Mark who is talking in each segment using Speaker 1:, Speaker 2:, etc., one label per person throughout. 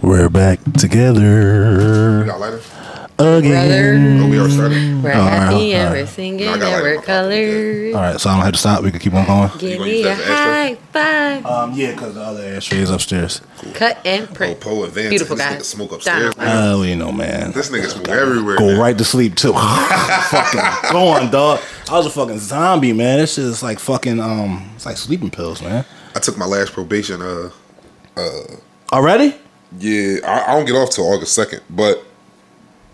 Speaker 1: We're back
Speaker 2: You
Speaker 1: together
Speaker 2: got lighter?
Speaker 1: again.
Speaker 2: Oh, we are starting.
Speaker 3: We're
Speaker 1: All right,
Speaker 3: happy
Speaker 1: all
Speaker 3: and
Speaker 1: right.
Speaker 3: we're singing
Speaker 2: No, I
Speaker 3: and
Speaker 2: got like
Speaker 3: we're
Speaker 2: my coffee
Speaker 3: colored.
Speaker 1: All right, so I don't have to stop. We can keep on going.
Speaker 3: Give
Speaker 2: Oh, gonna
Speaker 3: me
Speaker 2: use
Speaker 3: a
Speaker 2: that as
Speaker 3: high
Speaker 2: extra?
Speaker 3: five.
Speaker 1: Um, yeah, because the other ashtray is upstairs.
Speaker 3: Cut and
Speaker 2: Oh,
Speaker 3: print.
Speaker 2: Poe Advance.
Speaker 3: Beautiful
Speaker 2: this
Speaker 3: guy.
Speaker 2: Nigga smoke upstairs.
Speaker 3: Down.
Speaker 1: Oh, you know, man.
Speaker 2: This nigga smoke everywhere.
Speaker 1: Go
Speaker 2: man.
Speaker 1: right to sleep too. fucking going, dog. I was a fucking zombie, man. This shit is like fucking um, it's like sleeping pills, man.
Speaker 2: I took my last probation. Uh,
Speaker 1: Already?
Speaker 2: yeah, I, I don't get off till August second, but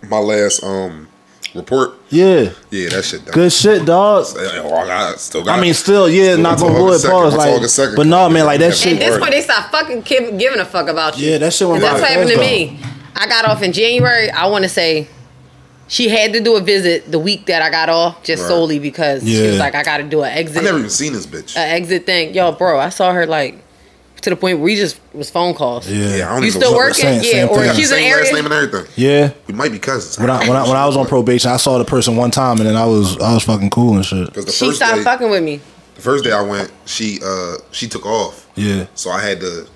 Speaker 2: my last um report.
Speaker 1: Yeah,
Speaker 2: Yeah, that shit done.
Speaker 1: good shit, dog.
Speaker 2: Uh, oh, I got- still got.
Speaker 1: I mean,
Speaker 2: it.
Speaker 1: still, yeah,
Speaker 2: Still
Speaker 1: knock
Speaker 2: until
Speaker 1: on wood,
Speaker 2: August second.
Speaker 1: pause,
Speaker 2: Until
Speaker 1: like,
Speaker 2: August second.
Speaker 1: but no, man, like that
Speaker 2: At
Speaker 3: At
Speaker 1: shit.
Speaker 3: this
Speaker 2: Word.
Speaker 3: point, they stop fucking ki- giving a fuck about you.
Speaker 1: Yeah, that shit went.
Speaker 3: That's
Speaker 1: by
Speaker 3: what happened to
Speaker 1: fast,
Speaker 3: me. I got off in January. I want to say she had to do a visit the week that I got off just
Speaker 2: Right.
Speaker 3: solely because she
Speaker 1: Yeah.
Speaker 3: was like, I got to do an
Speaker 2: I
Speaker 3: exit,
Speaker 2: never
Speaker 3: an
Speaker 2: even seen this bitch.
Speaker 3: exit thing. Yo, bro, I saw her like to the point where we just was phone calls.
Speaker 1: though. Yeah,
Speaker 2: yeah, I don't
Speaker 3: You
Speaker 2: even
Speaker 3: still
Speaker 2: know what-
Speaker 3: working?
Speaker 1: Same-
Speaker 3: yeah,
Speaker 1: same
Speaker 2: We
Speaker 3: or
Speaker 1: thing.
Speaker 2: got the
Speaker 3: she's an
Speaker 2: same last name
Speaker 3: area.
Speaker 2: and everything.
Speaker 1: yeah.
Speaker 2: We might be cousins.
Speaker 1: When I, when I when I was on probation, I saw the person one time, and then I was I was fucking cool and shit.
Speaker 2: Because the
Speaker 3: She
Speaker 2: first
Speaker 3: stopped
Speaker 2: day,
Speaker 3: fucking with me.
Speaker 2: the first day I went, she uh she took off.
Speaker 1: Yeah.
Speaker 2: So I had to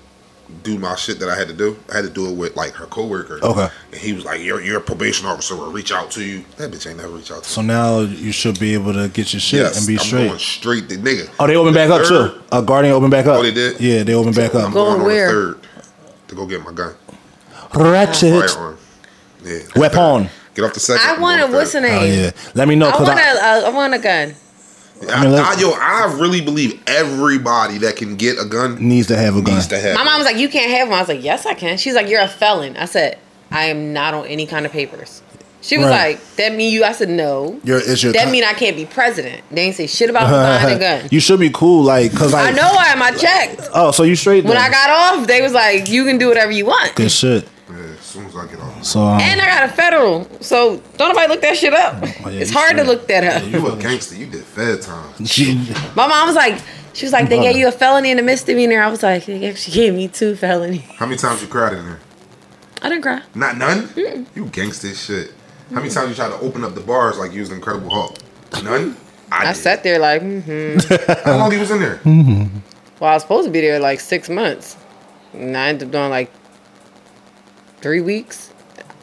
Speaker 2: do my shit that I had to do. I had to do it with like her coworker.
Speaker 1: Okay.
Speaker 2: And he was like, "Your your probation officer will reach out to you." That bitch ain't never reach out to.
Speaker 1: So now you should be able to get your shit
Speaker 2: Yes,
Speaker 1: and be
Speaker 2: I'm
Speaker 1: straight.
Speaker 2: going straight to nigga.
Speaker 1: Oh, they opened
Speaker 2: The
Speaker 1: back up
Speaker 2: third-
Speaker 1: too. Uh, Guardian opened back up.
Speaker 2: Oh, they did?
Speaker 1: Yeah, they opened back
Speaker 2: I'm
Speaker 1: up.
Speaker 3: Going
Speaker 2: going on
Speaker 3: where?
Speaker 2: the third to go get my gun.
Speaker 1: Ratchet.
Speaker 2: Firearm. Yeah.
Speaker 1: Weapon.
Speaker 2: Get off the second.
Speaker 3: I
Speaker 2: I'm
Speaker 3: want
Speaker 2: going
Speaker 3: to,
Speaker 2: third.
Speaker 3: what's her
Speaker 1: Oh
Speaker 3: name?
Speaker 1: yeah. Let me know
Speaker 3: I
Speaker 1: because
Speaker 3: want
Speaker 1: I,
Speaker 3: a, I want a gun.
Speaker 2: I,
Speaker 1: mean, let-
Speaker 2: I- yo, I really believe everybody that can get a gun
Speaker 1: needs to have a gun.
Speaker 2: needs to have.
Speaker 3: My
Speaker 2: one.
Speaker 3: mom was like, "You can't have one." I was like, "Yes, I can." She's like, "You're a felon." I said, "I am not on any kind of papers." She was
Speaker 1: Right.
Speaker 3: like, "That mean you?" I said, "No."
Speaker 1: Your- it's your
Speaker 3: that
Speaker 1: con-
Speaker 3: mean I can't be president. They ain't say shit about me buying a gun.
Speaker 1: you should be cool, like because
Speaker 3: I
Speaker 1: like
Speaker 3: know I am. I checked
Speaker 1: Oh, so you straight
Speaker 3: when
Speaker 1: then.
Speaker 3: I got off. They was like, "You can do whatever you want."
Speaker 1: good shit.
Speaker 2: Yeah, as soon as I get off.
Speaker 1: So um,
Speaker 3: And I got a federal, so don't nobody look that shit up.
Speaker 1: Oh, yeah,
Speaker 3: it's
Speaker 1: you
Speaker 3: hard
Speaker 1: straight.
Speaker 3: to look that up.
Speaker 2: You a gangster? You did fed time.
Speaker 1: she-
Speaker 3: My mom was like, she was like, "They
Speaker 1: Brother.
Speaker 3: gave you a felony and a misdemeanor." I was like, "They actually gave me two felonies."
Speaker 2: How many times you cried in there?
Speaker 3: I didn't cry.
Speaker 2: Not none. You gangster as shit. How many times you tried to open up the bars like you was an Incredible Hulk? None.
Speaker 3: I
Speaker 2: did.
Speaker 3: sat there like, hmm
Speaker 2: How long he was in there?
Speaker 3: Well, I was supposed to be there like six months, and I ended up doing like three weeks.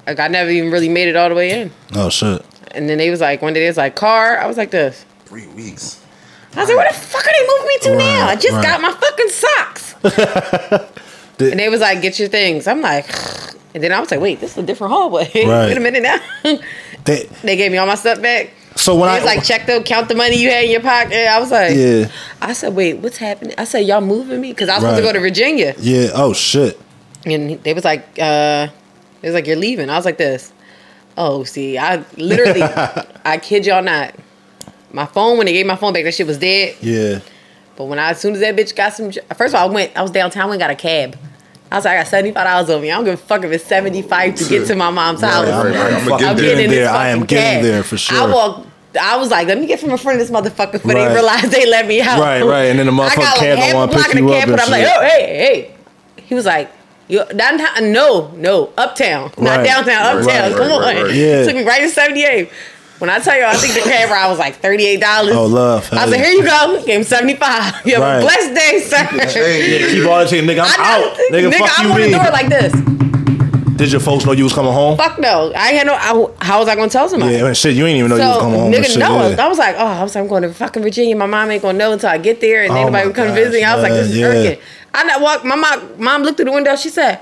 Speaker 3: Like I never even really made it all the way in.
Speaker 1: oh shit.
Speaker 3: And then they was like, one day they was like, car. I was like this.
Speaker 2: Three weeks.
Speaker 3: I was like, where the fuck are they moving me to now? I
Speaker 1: Right,
Speaker 3: just
Speaker 1: right.
Speaker 3: got my fucking socks.
Speaker 1: Did-
Speaker 3: and they was like, get your things. I'm like, and then I was like, wait, this is a different hallway.
Speaker 1: Right.
Speaker 3: Wait a minute now.
Speaker 1: They,
Speaker 3: they gave me all my stuff back.
Speaker 1: so when
Speaker 3: They
Speaker 1: I
Speaker 3: was like, check the count the money you had in your pocket. I was like,
Speaker 1: yeah
Speaker 3: I said, wait, what's happening? I said, y'all moving me? Because I was supposed to
Speaker 1: Right.
Speaker 3: go to Virginia.
Speaker 1: yeah oh shit
Speaker 3: and they was like, uh, they was like, you're leaving. I was like, this. Oh, see, I literally, I kid y'all not. My phone, when they gave my phone back, that shit was dead.
Speaker 1: yeah
Speaker 3: But when I, as soon as that bitch got some, first of all, I went, I was downtown, went and got a cab. I was like, I got seventy five dollars on me. I don't give a fuck if it's seventy five to get to my mom's house.
Speaker 1: I'm- I'm
Speaker 3: I'm
Speaker 1: fucking
Speaker 3: getting
Speaker 1: getting
Speaker 3: in this
Speaker 1: there. I am
Speaker 3: fucking
Speaker 1: getting
Speaker 3: cab.
Speaker 1: there for sure.
Speaker 3: I walked. I was like, let me get from in front of this motherfucker before
Speaker 1: Right.
Speaker 3: they realize they let me out.
Speaker 1: Right, right, and then the
Speaker 3: I
Speaker 1: motherfucking
Speaker 3: got,
Speaker 1: cab don't
Speaker 3: half a
Speaker 1: wanna
Speaker 3: block
Speaker 1: pick
Speaker 3: in the
Speaker 1: you
Speaker 3: cab,
Speaker 1: up and
Speaker 3: but I'm like,
Speaker 1: shit.
Speaker 3: oh, hey, hey. He was like, you downtown? No, no, uptown,
Speaker 1: Right.
Speaker 3: not downtown,
Speaker 2: Right,
Speaker 3: uptown.
Speaker 2: right,
Speaker 3: Come
Speaker 2: right,
Speaker 3: on,
Speaker 2: right.
Speaker 1: Yeah.
Speaker 3: took me right to seventy eight. When I tell you, I think the cab ride was like thirty eight dollars.
Speaker 1: Oh, love.
Speaker 3: I was like,
Speaker 1: Hell
Speaker 3: here you go, game seventy five. You have
Speaker 1: Right.
Speaker 3: a blessed day, sir.
Speaker 2: Hey,
Speaker 1: keep all the shit nigga I'm
Speaker 3: I
Speaker 1: out
Speaker 3: know,
Speaker 1: nigga,
Speaker 3: nigga,
Speaker 1: fuck
Speaker 3: I'm
Speaker 1: you
Speaker 3: on the
Speaker 1: mean?
Speaker 3: door like this.
Speaker 1: did your folks know you was coming home
Speaker 3: Fuck no. I had no. I, how was I gonna tell somebody?
Speaker 1: yeah and shit you ain't even know you was
Speaker 3: so
Speaker 1: coming home and
Speaker 3: nigga,
Speaker 1: shit,
Speaker 3: no.
Speaker 1: yeah.
Speaker 3: I was like, oh, I was like, I'm going to fucking Virginia. My mom ain't gonna know until I get there, and
Speaker 1: Oh
Speaker 3: anybody
Speaker 1: my
Speaker 3: would come
Speaker 1: gosh,
Speaker 3: visit. I was like,
Speaker 1: man,
Speaker 3: this is
Speaker 1: yeah.
Speaker 3: irking. I not walk. My mom, mom looked through the window. She said,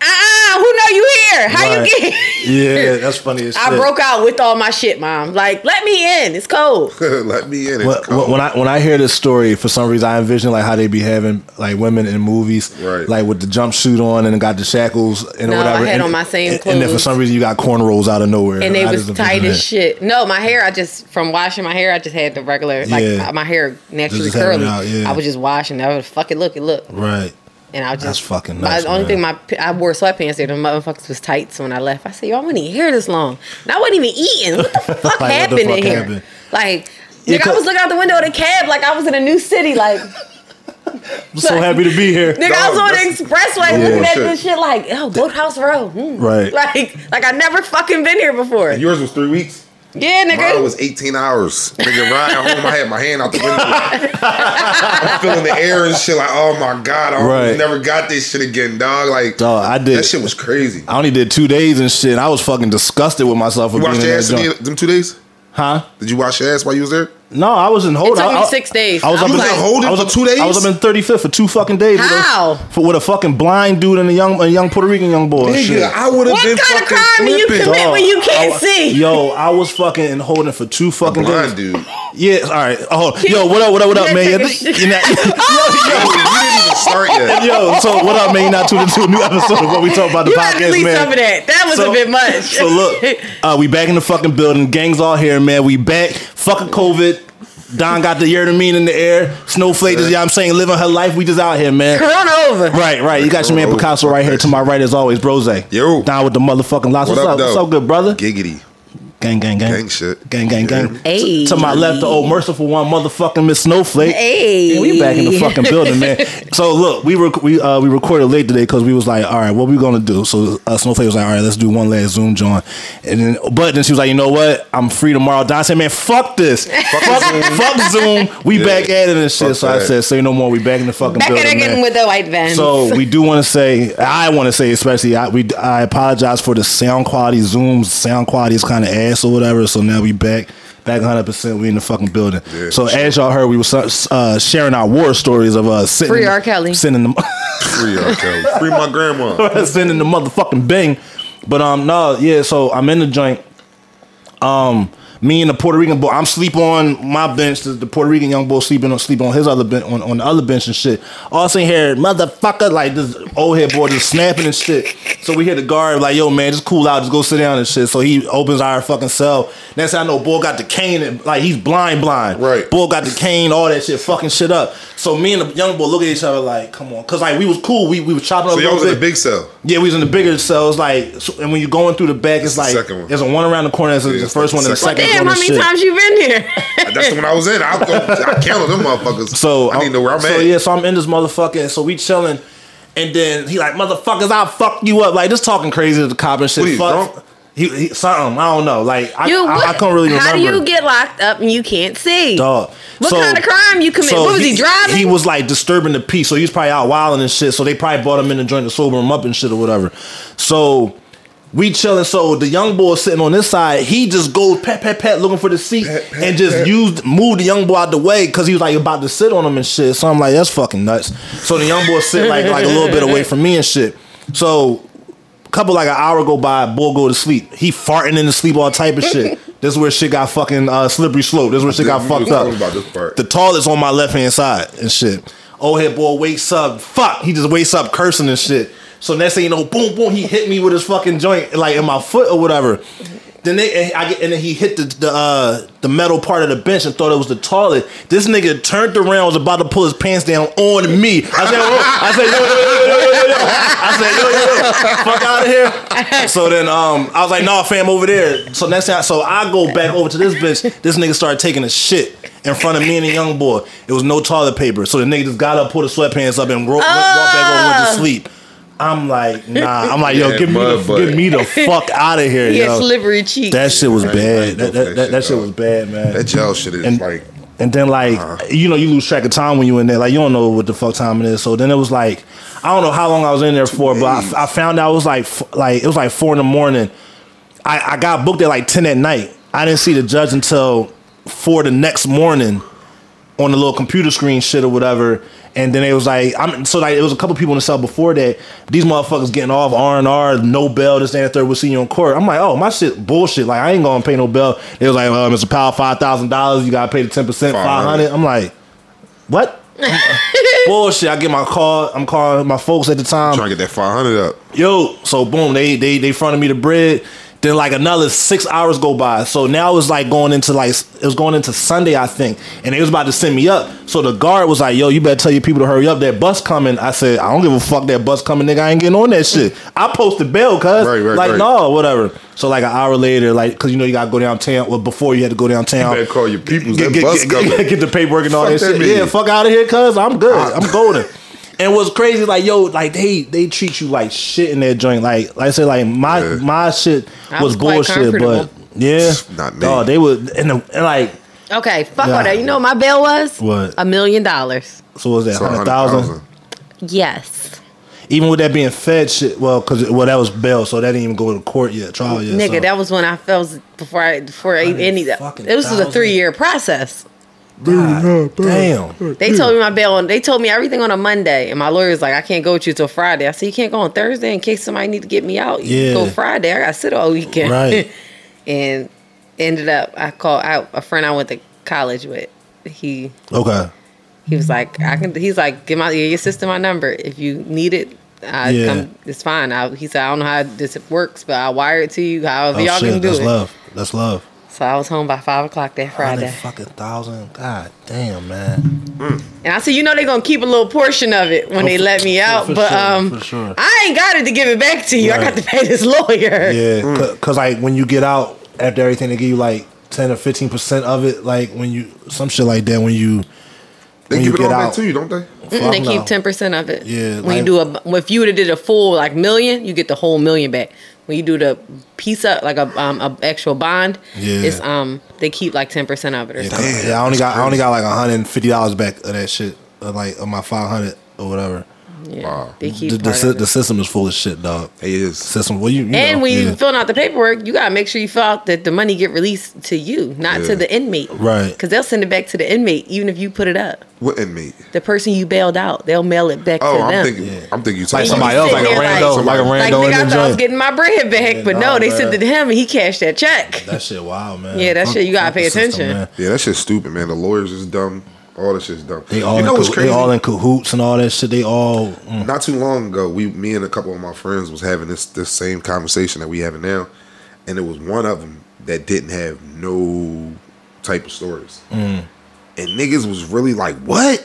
Speaker 3: uh, uh who know you here? How
Speaker 1: Right.
Speaker 3: you get? here?"
Speaker 1: yeah that's funny as shit.
Speaker 3: I broke out with all my shit, mom. Like, let me in. It's cold.
Speaker 2: let me in. It's
Speaker 1: When,
Speaker 2: cold.
Speaker 1: when I when I hear this story, for some reason I envision like how they be having like women in movies,
Speaker 2: Right.
Speaker 1: Like with the jumpsuit on and got the shackles and
Speaker 3: No, I
Speaker 1: whatever.
Speaker 3: had
Speaker 1: and,
Speaker 3: on my same
Speaker 1: and, and then for
Speaker 3: clothes.
Speaker 1: some reason you got cornrows out of nowhere,
Speaker 3: and they
Speaker 1: I
Speaker 3: was
Speaker 1: just
Speaker 3: tight
Speaker 1: envision
Speaker 3: as
Speaker 1: that.
Speaker 3: shit. No, my hair, I just from washing my hair, I just had the regular.
Speaker 1: Yeah.
Speaker 3: Like my hair naturally
Speaker 1: Just having it
Speaker 3: curly.
Speaker 1: out, yeah.
Speaker 3: I was just washing. I was fuck it, look it, look.
Speaker 1: Right.
Speaker 3: And I was just
Speaker 1: That's fucking
Speaker 3: my-
Speaker 1: nuts,
Speaker 3: The only
Speaker 1: man.
Speaker 3: thing my I wore sweatpants there. The motherfuckers was tight. So when I left, I said, "Yo, I wasn't even here this long. And I wasn't even eating. What the
Speaker 1: Like,
Speaker 3: fuck
Speaker 1: what the
Speaker 3: happened
Speaker 1: fuck
Speaker 3: in here?
Speaker 1: happened?
Speaker 3: Like."
Speaker 1: Yeah,
Speaker 3: Nigga, I
Speaker 1: cause-
Speaker 3: was looking out the window of the cab like I was in a new city. Like,
Speaker 1: I'm so happy to be here.
Speaker 3: nigga, I was
Speaker 2: Dog,
Speaker 3: on the
Speaker 2: that's-
Speaker 3: expressway
Speaker 2: Yeah.
Speaker 3: looking at
Speaker 2: Shit.
Speaker 3: this shit like, oh, Boathouse Row. Hmm.
Speaker 1: Right.
Speaker 3: Like, like I never fucking been here before.
Speaker 2: Yours was three weeks.
Speaker 3: Yeah,
Speaker 2: Mine
Speaker 3: nigga.
Speaker 2: was 18 hours. Nigga, ride home, I had my hand out the window. I'm feeling the air and shit. Like, oh my God, I almost
Speaker 1: Right.
Speaker 2: never got this shit again, dog. Like,
Speaker 1: Dog, I did-
Speaker 2: That shit was crazy.
Speaker 1: I only did two days and shit. and I was fucking disgusted with myself for
Speaker 2: You
Speaker 1: being
Speaker 2: washed
Speaker 1: in
Speaker 2: your
Speaker 1: that
Speaker 2: ass in
Speaker 1: joint.
Speaker 2: the- them two days?
Speaker 1: Huh?
Speaker 2: Did you wash your ass while you was there?
Speaker 1: No, I was in hold.
Speaker 3: It took
Speaker 1: I-
Speaker 3: me
Speaker 1: I-
Speaker 3: six days.
Speaker 1: I was
Speaker 3: I'm
Speaker 1: up in
Speaker 3: like- You was in
Speaker 2: hold
Speaker 1: I was
Speaker 2: for
Speaker 1: up-
Speaker 2: two days?
Speaker 1: I was up in 35th for two fucking days. with a-
Speaker 3: How?
Speaker 1: for, with a fucking blind dude and a young a young Puerto Rican young boy. and Oh, shit.
Speaker 2: Nigga, I would have
Speaker 3: What
Speaker 2: been
Speaker 3: kind
Speaker 2: fucking
Speaker 3: of crime do you
Speaker 2: flipping.
Speaker 3: commit?
Speaker 1: Dog,
Speaker 3: when you can't
Speaker 1: I-
Speaker 3: see.
Speaker 1: Yo, I was fucking in holding for two fucking days.
Speaker 2: Blind dude. Yo,
Speaker 1: Yeah, all right. Oh, yo, what up, what up, what up,
Speaker 3: Yeah,
Speaker 1: man?
Speaker 3: take
Speaker 1: Yeah,
Speaker 3: a
Speaker 1: this-
Speaker 3: shit.
Speaker 1: you know-
Speaker 2: you didn't even start yet.
Speaker 1: Yo, yo, so what up, man? You're Not tuned into a new episode of what we talk about the
Speaker 3: You had to
Speaker 1: podcast,
Speaker 3: leave
Speaker 1: man.
Speaker 3: some of that. That was a bit much.
Speaker 1: So look, uh, we back in the fucking building. Gangs all here, man. We back. Fucking COVID. Don got the year to mean in the air. Snowflake is, yeah, I'm saying, living her life. We just out here, man.
Speaker 3: Corona over.
Speaker 1: Right, right. You got your man
Speaker 2: Corona.
Speaker 1: Picasso right here to my right, as always, Brose.
Speaker 2: Yo.
Speaker 1: Down with the motherfucking lots.
Speaker 2: What
Speaker 1: What's
Speaker 2: up,
Speaker 1: up? What's
Speaker 2: though?
Speaker 1: up, good brother?
Speaker 2: Giggity.
Speaker 1: Gang, gang, gang.
Speaker 2: Gang shit.
Speaker 1: Gang, gang, gang.
Speaker 3: Ayy.
Speaker 1: To my left, the old merciful one, motherfucking Miss Snowflake.
Speaker 3: Ayy.
Speaker 1: Man, we back in the fucking building, man. so look, we rec- we uh, we recorded late today because we was like, all right, what we gonna do? So uh, Snowflake was like, all right, let's do one last Zoom joint, and then but then she was like, you know what? I'm free tomorrow. Don said, man, fuck this, fuck, Zoom. fuck Zoom. We
Speaker 2: Yeah.
Speaker 1: back at it and shit.
Speaker 2: Fuck
Speaker 1: so I
Speaker 2: that.
Speaker 1: said, say no more. We back in the fucking
Speaker 3: Back
Speaker 1: building,
Speaker 3: at
Speaker 1: man.
Speaker 3: again with the white vans.
Speaker 1: So we do want to say, I want to say especially, I, we I apologize for the sound quality. Zoom's sound quality is kind of ass or whatever. So now we back, back 100. percent We in the fucking building.
Speaker 2: Yeah,
Speaker 1: so as y'all heard, we were uh, sharing our war stories of us sitting,
Speaker 3: Free R. Kelly.
Speaker 1: sending them,
Speaker 2: Free, R. Kelly. Free my grandma.
Speaker 1: sending the motherfucking bang. But um, no, yeah. So I'm in the joint. Um. Me and the Puerto Rican boy, I'm sleep on my bench. The, the Puerto Rican young boy sleeping on sleep on his other bench on, on the other bench and shit. All sitting here, motherfucker, like this old head boy just snapping and shit. So we hit the guard like, yo man, just cool out, just go sit down and shit. So he opens our fucking cell. Next thing I know, boy got the cane and like he's blind, blind.
Speaker 2: Right.
Speaker 1: Boy got the cane, all that shit, fucking shit up. So me and the young boy look at each other like, come on, cause like we was cool, we we was chopping up.
Speaker 2: So
Speaker 1: a
Speaker 2: y'all
Speaker 1: little
Speaker 2: was in the
Speaker 1: bit.
Speaker 2: big cell.
Speaker 1: Yeah, we was in the bigger cells, like, so, and when you're going through the back, it's
Speaker 2: the
Speaker 1: like
Speaker 2: second one.
Speaker 1: there's a one around the corner, there's
Speaker 2: Yeah,
Speaker 1: the
Speaker 2: it's
Speaker 1: first
Speaker 2: like
Speaker 1: one, and
Speaker 2: the
Speaker 1: the second
Speaker 2: second
Speaker 1: one.
Speaker 3: Damn, how
Speaker 1: and
Speaker 3: many
Speaker 1: shit.
Speaker 3: times you been here?
Speaker 2: That's the one I was in. I, go, I counted them motherfuckers.
Speaker 1: So
Speaker 2: I need to know where I'm
Speaker 1: so,
Speaker 2: at.
Speaker 1: yeah, so I'm in this motherfucker, and so we chilling, and then he like, motherfuckers, I'll fuck you up, like just talking crazy to the cop and shit.
Speaker 2: What, he was
Speaker 1: fuck.
Speaker 2: drunk?
Speaker 1: He, he something I don't know. Like I,
Speaker 3: You,
Speaker 1: I, I
Speaker 3: what-
Speaker 1: can't really remember.
Speaker 3: How do you get locked up and you can't see?
Speaker 1: Dog.
Speaker 3: What
Speaker 1: So-
Speaker 3: kind of crime you commit?
Speaker 1: so
Speaker 3: what was he, driving?
Speaker 1: He was like disturbing the peace, so he was probably out wilding and shit. So they probably brought him in and joint to sober him up and shit or whatever. So we chilling. So the young boy sitting on this side, he just goes pat pat pat looking for the seat
Speaker 2: Pat, pat,
Speaker 1: and just
Speaker 2: pat.
Speaker 1: used moved the young boy out the way because he was like about to sit on him and shit. So I'm like, that's fucking nuts. So the young boy sit like like a little bit away from me and shit. So couple like an hour go by, boy go to sleep. He farting in his sleep, all type of shit. this is where shit got fucking uh, slippery slope. This is where shit got
Speaker 2: We
Speaker 1: fucked
Speaker 2: was
Speaker 1: up.
Speaker 2: talking about this part.
Speaker 1: The tallest on my left hand side and shit. Old head boy wakes up, fuck. He just wakes up cursing and shit. So next thing you know, boom, boom, he hit me with his fucking joint, like in my foot or whatever. Then they, and I get, and then he hit the the, uh, the metal part of the bench and thought it was the toilet. This nigga turned around, was about to pull his pants down on me. I said, "Whoa." I said, yo, yo, yo, yo, yo, yo, yo. I said, yo, yo, yo, fuck out of here. So then um, I was like, nah, fam, over there. So next time, so I go back over to this bitch. This nigga started taking a shit in front of me and the young boy. It was no toilet paper. So the nigga just got up, pulled his sweatpants up, and ro- went- walked back over and went to sleep. I'm like, nah. I'm like, yo,
Speaker 2: Yeah,
Speaker 1: give me,
Speaker 2: mud
Speaker 1: the,
Speaker 2: butt.
Speaker 1: give me the fuck out of here,
Speaker 3: he had
Speaker 1: yo.
Speaker 3: slippery cheeks.
Speaker 1: That shit was
Speaker 2: Yeah, I ain't
Speaker 1: bad.
Speaker 2: like
Speaker 1: That,
Speaker 2: no
Speaker 1: that, that, that
Speaker 2: fake
Speaker 1: shit
Speaker 2: shit,
Speaker 1: was bad, man.
Speaker 2: That jail shit is
Speaker 1: And-
Speaker 2: like. uh-huh.
Speaker 1: And then like you know, you lose track of time when you in there. Like you don't know what the fuck time it is. So then it was like I don't know how long I was in there for, but
Speaker 2: days.
Speaker 1: I, I found out it was like f- like it was like four in the morning. I, I got booked at like ten at night. I didn't see the judge until four the next morning on the little computer screen shit or whatever. And then it was like, I'm so like it was a couple people in the cell before that. These motherfuckers getting off R and R, no bell, this that, and the third. We'll see you in court. I'm like, oh my shit, bullshit. Like I ain't gonna pay no bell. It was like, uh, Mr. Powell, five thousand dollars. You gotta pay the ten percent, five hundred. I'm like, what? bullshit. I get my call. I'm calling my folks at the time
Speaker 2: Trying to get that 500 up.
Speaker 1: yo so boom they they they fronted me the bread then like another six hours go by so now it was like going into like it was going into sunday i think and they was about to send me up so the guard was like yo you better tell your people to hurry up that bus coming i said i don't give a fuck that bus coming nigga i ain't getting on that shit i posted bail cuz
Speaker 2: Right, right,
Speaker 1: like
Speaker 2: right.
Speaker 1: no whatever so like an hour later like because you know you gotta go downtown well before you had to go downtown
Speaker 2: Better call your peoples.
Speaker 1: get,
Speaker 2: That
Speaker 1: get-
Speaker 2: bus
Speaker 1: get-
Speaker 2: coming.
Speaker 1: get the paperwork and all
Speaker 2: Fuck
Speaker 1: that,
Speaker 2: that
Speaker 1: shit.
Speaker 2: meeting.
Speaker 1: Yeah, fuck out of here, cuz I'm good. I'm golden. And what's crazy, like yo, like they they treat you like shit in that joint. Like like I said, like my
Speaker 2: Yeah.
Speaker 1: my shit
Speaker 3: I
Speaker 1: was
Speaker 3: was quite
Speaker 1: bullshit, but
Speaker 3: comfortable.
Speaker 1: Yeah,
Speaker 2: Not me.
Speaker 1: Oh, they would and, the, and like
Speaker 3: Okay, fuck
Speaker 1: Yeah.
Speaker 3: all that. You know what my bill was?
Speaker 1: What?
Speaker 3: A million dollars.
Speaker 1: so what was that
Speaker 2: So
Speaker 1: hundred thousand?
Speaker 2: 100,000.
Speaker 3: Yes.
Speaker 1: Even with that being fed, shit. Well, because well that was bail, so that didn't even go to court yet, trial yet.
Speaker 3: Nigga,
Speaker 1: so.
Speaker 3: that was when I felt before I before I any that.
Speaker 1: fucking
Speaker 3: This was a
Speaker 1: thousand.
Speaker 3: three year process.
Speaker 1: God, damn.
Speaker 3: They told me my bail on they told me everything on a Monday. And my lawyer was like, I can't go with you till Friday. I said, You can't go on Thursday in case somebody need to get me out. You
Speaker 1: Yeah.
Speaker 3: go Friday. I gotta sit all weekend.
Speaker 1: Right.
Speaker 3: and ended up I called out a friend I went to college with. He
Speaker 1: Okay.
Speaker 3: he was like, I can. He's like, give my give your sister my number if you need it. I
Speaker 1: Yeah.
Speaker 3: come, it's fine. I, he said, I don't know how this works, but I'll wire it to you. However,
Speaker 1: Oh,
Speaker 3: y'all
Speaker 1: shit,
Speaker 3: can do
Speaker 1: that's
Speaker 3: it.
Speaker 1: love. That's love.
Speaker 3: So I was home by five o'clock that
Speaker 1: Hundred
Speaker 3: Friday,
Speaker 1: fucking thousand. God damn, man.
Speaker 3: and I said, you know, they're gonna keep a little portion of it when
Speaker 1: Oh,
Speaker 3: they
Speaker 1: for-
Speaker 3: let me
Speaker 1: for-
Speaker 3: out,
Speaker 1: for
Speaker 3: but
Speaker 1: sure,
Speaker 3: um,
Speaker 1: for sure.
Speaker 3: I ain't got it to give it back to you. I
Speaker 1: Right.
Speaker 3: got to pay this lawyer.
Speaker 1: Yeah,
Speaker 2: Mm.
Speaker 1: because like when you get out after everything, they give you like ten or fifteen percent of it. Like when you some shit like that when you
Speaker 2: They
Speaker 1: when
Speaker 2: give
Speaker 1: you
Speaker 2: it all
Speaker 1: get
Speaker 2: back
Speaker 1: out.
Speaker 2: to you, don't they?
Speaker 3: Mm, they
Speaker 1: Fuck
Speaker 3: keep
Speaker 1: no.
Speaker 3: ten percent of it.
Speaker 1: Yeah,
Speaker 3: When
Speaker 1: like-
Speaker 3: you do a, if you would have did a full like million, you get the whole million back. When you do the piece up like a um a actual bond,
Speaker 1: Yeah.
Speaker 3: it's um they keep like ten percent of it or something.
Speaker 1: Yeah, I only got I only got like hundred and fifty dollars back of that shit, of like of my five hundred or whatever.
Speaker 3: Yeah,
Speaker 2: Wow.
Speaker 3: they keep
Speaker 1: The, the,
Speaker 3: part
Speaker 1: sy-
Speaker 3: of it.
Speaker 1: the system is full of shit, dog.
Speaker 2: It is.
Speaker 1: System. Well, you, you
Speaker 3: and
Speaker 1: know,
Speaker 3: when
Speaker 1: yeah.
Speaker 3: you filling out the paperwork, you gotta make sure you fill out that the money get released to you, not
Speaker 2: Yeah.
Speaker 3: to the inmate,
Speaker 1: Right.
Speaker 3: Because they'll send it back to the inmate, even if you put it up.
Speaker 2: What inmate?
Speaker 3: The person you bailed out, they'll mail it back
Speaker 2: Oh,
Speaker 3: to
Speaker 2: I'm
Speaker 3: them.
Speaker 2: thinking. I'm thinking you
Speaker 1: like
Speaker 2: talking
Speaker 1: somebody
Speaker 2: about-
Speaker 1: else, like a
Speaker 3: sitting there
Speaker 1: rando,
Speaker 2: like-
Speaker 1: like, a
Speaker 3: like
Speaker 1: rando
Speaker 3: nigga, I
Speaker 1: in the
Speaker 3: thought I was
Speaker 1: joint.
Speaker 3: getting my bread back,
Speaker 1: Yeah,
Speaker 3: but
Speaker 1: nah,
Speaker 3: no, they
Speaker 1: bruh.
Speaker 3: sent it to him and he cashed that check.
Speaker 1: that shit, wow, man.
Speaker 3: Yeah, that
Speaker 1: Fuck-
Speaker 3: shit, you gotta
Speaker 1: fuck the
Speaker 3: pay
Speaker 1: system,
Speaker 3: attention.
Speaker 1: man.
Speaker 2: Yeah, that shit's stupid, man. The lawyers is dumb. All this shit's dumb.
Speaker 1: They all
Speaker 2: you know
Speaker 1: in,
Speaker 2: what's
Speaker 1: cah-
Speaker 2: crazy?
Speaker 1: they all in cahoots and all that shit. They all mm,
Speaker 2: Not too long ago, we, me and a couple of my friends was having this this same conversation that we having now, and it was one of them that didn't have no type of stories,
Speaker 1: Mm.
Speaker 2: and niggas was really like, "What?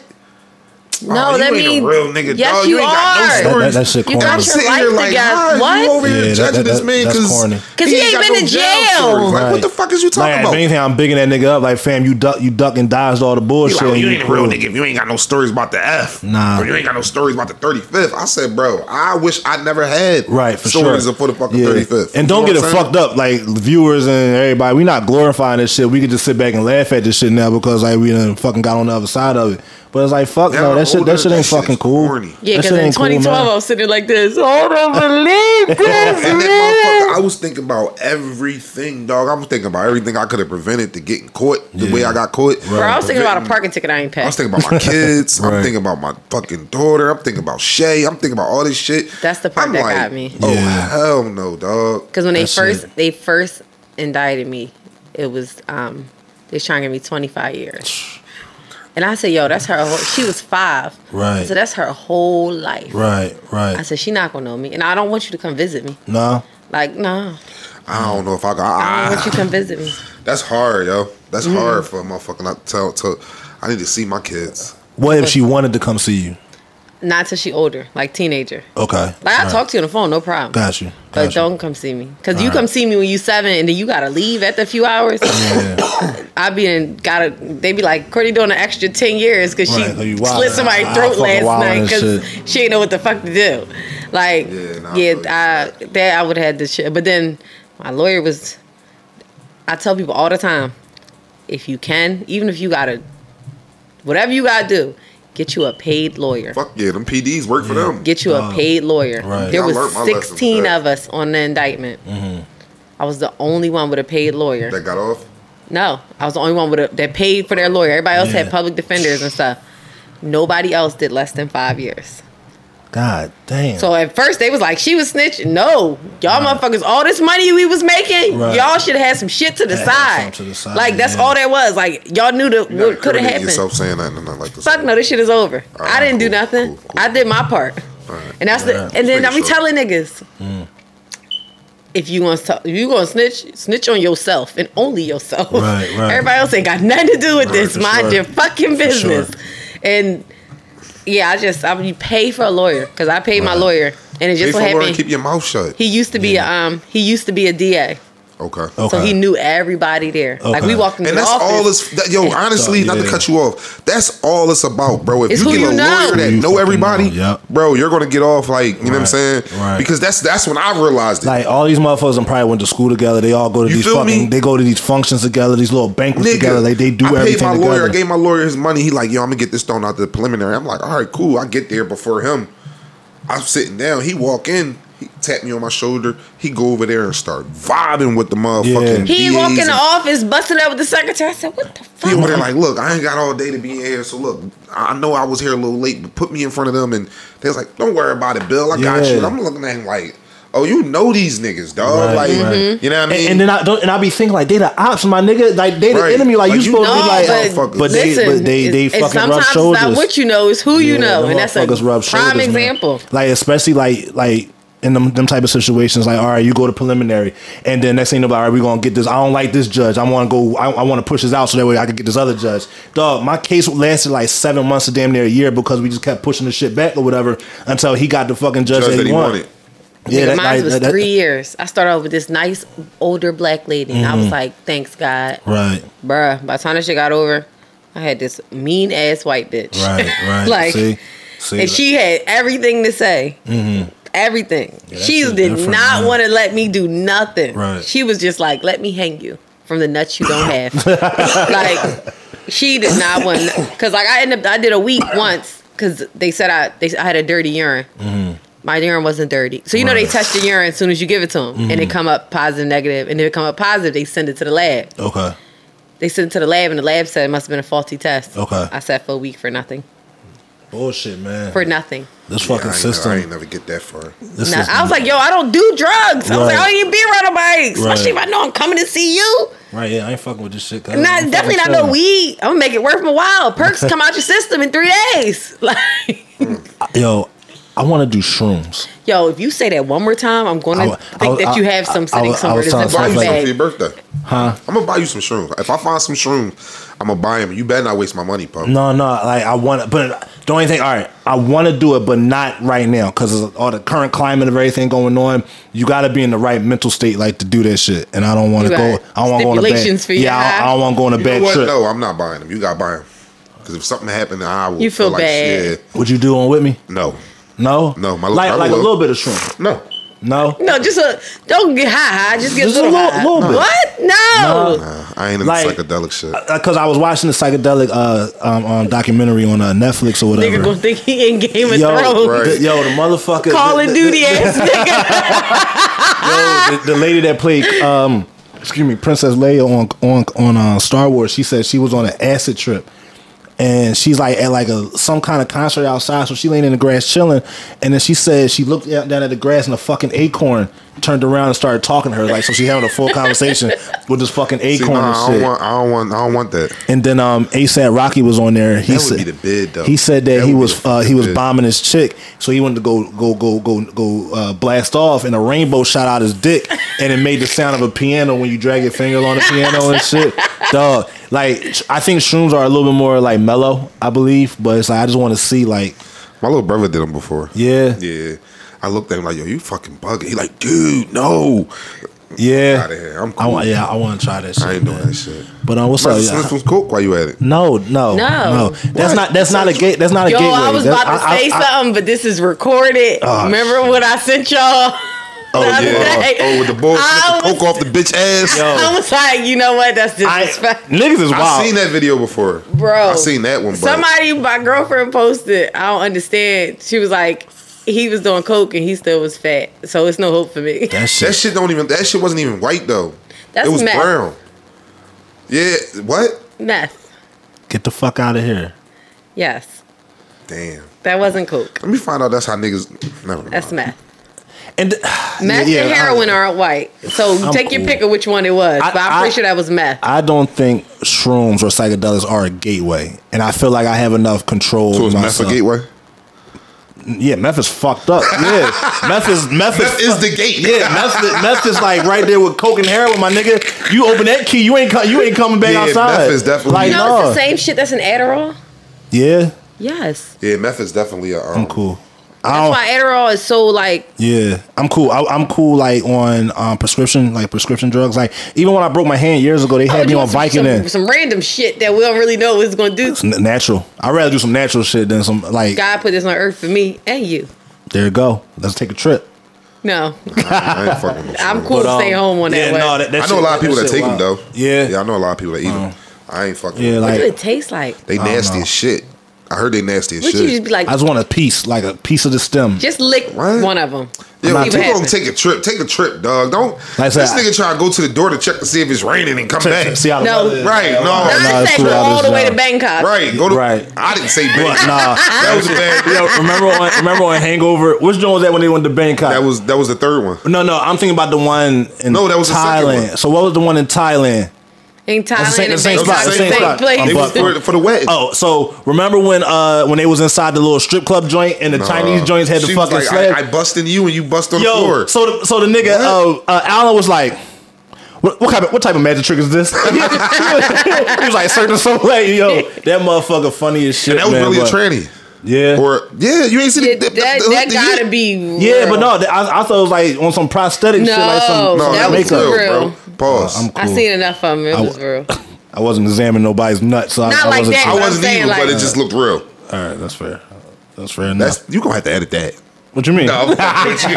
Speaker 3: No,
Speaker 2: you
Speaker 3: that
Speaker 2: ain't a
Speaker 3: mean
Speaker 2: real nigga,
Speaker 3: Yes,
Speaker 2: dog.
Speaker 3: you,
Speaker 2: You ain't got no
Speaker 3: are.
Speaker 1: that, that, that shit
Speaker 3: You
Speaker 1: corny.
Speaker 3: got your
Speaker 2: Sitting here
Speaker 3: life
Speaker 2: like,
Speaker 3: together.
Speaker 2: how you
Speaker 3: What?
Speaker 2: over here
Speaker 1: Yeah, that-
Speaker 2: judging
Speaker 1: that-
Speaker 2: this
Speaker 1: that-
Speaker 2: man
Speaker 1: that's
Speaker 2: because
Speaker 1: corny.
Speaker 3: 'Cause he ain't been in jail.
Speaker 2: Like,
Speaker 1: Right.
Speaker 2: what the fuck is you talking
Speaker 1: like,
Speaker 2: about?
Speaker 1: If anything, I'm bigging that nigga up. Like, fam, you duck, you duck and dodged all the
Speaker 2: He
Speaker 1: bullshit.
Speaker 2: like, well,
Speaker 1: and
Speaker 2: you ain't a real
Speaker 1: cool.
Speaker 2: nigga if you ain't got no stories about the F.
Speaker 1: Nah.
Speaker 2: Or you ain't got no stories about the 35th. I said, bro, I wish I never had
Speaker 1: Right, for
Speaker 2: stories
Speaker 1: sure.
Speaker 2: for the fucking
Speaker 1: Yeah.
Speaker 2: 35th.
Speaker 1: And don't get it fucked up, like viewers and everybody. We not glorifying this shit. We could just sit back and laugh at this shit now because like we done fucking got on the other side of it. But it's like fuck
Speaker 2: Yeah,
Speaker 1: no, that shit
Speaker 2: older,
Speaker 1: that shit
Speaker 2: that
Speaker 1: ain't
Speaker 2: shit
Speaker 1: fucking
Speaker 2: is
Speaker 1: cool.
Speaker 2: corny.
Speaker 3: Yeah,
Speaker 1: That
Speaker 3: because
Speaker 1: shit
Speaker 3: in
Speaker 1: ain't cool,
Speaker 3: 2012 I
Speaker 1: man.
Speaker 3: was sitting like this. I don't believe this.
Speaker 2: And
Speaker 3: man.
Speaker 2: that motherfucker, I was thinking about everything, dog. I'm thinking about everything I could have prevented to getting caught the way I got caught.
Speaker 3: Bro, I was thinking about a
Speaker 2: Preventing-
Speaker 3: parking ticket I ain't
Speaker 2: I was
Speaker 3: paid.
Speaker 2: thinking about my kids. I'm
Speaker 1: Right.
Speaker 2: thinking about my fucking daughter. I'm thinking about Shay. I'm thinking about all this shit.
Speaker 3: That's the part
Speaker 2: I'm
Speaker 3: that got me.
Speaker 2: Oh
Speaker 1: Yeah.
Speaker 2: hell no, dog.
Speaker 3: Because when they
Speaker 1: That shit.
Speaker 3: first they first indicted me, it was um they trying to give me 25 years. And I said, yo, that's her whole, she was five.
Speaker 1: Right.
Speaker 3: So that's her whole life.
Speaker 1: Right,
Speaker 3: I
Speaker 1: right.
Speaker 3: said, she not gonna know me. And I don't want you to come visit me.
Speaker 1: Nah.
Speaker 3: Like, nah.
Speaker 2: I don't know if I got.
Speaker 3: I don't
Speaker 2: I-
Speaker 3: want you to come visit me.
Speaker 2: That's hard, yo. That's hard for a motherfucker not to tell, tell. I need to see my kids.
Speaker 1: What if she wanted to come see you?
Speaker 3: Not till she older, like teenager.
Speaker 1: Okay.
Speaker 3: Like I
Speaker 1: Right.
Speaker 3: talk to you on the phone, no problem.
Speaker 1: Got you. Got
Speaker 3: But
Speaker 1: you.
Speaker 3: don't come see me. Because you
Speaker 1: Alright.
Speaker 3: come see me when you seven and then you gotta leave after a few hours.
Speaker 1: Yeah.
Speaker 3: I be in gotta they be like, Courtney doing an extra ten years because she
Speaker 1: Right, 'cause you wildin'.
Speaker 3: slit somebody's
Speaker 1: Ah,
Speaker 3: throat
Speaker 1: fucking
Speaker 3: last night
Speaker 1: wildin' and
Speaker 3: because she ain't know what the fuck to do. Like
Speaker 2: Yeah, nah, I
Speaker 3: yeah,
Speaker 2: feel you.
Speaker 3: I, that I would have had this shit. But then my lawyer was I tell people all the time, if you can, even if you gotta whatever you gotta do, get you a paid lawyer.
Speaker 2: Fuck yeah, them PDs work for them.
Speaker 3: get you a
Speaker 1: Dog.
Speaker 3: paid lawyer.
Speaker 1: Right. Mm-hmm.
Speaker 3: There
Speaker 2: I
Speaker 3: was
Speaker 2: learned my lesson with
Speaker 3: 16
Speaker 2: that.
Speaker 3: of us on the indictment. I was the only one with a paid lawyer.
Speaker 2: that got off.
Speaker 3: no, I was the only one with a, that paid for their lawyer. Everybody else
Speaker 1: Yeah.
Speaker 3: had public defenders and stuff. Nobody else did less than five years.
Speaker 1: God damn.
Speaker 3: So at first they was like, she was snitching. No, y'all motherfuckers, all this money we was making,
Speaker 1: Right.
Speaker 3: y'all should have had some shit to the,
Speaker 1: Had
Speaker 3: side.
Speaker 1: something to the side,
Speaker 3: Like that's
Speaker 1: yeah.
Speaker 3: all that was. Like y'all knew that
Speaker 2: You're not
Speaker 3: what could
Speaker 2: incriminating
Speaker 3: have happened.
Speaker 2: Yourself saying that and nothing like this.
Speaker 3: Fuck no, this shit is over. I
Speaker 2: right,
Speaker 3: didn't do
Speaker 2: cool,
Speaker 3: nothing.
Speaker 2: cool, cool.
Speaker 3: I did my part.
Speaker 2: All right.
Speaker 3: And that's
Speaker 1: All right.
Speaker 3: the and then
Speaker 2: Just
Speaker 3: I be
Speaker 2: making sure. Hmm.
Speaker 3: telling niggas. If you want to, if you gonna snitch, snitch on yourself and only yourself.
Speaker 1: Right, right.
Speaker 3: Everybody else ain't got nothing to do with this.
Speaker 1: for
Speaker 3: Mind
Speaker 1: sure.
Speaker 3: your fucking business.
Speaker 1: sure.
Speaker 3: And yeah, I just I mean, you pay for a lawyer because I paid my
Speaker 1: Right.
Speaker 3: lawyer, and
Speaker 2: Pay
Speaker 3: it just
Speaker 2: for
Speaker 3: so
Speaker 2: Lauren,
Speaker 3: happened
Speaker 2: keep your mouth shut.
Speaker 3: he used to be a um he used to be a DA.
Speaker 2: Okay.
Speaker 1: Okay.
Speaker 3: So he knew everybody there. Like
Speaker 1: Okay.
Speaker 3: we walked into
Speaker 2: And
Speaker 3: the
Speaker 2: that's
Speaker 3: office.
Speaker 2: all this. That, yo, honestly, not to
Speaker 1: yeah.
Speaker 2: cut you off. That's all it's about, bro. If
Speaker 3: It's
Speaker 2: you
Speaker 3: who
Speaker 2: get
Speaker 3: you
Speaker 2: a
Speaker 3: know.
Speaker 2: lawyer that
Speaker 1: You
Speaker 2: know
Speaker 1: fucking
Speaker 2: everybody,
Speaker 1: know, yep.
Speaker 2: bro, you're gonna get off. Like you know what I'm
Speaker 1: Right,
Speaker 2: saying?
Speaker 1: right.
Speaker 2: Because that's that's when I realized it.
Speaker 1: Like all these motherfuckers and probably went to school together. They all go to
Speaker 2: You
Speaker 1: these
Speaker 2: feel
Speaker 1: fucking.
Speaker 2: me?
Speaker 1: They go to these functions together. These little banquets together. Like they do
Speaker 2: I paid
Speaker 1: everything
Speaker 2: my
Speaker 1: together.
Speaker 2: lawyer. I gave my lawyer his money. He like, yo, I'm gonna get this thrown out the preliminary. I'm like, all right, cool. I get there before him. I'm sitting down. He walk in. He tap me on my shoulder. He go over there and start vibing with the motherfucking.
Speaker 3: he walked in
Speaker 2: DAs and
Speaker 3: the office, busted up with the secretary. I said, "What the fuck?"
Speaker 2: He over there like, look, I ain't got all day to be in here, so look, I know I was here a little late, but put me in front of them, and they was like, don't worry about it, Bill, I got
Speaker 1: Yeah.
Speaker 2: you. And I'm looking at him like, oh, you know these niggas,
Speaker 1: Right,
Speaker 2: dog, like,
Speaker 3: Mm-hmm.
Speaker 1: right.
Speaker 2: you know what I
Speaker 1: and,
Speaker 2: mean?
Speaker 1: and then I don't, and I be thinking like they the ops, my nigga. Like they the
Speaker 2: Right.
Speaker 1: enemy. Like,
Speaker 2: Like,
Speaker 1: you
Speaker 2: you
Speaker 1: supposed
Speaker 2: know
Speaker 1: to
Speaker 2: that
Speaker 1: be like, "Oh,
Speaker 2: motherfuckers.
Speaker 1: but they,
Speaker 3: listen,
Speaker 1: but they, they
Speaker 3: it's- it's
Speaker 1: fucking rub
Speaker 3: sometimes
Speaker 1: shoulders.
Speaker 3: It's not what you know; it's who you
Speaker 1: Yeah,
Speaker 3: know,
Speaker 1: them
Speaker 3: and that's a
Speaker 1: motherfuckers rub shoulders,
Speaker 3: prime
Speaker 1: man.
Speaker 3: example.
Speaker 1: Like especially like like in them, them type of situations, like all right, you go to preliminary, and then next thing about all right, we gonna get this. I don't like this judge. I want to go. I, I want to push this out so that way I can get this other judge. Dog, my case lasted like seven months to damn near a year because we just kept pushing the shit back or whatever until he got the fucking judge,
Speaker 2: Judge that he wanted.
Speaker 1: Yeah,
Speaker 3: Nigga,
Speaker 1: that,
Speaker 3: mine
Speaker 1: like,
Speaker 3: was
Speaker 1: that- that-
Speaker 3: three years. I started off with this nice older black lady, and I was like, "Thanks God,
Speaker 1: Mm-hmm. Right,
Speaker 3: bruh." By the time that shit got over, I had this mean ass white bitch,
Speaker 1: right, right.
Speaker 3: like,
Speaker 1: see, see,
Speaker 3: and she had everything to say, everything.
Speaker 1: Mm-hmm. Yeah, that
Speaker 3: she
Speaker 1: shit's
Speaker 3: did
Speaker 1: different,
Speaker 3: not
Speaker 1: man.
Speaker 3: want to let me do nothing.
Speaker 1: Right.
Speaker 3: She was just like, "Let me hang you from the nuts you don't have." like, she did not want because like I ended up I did a week once because they said I they I had a dirty urine. My urine wasn't dirty, so you know they
Speaker 1: Mm-hmm. Right. Mm-hmm.
Speaker 3: test the urine as soon as you give it to them, and it come up positive, negative, and if it come up positive, they send it to the lab.
Speaker 1: okay,
Speaker 3: They sent it to the lab, and the lab said it must have been a faulty test.
Speaker 1: Okay.
Speaker 3: I sat for a week for nothing,
Speaker 1: bullshit, man.
Speaker 3: for nothing.
Speaker 1: this
Speaker 2: Yeah, I
Speaker 1: fucking
Speaker 2: ain't-
Speaker 1: system.
Speaker 2: I ain't never get that far.
Speaker 1: this
Speaker 3: No,
Speaker 1: system-
Speaker 3: I was like, yo, I don't do drugs. I was like,
Speaker 1: Right.
Speaker 3: I don't even be around nobody, especially
Speaker 1: Right.
Speaker 3: if I know I'm coming to see you.
Speaker 1: right, yeah, I ain't fucking with this shit. cuz.
Speaker 3: Not
Speaker 1: I'm
Speaker 3: definitely not
Speaker 1: fucking
Speaker 3: no
Speaker 1: chilling.
Speaker 3: weed. I'm gonna make it worth my while. Perks come out your system in three days. Like,
Speaker 1: Yo, I want to do shrooms.
Speaker 3: yo, if you say that one more time, I'm gonna
Speaker 1: I wa-
Speaker 3: think
Speaker 1: I-
Speaker 3: that
Speaker 1: I-
Speaker 3: you have some
Speaker 1: I-
Speaker 3: sitting
Speaker 1: I was- I
Speaker 3: somewhere
Speaker 1: was
Speaker 3: that's
Speaker 2: buy
Speaker 1: telling
Speaker 3: in
Speaker 2: you
Speaker 3: your
Speaker 1: Like-
Speaker 2: something for your
Speaker 3: bag.
Speaker 2: birthday. Huh? I'm gonna buy you some shrooms. If I find some shrooms, I'm gonna buy them. You better not waste my money, pump.
Speaker 1: No, no, like I want to, but the only thing, all right, I want to do it, but not right now because all the current climate of everything going on. You got to be in the right mental state, like to do that shit. And I don't want to
Speaker 3: You
Speaker 1: go.
Speaker 3: got
Speaker 1: I don't want to go on a bad.
Speaker 3: stipulations for your
Speaker 1: yeah, I don't,
Speaker 3: high?
Speaker 1: I don't want to go on a
Speaker 2: You know
Speaker 1: bad
Speaker 2: what?
Speaker 1: trip.
Speaker 2: No, I'm not buying them. You gotta buy them. Because if something happened, then I will.
Speaker 3: You feel
Speaker 2: like,
Speaker 3: bad.
Speaker 2: shit.
Speaker 1: Would you do one with me?
Speaker 2: No,
Speaker 1: No,
Speaker 2: No, my-
Speaker 1: like
Speaker 2: I
Speaker 1: like a
Speaker 2: will.
Speaker 1: little bit of shrimp.
Speaker 2: no.
Speaker 1: No,
Speaker 3: No, just a don't get high high. Just get
Speaker 1: Just a
Speaker 3: a little,
Speaker 1: little-
Speaker 3: high.
Speaker 1: little bit.
Speaker 3: What? No.
Speaker 1: Nah.
Speaker 2: Nah, I ain't in
Speaker 1: Like-
Speaker 2: the psychedelic shit.
Speaker 1: because uh, I was watching the psychedelic uh um, um documentary on uh, Netflix or whatever.
Speaker 3: Nigga gonna think he in Game of
Speaker 1: yo,
Speaker 3: Thrones.
Speaker 2: right.
Speaker 1: the, yo, the motherfucker
Speaker 3: Call
Speaker 1: the-
Speaker 3: of
Speaker 1: the-
Speaker 3: Duty ass nigga.
Speaker 1: the, the lady that played um excuse me princess leia on on on uh, star wars she said she was on an acid trip and she's like at like a some kind of concert outside so she laying in the grass chilling and then she said she looked out- down at the grass and a fucking acorn turned around and started talking to her like so she having a full conversation with this fucking
Speaker 2: See,
Speaker 1: acorn
Speaker 2: nah, I
Speaker 1: and
Speaker 2: don't
Speaker 1: shit
Speaker 2: want. I don't want. I don't want that.
Speaker 1: and then um ASAP Rocky was on there. He
Speaker 2: That would
Speaker 1: said
Speaker 2: be the bid, though.
Speaker 1: he said that,
Speaker 2: That
Speaker 1: he
Speaker 2: would be
Speaker 1: was
Speaker 2: the
Speaker 1: uh, he
Speaker 2: fucking
Speaker 1: was
Speaker 2: bid.
Speaker 1: bombing his chick, so he wanted to go go go go go uh, blast off, and a rainbow shot out his dick, and it made the sound of a piano when you drag your finger on the piano and shit. Dog, like I think shrooms are a little bit more like mellow, I believe, but it's like I just want to see like
Speaker 2: My little brother did them before.
Speaker 1: yeah yeah,
Speaker 2: Yeah. I looked at him like, yo, you fucking bugging. He like, dude, no. Out of here. I'm
Speaker 1: I
Speaker 2: cool.
Speaker 1: want yeah I want to try that shit.
Speaker 2: I ain't doing
Speaker 1: man.
Speaker 2: that shit.
Speaker 1: But uh, what's up?
Speaker 2: Brother,
Speaker 1: Yeah.
Speaker 2: Sniff some coke while you at it.
Speaker 1: No, no, no, no. That's
Speaker 2: What?
Speaker 1: not. That's not a gate. That's not a
Speaker 3: Yo,
Speaker 1: gateway.
Speaker 3: I was
Speaker 1: That's-
Speaker 3: about to
Speaker 1: I- I-
Speaker 3: say
Speaker 1: I-
Speaker 3: something, but this is recorded. Remember what I sent y'all?
Speaker 2: Oh,
Speaker 3: the other
Speaker 2: yeah.
Speaker 3: day?
Speaker 2: Oh, with the bull
Speaker 3: I
Speaker 2: sniffing
Speaker 3: was-
Speaker 2: coke off the bitch ass.
Speaker 1: Yo.
Speaker 3: I was like, you know what? That's
Speaker 1: I,
Speaker 3: disrespectful.
Speaker 1: niggas is wild.
Speaker 2: I seen that video before.
Speaker 3: Bro.
Speaker 2: I seen that one, but
Speaker 3: Oh, Somebody, my girlfriend posted, I don't understand. She was like, he was doing coke and he still was fat. So it's no hope for me.
Speaker 1: That
Speaker 2: that
Speaker 1: shit.
Speaker 2: shit don't even that shit wasn't even white though.
Speaker 3: That's
Speaker 2: it was
Speaker 3: meth.
Speaker 2: brown. Yeah, what?
Speaker 3: Meth.
Speaker 1: Get the fuck out of here.
Speaker 3: Yes.
Speaker 2: Damn.
Speaker 3: That wasn't coke.
Speaker 2: Let me find out that's how niggas never mind.
Speaker 3: That's meth.
Speaker 1: And
Speaker 3: Meth and heroin aren't white. So
Speaker 1: I'm
Speaker 3: take your
Speaker 1: cool.
Speaker 3: pick of which one it was.
Speaker 1: I-
Speaker 3: but I'm pretty
Speaker 1: I-
Speaker 3: sure that was meth.
Speaker 1: I don't think shrooms or psychedelics are a gateway, and I feel like I have enough control.
Speaker 2: So
Speaker 1: of
Speaker 2: it's meth
Speaker 1: myself.
Speaker 2: a gateway?
Speaker 1: Yeah, meth is fucked up. Yeah, meth is meth,
Speaker 2: Meth
Speaker 1: is.
Speaker 2: is the gate.
Speaker 1: yeah, meth, is- meth is like right there with coke and heroin, my nigga. You open that key, you ain't co- you ain't coming back
Speaker 2: Yeah,
Speaker 1: outside.
Speaker 2: meth is definitely-
Speaker 1: like
Speaker 3: you know,
Speaker 1: no.
Speaker 3: it's the same shit that's in Adderall.
Speaker 1: Yeah,
Speaker 3: Yes.
Speaker 2: Yeah, meth is definitely a um,
Speaker 1: I'm cool. I
Speaker 3: That's
Speaker 1: don't-
Speaker 3: why Adderall is so like
Speaker 1: Yeah, I'm cool. I, I'm cool. Like on um, prescription, like prescription drugs. Like even when I broke my hand years ago, they
Speaker 3: I
Speaker 1: had
Speaker 3: would
Speaker 1: me
Speaker 3: do
Speaker 1: on
Speaker 3: some- some,
Speaker 1: Vicodin.
Speaker 3: some random shit that we don't really know what it's gonna do.
Speaker 1: It's n- natural. I'd rather do some natural shit than some like.
Speaker 3: God put this on earth for me and you.
Speaker 1: There you go. Let's take a trip.
Speaker 3: No,
Speaker 2: I ain't fucking with no
Speaker 3: I'm
Speaker 2: shrooms.
Speaker 3: cool. Stay home on
Speaker 1: Um,
Speaker 3: that
Speaker 1: yeah,
Speaker 3: one.
Speaker 1: no, that, that
Speaker 2: I know a
Speaker 1: shit-
Speaker 2: lot of people that
Speaker 1: shit
Speaker 2: take them
Speaker 1: wild.
Speaker 2: though.
Speaker 1: Yeah, Oh.
Speaker 2: yeah, I know a lot of people that eat them. I ain't fucking.
Speaker 1: Yeah,
Speaker 2: with
Speaker 1: like-
Speaker 2: like
Speaker 3: what do it taste like?
Speaker 2: they
Speaker 1: don't
Speaker 2: nasty
Speaker 1: know.
Speaker 2: as shit. I heard they nasty as
Speaker 3: Would you
Speaker 2: shit.
Speaker 3: just be like,
Speaker 1: I just want a piece, like a piece of the stem.
Speaker 3: just lick
Speaker 2: What?
Speaker 3: one of them?
Speaker 2: Yeah,
Speaker 1: not
Speaker 2: people
Speaker 1: too-
Speaker 2: don't take a trip. Take a trip, dog. Don't.
Speaker 1: Like I said,
Speaker 2: this
Speaker 1: I-
Speaker 2: nigga try to go to the door to check to see if it's raining and come back.
Speaker 1: See how the
Speaker 3: No.
Speaker 1: weather is.
Speaker 2: Right,
Speaker 1: Nah,
Speaker 2: no. Nah,
Speaker 1: nah,
Speaker 3: I
Speaker 1: it's
Speaker 3: said
Speaker 1: cool.
Speaker 3: go
Speaker 1: I
Speaker 3: all
Speaker 1: just-
Speaker 3: the way
Speaker 1: nah.
Speaker 3: to Bangkok.
Speaker 2: Right, go to.
Speaker 1: Right.
Speaker 2: I didn't say
Speaker 1: But,
Speaker 2: bad.
Speaker 1: nah.
Speaker 2: That was a bad.
Speaker 1: Yo, remember on remember on Hangover? Which joint was that when they went to Bangkok?
Speaker 2: That was that was the third one.
Speaker 1: no, no. I'm thinking about the one in
Speaker 2: No, that was the second
Speaker 1: Thailand.
Speaker 2: one.
Speaker 1: So what was the one in Thailand?
Speaker 3: In Thailand,
Speaker 1: same-
Speaker 3: and
Speaker 1: the same
Speaker 3: Bangkok,
Speaker 1: spot, the
Speaker 3: same,
Speaker 1: same spot.
Speaker 3: place.
Speaker 1: I'm
Speaker 2: It was
Speaker 1: bucked.
Speaker 2: for, for the wedding.
Speaker 1: Oh, so remember when uh when they was inside the little strip club joint and the Chinese joints had the
Speaker 2: She was
Speaker 1: fucking
Speaker 2: like,
Speaker 1: sled?
Speaker 2: I, I bust in you and you bust on the
Speaker 1: Yo,
Speaker 2: floor.
Speaker 1: so the, so the nigga uh, uh, Alan was like. What, what, type of, what type of magic trick is this? he was like, Cirque du Soleil, yo. That motherfucker funny as shit.
Speaker 2: that was
Speaker 1: man,
Speaker 2: really
Speaker 1: but-
Speaker 2: a tranny.
Speaker 1: Yeah.
Speaker 2: Or yeah, you ain't seen
Speaker 3: Yeah,
Speaker 2: the-
Speaker 3: that
Speaker 2: the- the-
Speaker 3: that
Speaker 2: the-
Speaker 3: gotta
Speaker 2: yeah.
Speaker 3: be
Speaker 1: yeah, but
Speaker 3: real.
Speaker 1: no, I, I thought it was like on some prosthetic shit. Like some, some
Speaker 3: No,
Speaker 2: No,
Speaker 3: that
Speaker 2: that was
Speaker 1: makeup.
Speaker 3: real.
Speaker 2: real, bro. Pause.
Speaker 1: I'm cool.
Speaker 3: I seen enough of them. It was
Speaker 1: w-
Speaker 3: real.
Speaker 1: I wasn't examining nobody's nuts, so I,
Speaker 3: Not
Speaker 1: I
Speaker 3: like
Speaker 1: wasn't.
Speaker 3: that.
Speaker 2: I
Speaker 3: I'm
Speaker 2: wasn't
Speaker 3: saying,
Speaker 2: even,
Speaker 3: like-
Speaker 2: but it just looked real.
Speaker 1: All right, that's fair. That's fair enough.
Speaker 2: That's you gonna have to edit that.
Speaker 1: what you mean?
Speaker 2: No, I'm fucking with you.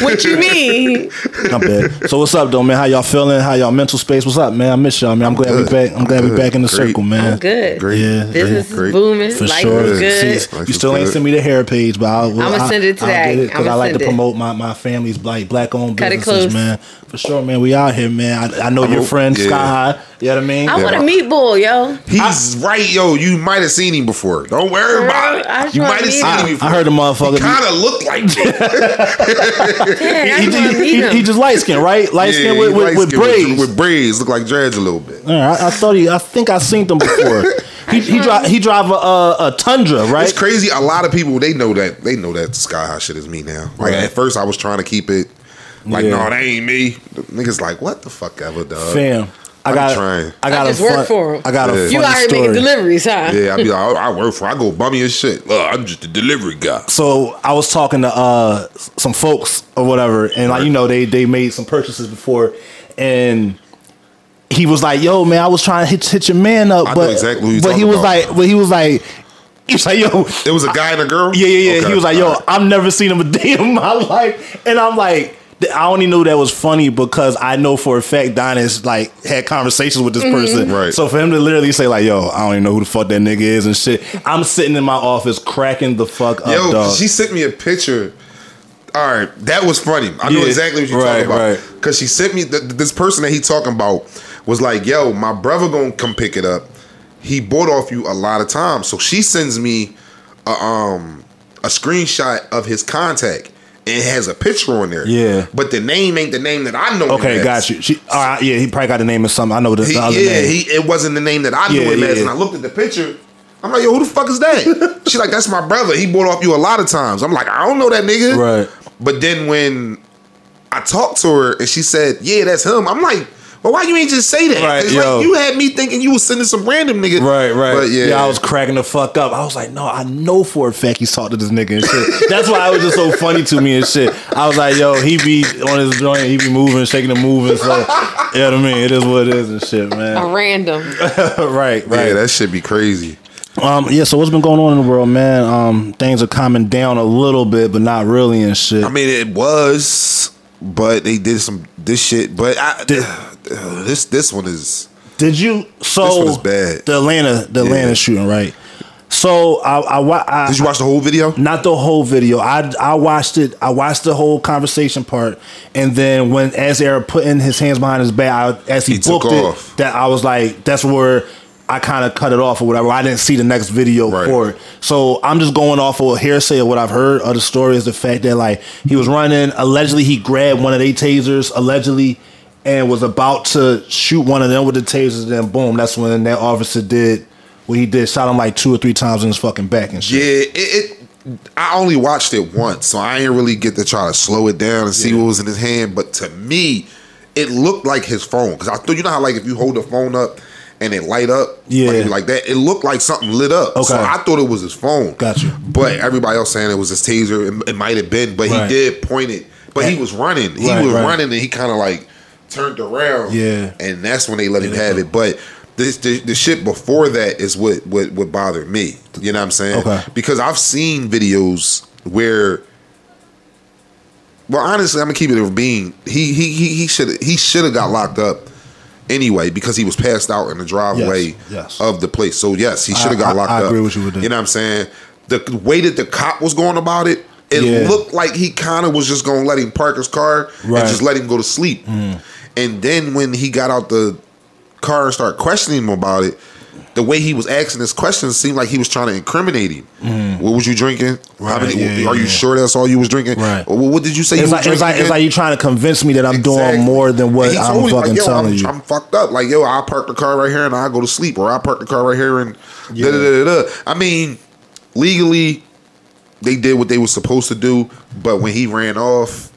Speaker 3: what you mean?
Speaker 1: I'm bad. So what's up, though, man? How y'all feeling? How y'all mental space? What's up, man? I miss y'all, man. I'm, glad
Speaker 2: good.
Speaker 1: we back. I'm,
Speaker 2: I'm
Speaker 1: glad we
Speaker 2: good.
Speaker 1: back in the
Speaker 2: Great.
Speaker 1: circle, man.
Speaker 3: I'm good.
Speaker 2: Great.
Speaker 1: Yeah,
Speaker 3: Business
Speaker 2: great.
Speaker 3: is booming.
Speaker 1: For
Speaker 3: Life
Speaker 1: sure.
Speaker 3: is good.
Speaker 1: See,
Speaker 2: Life
Speaker 1: you
Speaker 2: is
Speaker 1: still ain't
Speaker 2: good.
Speaker 1: send me the hair page, but I will,
Speaker 3: I'ma
Speaker 1: I-
Speaker 3: send it
Speaker 1: I'll get
Speaker 3: today.
Speaker 1: it 'cause
Speaker 3: I'ma
Speaker 1: I like
Speaker 3: send
Speaker 1: to
Speaker 3: it.
Speaker 1: promote my, my family's black black owned
Speaker 3: Cut it
Speaker 1: businesses,
Speaker 3: close.
Speaker 1: man. For sure, man. We out here, man. I, I know
Speaker 2: I'm
Speaker 1: your
Speaker 2: o-
Speaker 1: friend
Speaker 2: yeah.
Speaker 1: Sky High. You know what I mean?
Speaker 3: I
Speaker 2: Yeah.
Speaker 3: want a meatball, yo.
Speaker 2: He's right, yo. You might have seen him before. Don't worry about it.
Speaker 3: I just
Speaker 2: you
Speaker 3: wanna
Speaker 2: might have
Speaker 3: meet
Speaker 2: seen
Speaker 3: him.
Speaker 2: him
Speaker 1: I,
Speaker 2: before.
Speaker 1: I heard the motherfucker.
Speaker 2: kind of looked like that.
Speaker 3: Dang, I
Speaker 1: he,
Speaker 3: just
Speaker 1: he,
Speaker 3: want to
Speaker 1: he-
Speaker 3: meet
Speaker 1: he- he
Speaker 3: him.
Speaker 1: just light skin, right? Light
Speaker 2: Yeah,
Speaker 1: skin
Speaker 2: he
Speaker 1: with, with,
Speaker 2: light
Speaker 1: with
Speaker 2: skin
Speaker 1: braids.
Speaker 2: With braids, look like Dredge a little bit.
Speaker 1: All right, I, I thought he. I think I seen them before. he he drive he drive a, a, a Tundra, right?
Speaker 2: It's crazy. A lot of people they know that they know that sky high shit is me now. Like
Speaker 1: Right.
Speaker 2: at first, I was trying to keep it. Like
Speaker 1: Yeah.
Speaker 2: no, that ain't me. The niggas like what the fuck ever, dog.
Speaker 1: Fam, I
Speaker 2: Uh, I'm
Speaker 1: got
Speaker 2: trying.
Speaker 1: I got
Speaker 3: I
Speaker 1: a
Speaker 3: just work
Speaker 1: fun-
Speaker 3: for 'em.
Speaker 1: I got
Speaker 2: Yeah.
Speaker 1: a
Speaker 3: You
Speaker 1: funny
Speaker 3: out here
Speaker 1: story.
Speaker 3: making deliveries, huh?
Speaker 2: Yeah, I be like, I, I work for. I go bummy as shit. Look, I'm just a delivery guy.
Speaker 1: so I was talking to uh some folks or whatever, and like you know they they made some purchases before, and he was like, "Yo, man, I was trying to hit, hit your man up,
Speaker 2: I know
Speaker 1: but
Speaker 2: exactly who you
Speaker 1: but he
Speaker 2: talking
Speaker 1: was
Speaker 2: about.
Speaker 1: like, but he was like, he was like, yo,
Speaker 2: It was a guy and a girl.
Speaker 1: yeah, yeah, yeah."
Speaker 2: Okay,
Speaker 1: He was like, "Yo,
Speaker 2: alright.
Speaker 1: I've never seen him a day in my life," and I'm like. th- I only knew that was funny because I know for a fact Donis like had conversations with this person.
Speaker 2: Right.
Speaker 1: So for him to literally say like, "Yo, I don't even know who the fuck that nigga is" and shit, I'm sitting in my office cracking the fuck up.
Speaker 2: Yo,
Speaker 1: Oh, dog.
Speaker 2: she sent me a picture. All right, that was funny. I know
Speaker 1: Yeah,
Speaker 2: exactly what you're
Speaker 1: right,
Speaker 2: talking about.
Speaker 1: right.
Speaker 2: Because she sent me th- th- this person that he talking about was like, "Yo, my brother gonna come pick it up. He bought off you a lot of times." So she sends me a, um a screenshot of his contact. and It has a picture on there.
Speaker 1: Yeah.
Speaker 2: but the name ain't the name that I know.
Speaker 1: Okay, got you. She, all right, yeah, he probably got a name of something. I know the,
Speaker 2: He,
Speaker 1: the
Speaker 2: yeah,
Speaker 1: other name.
Speaker 2: he it wasn't the name that I knew
Speaker 1: Yeah,
Speaker 2: him as.
Speaker 1: yeah.
Speaker 2: And I looked at the picture. I'm like, yo, who the fuck is that? she like, that's my brother. He bought off you a lot of times. I'm like, I don't know that nigga.
Speaker 1: Right.
Speaker 2: But then when I talked to her and she said, yeah, that's him. I'm like, well, why you ain't just say that?
Speaker 1: Right,
Speaker 2: It's
Speaker 1: yo.
Speaker 2: like you had me thinking you was sending some random nigga. But yeah,
Speaker 1: I was cracking the fuck up. I was like, no, I know for a fact he's talked to this nigga and shit. That's why it was just so funny to me and shit. I was like, yo, he be on his joint, he be moving, shaking and moving. So, you know what I mean? It is what it is and shit, man.
Speaker 3: A random.
Speaker 1: right, right.
Speaker 2: yeah, that should be crazy.
Speaker 1: um, yeah. So what's been going on in the world, man? Um, things are calming down a little bit, but not really and shit.
Speaker 2: I mean, it was, but they did some this shit. But I, this this one is
Speaker 1: Did you? So
Speaker 2: This one is bad.
Speaker 1: The Atlanta, the Atlanta shooting, right? So I, I, wa- I
Speaker 2: did you watch the whole video?
Speaker 1: not the whole video. I I watched it. I watched the whole conversation part, and then when as they were putting his hands behind his back, I, as he,
Speaker 2: He took
Speaker 1: booked
Speaker 2: off.
Speaker 1: it, that I was like, that's where I kind of cut it off or whatever. I didn't see the next video
Speaker 2: Right.
Speaker 1: for it, so I'm just going off of hearsay of what I've heard of the story. Is the fact that like he was running, allegedly he grabbed one of their tasers, allegedly. And was about to shoot one of them with the tasers, then boom, that's when that officer did what he did, shot him like two or three times in his fucking back and shit.
Speaker 2: Yeah, it, it. I only watched it once, so I didn't really get to try to slow it down and see what was in his hand. But to me, it looked like his phone because I thought you know how like if you hold the phone up and it light up.
Speaker 1: Yeah.
Speaker 2: like, like that. It looked like something lit up. So
Speaker 1: Okay.
Speaker 2: I thought it was his phone.
Speaker 1: Got you.
Speaker 2: But everybody else saying it was his taser. It, it might have been, but
Speaker 1: Right.
Speaker 2: he did point it. But he
Speaker 1: Right.
Speaker 2: was running. He
Speaker 1: Right,
Speaker 2: was
Speaker 1: right.
Speaker 2: running, and he kind of like turned around.
Speaker 1: Yeah.
Speaker 2: and that's when they let him have it. But this the, the shit before that is what what what bothered me. You know what I'm saying?
Speaker 1: Okay.
Speaker 2: Because I've seen videos where. Well, honestly, I'm gonna keep it a being. He he he he should he should have got locked up anyway because he was passed out in the driveway
Speaker 1: yes.
Speaker 2: of the place. So yes, he should
Speaker 1: I-
Speaker 2: have got
Speaker 1: I-
Speaker 2: locked
Speaker 1: I
Speaker 2: up.
Speaker 1: agree with you with that.
Speaker 2: You know what I'm saying? The way that the cop was going about it, it
Speaker 1: Yeah.
Speaker 2: looked like he kind of was just gonna let him park his car
Speaker 1: Right. Mm.
Speaker 2: and just let him go to sleep. And then when he got out the car and started questioning him about it, the way he was asking his questions seemed like he was trying to incriminate him. What was you drinking? How
Speaker 1: Mm. Right,
Speaker 2: many,
Speaker 1: yeah,
Speaker 2: are you
Speaker 1: yeah.
Speaker 2: sure that's all you was drinking?
Speaker 1: Right.
Speaker 2: Well, what did you say?
Speaker 1: It's
Speaker 2: you
Speaker 1: like,
Speaker 2: was
Speaker 1: it's like
Speaker 2: drinking?
Speaker 1: it's like you trying to convince me that I'm
Speaker 2: Exactly.
Speaker 1: doing more than
Speaker 2: And
Speaker 1: what
Speaker 2: he
Speaker 1: I'm
Speaker 2: told me, like,
Speaker 1: fucking
Speaker 2: yo,
Speaker 1: telling
Speaker 2: I'm,
Speaker 1: you.
Speaker 2: I'm fucked up. Like, yo, I park the car right here and I go to sleep, or I park the car right here and da da da da. I mean, legally, they did what they were supposed to do, but when he ran off,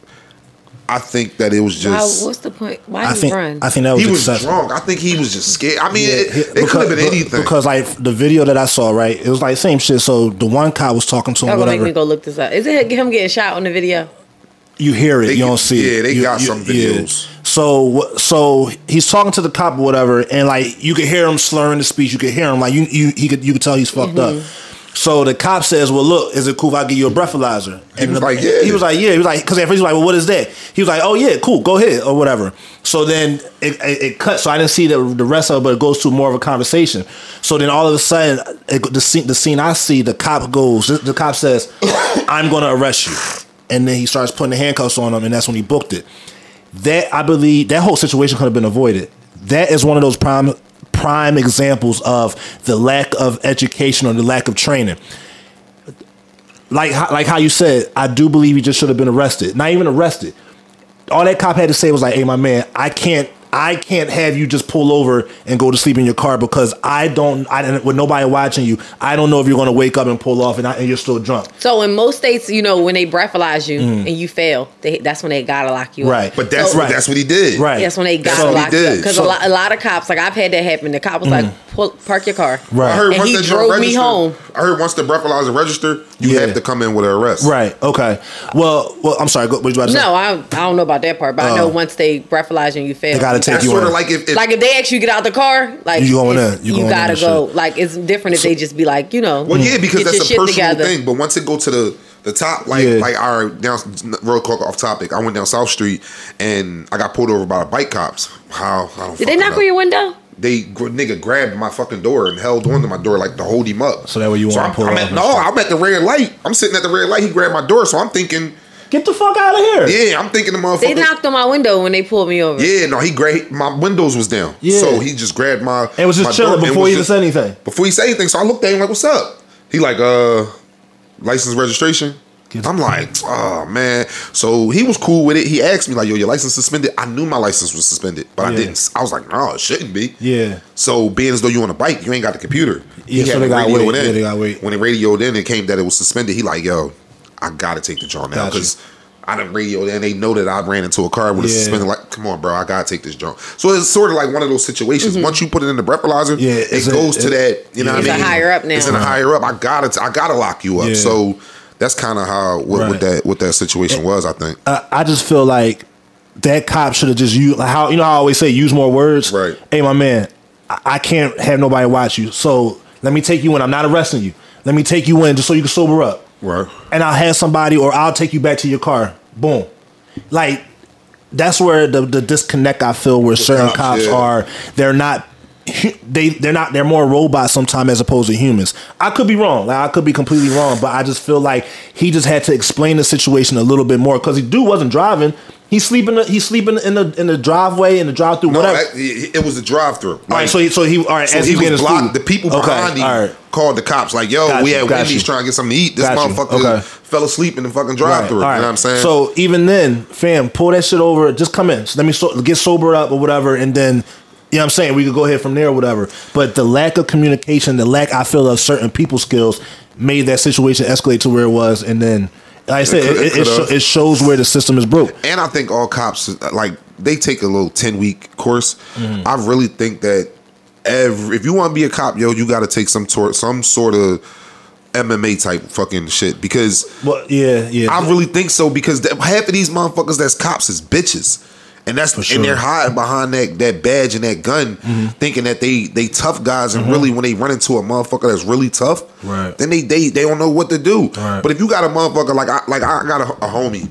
Speaker 2: I think that it was
Speaker 3: Why,
Speaker 2: just.
Speaker 3: what's the point? Why
Speaker 1: I
Speaker 3: you
Speaker 1: think
Speaker 3: run?
Speaker 1: I think that was,
Speaker 2: he was
Speaker 1: excessive.
Speaker 2: drunk. I think he was just scared. I mean, it,
Speaker 1: Yeah,
Speaker 2: it could have been
Speaker 1: be-
Speaker 2: anything.
Speaker 1: Because like the video that I saw, right, it was like same shit. So the one cop was talking to him,
Speaker 3: Y'all gonna make
Speaker 1: whatever.
Speaker 3: me go look this up. Is it him getting shot on the video?
Speaker 1: you hear it,
Speaker 2: They
Speaker 1: you don't
Speaker 2: get-
Speaker 1: see it.
Speaker 2: yeah, they
Speaker 1: You-
Speaker 2: got
Speaker 1: you-
Speaker 2: some
Speaker 1: yeah.
Speaker 2: videos.
Speaker 1: So wh- so he's talking to the cop or whatever, and like you could hear him slurring the speech. You could hear him like you you he could you could tell he's fucked up. So the cop says, "Well, look, is it cool if I give you a breathalyzer?" And
Speaker 2: was
Speaker 1: the-
Speaker 2: like, "Yeah."
Speaker 1: He was like, "Yeah." He was like, "Cause at first he was like, well, what is that?" He was like, "Oh yeah, cool, go ahead or whatever." So then it, it, it cuts. So I didn't see the the rest of it, but it goes to more of a conversation. So then all of a sudden, it, the scene the scene I see, the cop goes. The, the cop says, "I'm gonna arrest you," and then he starts putting the handcuffs on him, and that's when he booked it that I believe that whole situation could have been avoided. That is one of those prime prime examples of the lack of education or the lack of training. Like how- like how you said, I do believe he just should have been arrested. Not even arrested. All that cop had to say was like, "Hey, my man, I can't." I can't have you just pull over and go to sleep in your car because I don't. I didn't with nobody watching you. I don't know if you're going to wake up and pull off and, I, and you're still drunk.
Speaker 3: So in most states, you know, when they breathalyze you and you fail, they, that's when they gotta lock you
Speaker 1: Mm. Right.
Speaker 3: up.
Speaker 2: but that's
Speaker 3: So-
Speaker 2: what that's what he did.
Speaker 1: Right.
Speaker 3: That's when they gotta
Speaker 1: So he
Speaker 3: lock you up.
Speaker 2: did.
Speaker 3: Because
Speaker 1: So- Mm.
Speaker 3: a, lot, a lot of cops, like I've had that happen. The cop was like, Pull, "Park your car."
Speaker 1: Right.
Speaker 2: I heard
Speaker 3: And
Speaker 2: once
Speaker 3: he
Speaker 2: that drove
Speaker 3: drove me
Speaker 2: registered,
Speaker 3: home.
Speaker 2: I heard once the breathalyzer registered, you
Speaker 1: Yeah.
Speaker 2: have to come in with an arrest.
Speaker 1: Right. Okay. Well. Well. I'm sorry. go- What you about to say?
Speaker 3: No, I, I don't know about that part, but I know
Speaker 1: Oh.
Speaker 3: once they breathalyze you, and you fail.
Speaker 1: They gotta
Speaker 3: you
Speaker 1: take
Speaker 2: That's
Speaker 1: you
Speaker 2: sort of
Speaker 1: in.
Speaker 2: like if, if
Speaker 3: like if they actually get out the car, like
Speaker 1: You going
Speaker 3: it's-
Speaker 1: in. You
Speaker 3: you,
Speaker 1: going in
Speaker 3: gotta
Speaker 1: and
Speaker 3: go.
Speaker 1: shit.
Speaker 3: Like it's different if they just be like, you know,
Speaker 1: Mm.
Speaker 2: Well, yeah, because
Speaker 3: get your
Speaker 2: that's a
Speaker 3: shit
Speaker 2: personal
Speaker 3: together.
Speaker 2: thing. But once it go to the the top, like
Speaker 1: Yeah.
Speaker 2: like our down real quick off topic, I went down South Street and I got pulled over by the bike cops. How I don't
Speaker 3: Did they knock on your window?
Speaker 2: They gr- nigga grabbed my fucking door and held onto my door like to hold him up.
Speaker 1: So that way you
Speaker 2: So
Speaker 1: won't
Speaker 2: I'm,
Speaker 1: pull
Speaker 2: I'm
Speaker 1: off
Speaker 2: at,
Speaker 1: and
Speaker 2: no,
Speaker 1: shit.
Speaker 2: I'm at the red light. I'm sitting at the red light. He grabbed my door, so I'm thinking,
Speaker 1: Get the fuck out of here.
Speaker 2: yeah, I'm thinking the motherfucker.
Speaker 3: They knocked on my window when they pulled me over.
Speaker 2: Yeah, no, he grabbed my windows was down.
Speaker 1: Yeah.
Speaker 2: So he just grabbed my
Speaker 1: And was just
Speaker 2: my
Speaker 1: chilling
Speaker 2: door and
Speaker 1: before
Speaker 2: was
Speaker 1: he even said anything.
Speaker 2: Before he said anything. So I looked at him like, what's up? He like, uh, license registration.
Speaker 1: Get-
Speaker 2: I'm like, oh man. So he was cool with it. He asked me, like, yo, your license suspended. I knew my license was suspended, but I
Speaker 1: Yeah.
Speaker 2: didn't s- I was like, no, it shouldn't be.
Speaker 1: Yeah.
Speaker 2: So being as though you on a bike, you ain't got the computer.
Speaker 1: Yeah, so
Speaker 2: had
Speaker 1: they
Speaker 2: it
Speaker 1: gotta
Speaker 2: radioed
Speaker 1: wait.
Speaker 2: in.
Speaker 1: Yeah, they gotta wait.
Speaker 2: When it radioed in, it came that it was suspended. He like, yo, I gotta take the draw now
Speaker 1: Gotcha.
Speaker 2: because I done radioed in. They know that I ran into a car with a
Speaker 1: Yeah.
Speaker 2: suspended. Like, come on, bro, I gotta take this junk. So it's sort of like one of those situations. Once you put it in the breathalyzer,
Speaker 1: Mm-hmm. Yeah, it's
Speaker 2: it
Speaker 1: a-
Speaker 2: goes to
Speaker 1: it-
Speaker 2: that. You know
Speaker 1: yeah.
Speaker 2: what
Speaker 1: It's
Speaker 2: I
Speaker 1: a
Speaker 2: mean?
Speaker 3: higher up now.
Speaker 2: It's in a higher up. I gotta, I gotta lock you up.
Speaker 1: Yeah.
Speaker 2: So that's kind of how
Speaker 1: Right. Eh, uh,
Speaker 2: what, what that what that situation was. I think.
Speaker 1: I, I just feel like that cop should have just used like how you know how I always say use more words.
Speaker 2: Right.
Speaker 1: Hey, my man, I, I can't have nobody watch you. So let me take you in. I'm not arresting you. Let me take you in just so you can sober up.
Speaker 2: Right.
Speaker 1: And I'll have somebody, or I'll take you back to your car. Boom. Like that's where the the disconnect I feel where certain cops,
Speaker 2: cops, yeah.
Speaker 1: are. They're not. hu- They they're not they're more robots sometimes as opposed to humans. I could be wrong. Like I could be completely wrong, but I just feel like he just had to explain the situation a little bit more because he dude wasn't driving. He's sleeping. He's sleeping in the in the driveway in the drive through.
Speaker 2: No,
Speaker 1: whatever.
Speaker 2: that- it, it was a drive through.
Speaker 1: all right. So he, so he all right.
Speaker 2: So
Speaker 1: as
Speaker 2: he
Speaker 1: he's getting
Speaker 2: was
Speaker 1: his
Speaker 2: blocked.
Speaker 1: food.
Speaker 2: The people
Speaker 1: Okay,
Speaker 2: behind him
Speaker 1: all right.
Speaker 2: called the cops. Like, yo,
Speaker 1: Got
Speaker 2: we
Speaker 1: you,
Speaker 2: had
Speaker 1: got you.
Speaker 2: Wendy's trying to get something to eat. This
Speaker 1: Got you,
Speaker 2: motherfucker
Speaker 1: okay.
Speaker 2: fell asleep in the fucking drive through.
Speaker 1: Right, all right.
Speaker 2: You know what I'm saying?
Speaker 1: So even then, fam, pull that shit over. Just come in. Let me so, get sobered up or whatever, and then. You know what I'm saying? We could go ahead from there or whatever. But the lack of communication, the lack I feel of certain people skills made that situation escalate to where it was. And then, like I said, it,
Speaker 2: could- it
Speaker 1: it, it,
Speaker 2: could've.
Speaker 1: sho- it shows where the system is broke.
Speaker 2: and I think
Speaker 1: Mm-hmm.
Speaker 2: all cops like they take a little ten week course. I really think that every. If you want to be a cop, yo, you got to take some sort, some sort of MMA type fucking shit because
Speaker 1: Well, yeah, yeah.
Speaker 2: I really think so because th- half of these motherfuckers that's cops is bitches. And that's
Speaker 1: sure. Mm-hmm.
Speaker 2: and they're hiding behind that, that badge and that gun, thinking that they they tough guys. And really, when they run into a motherfucker that's really tough,
Speaker 1: Right.
Speaker 2: then they they they don't know what to do.
Speaker 1: Right.
Speaker 2: But if you got a motherfucker like I like I got a, a homie,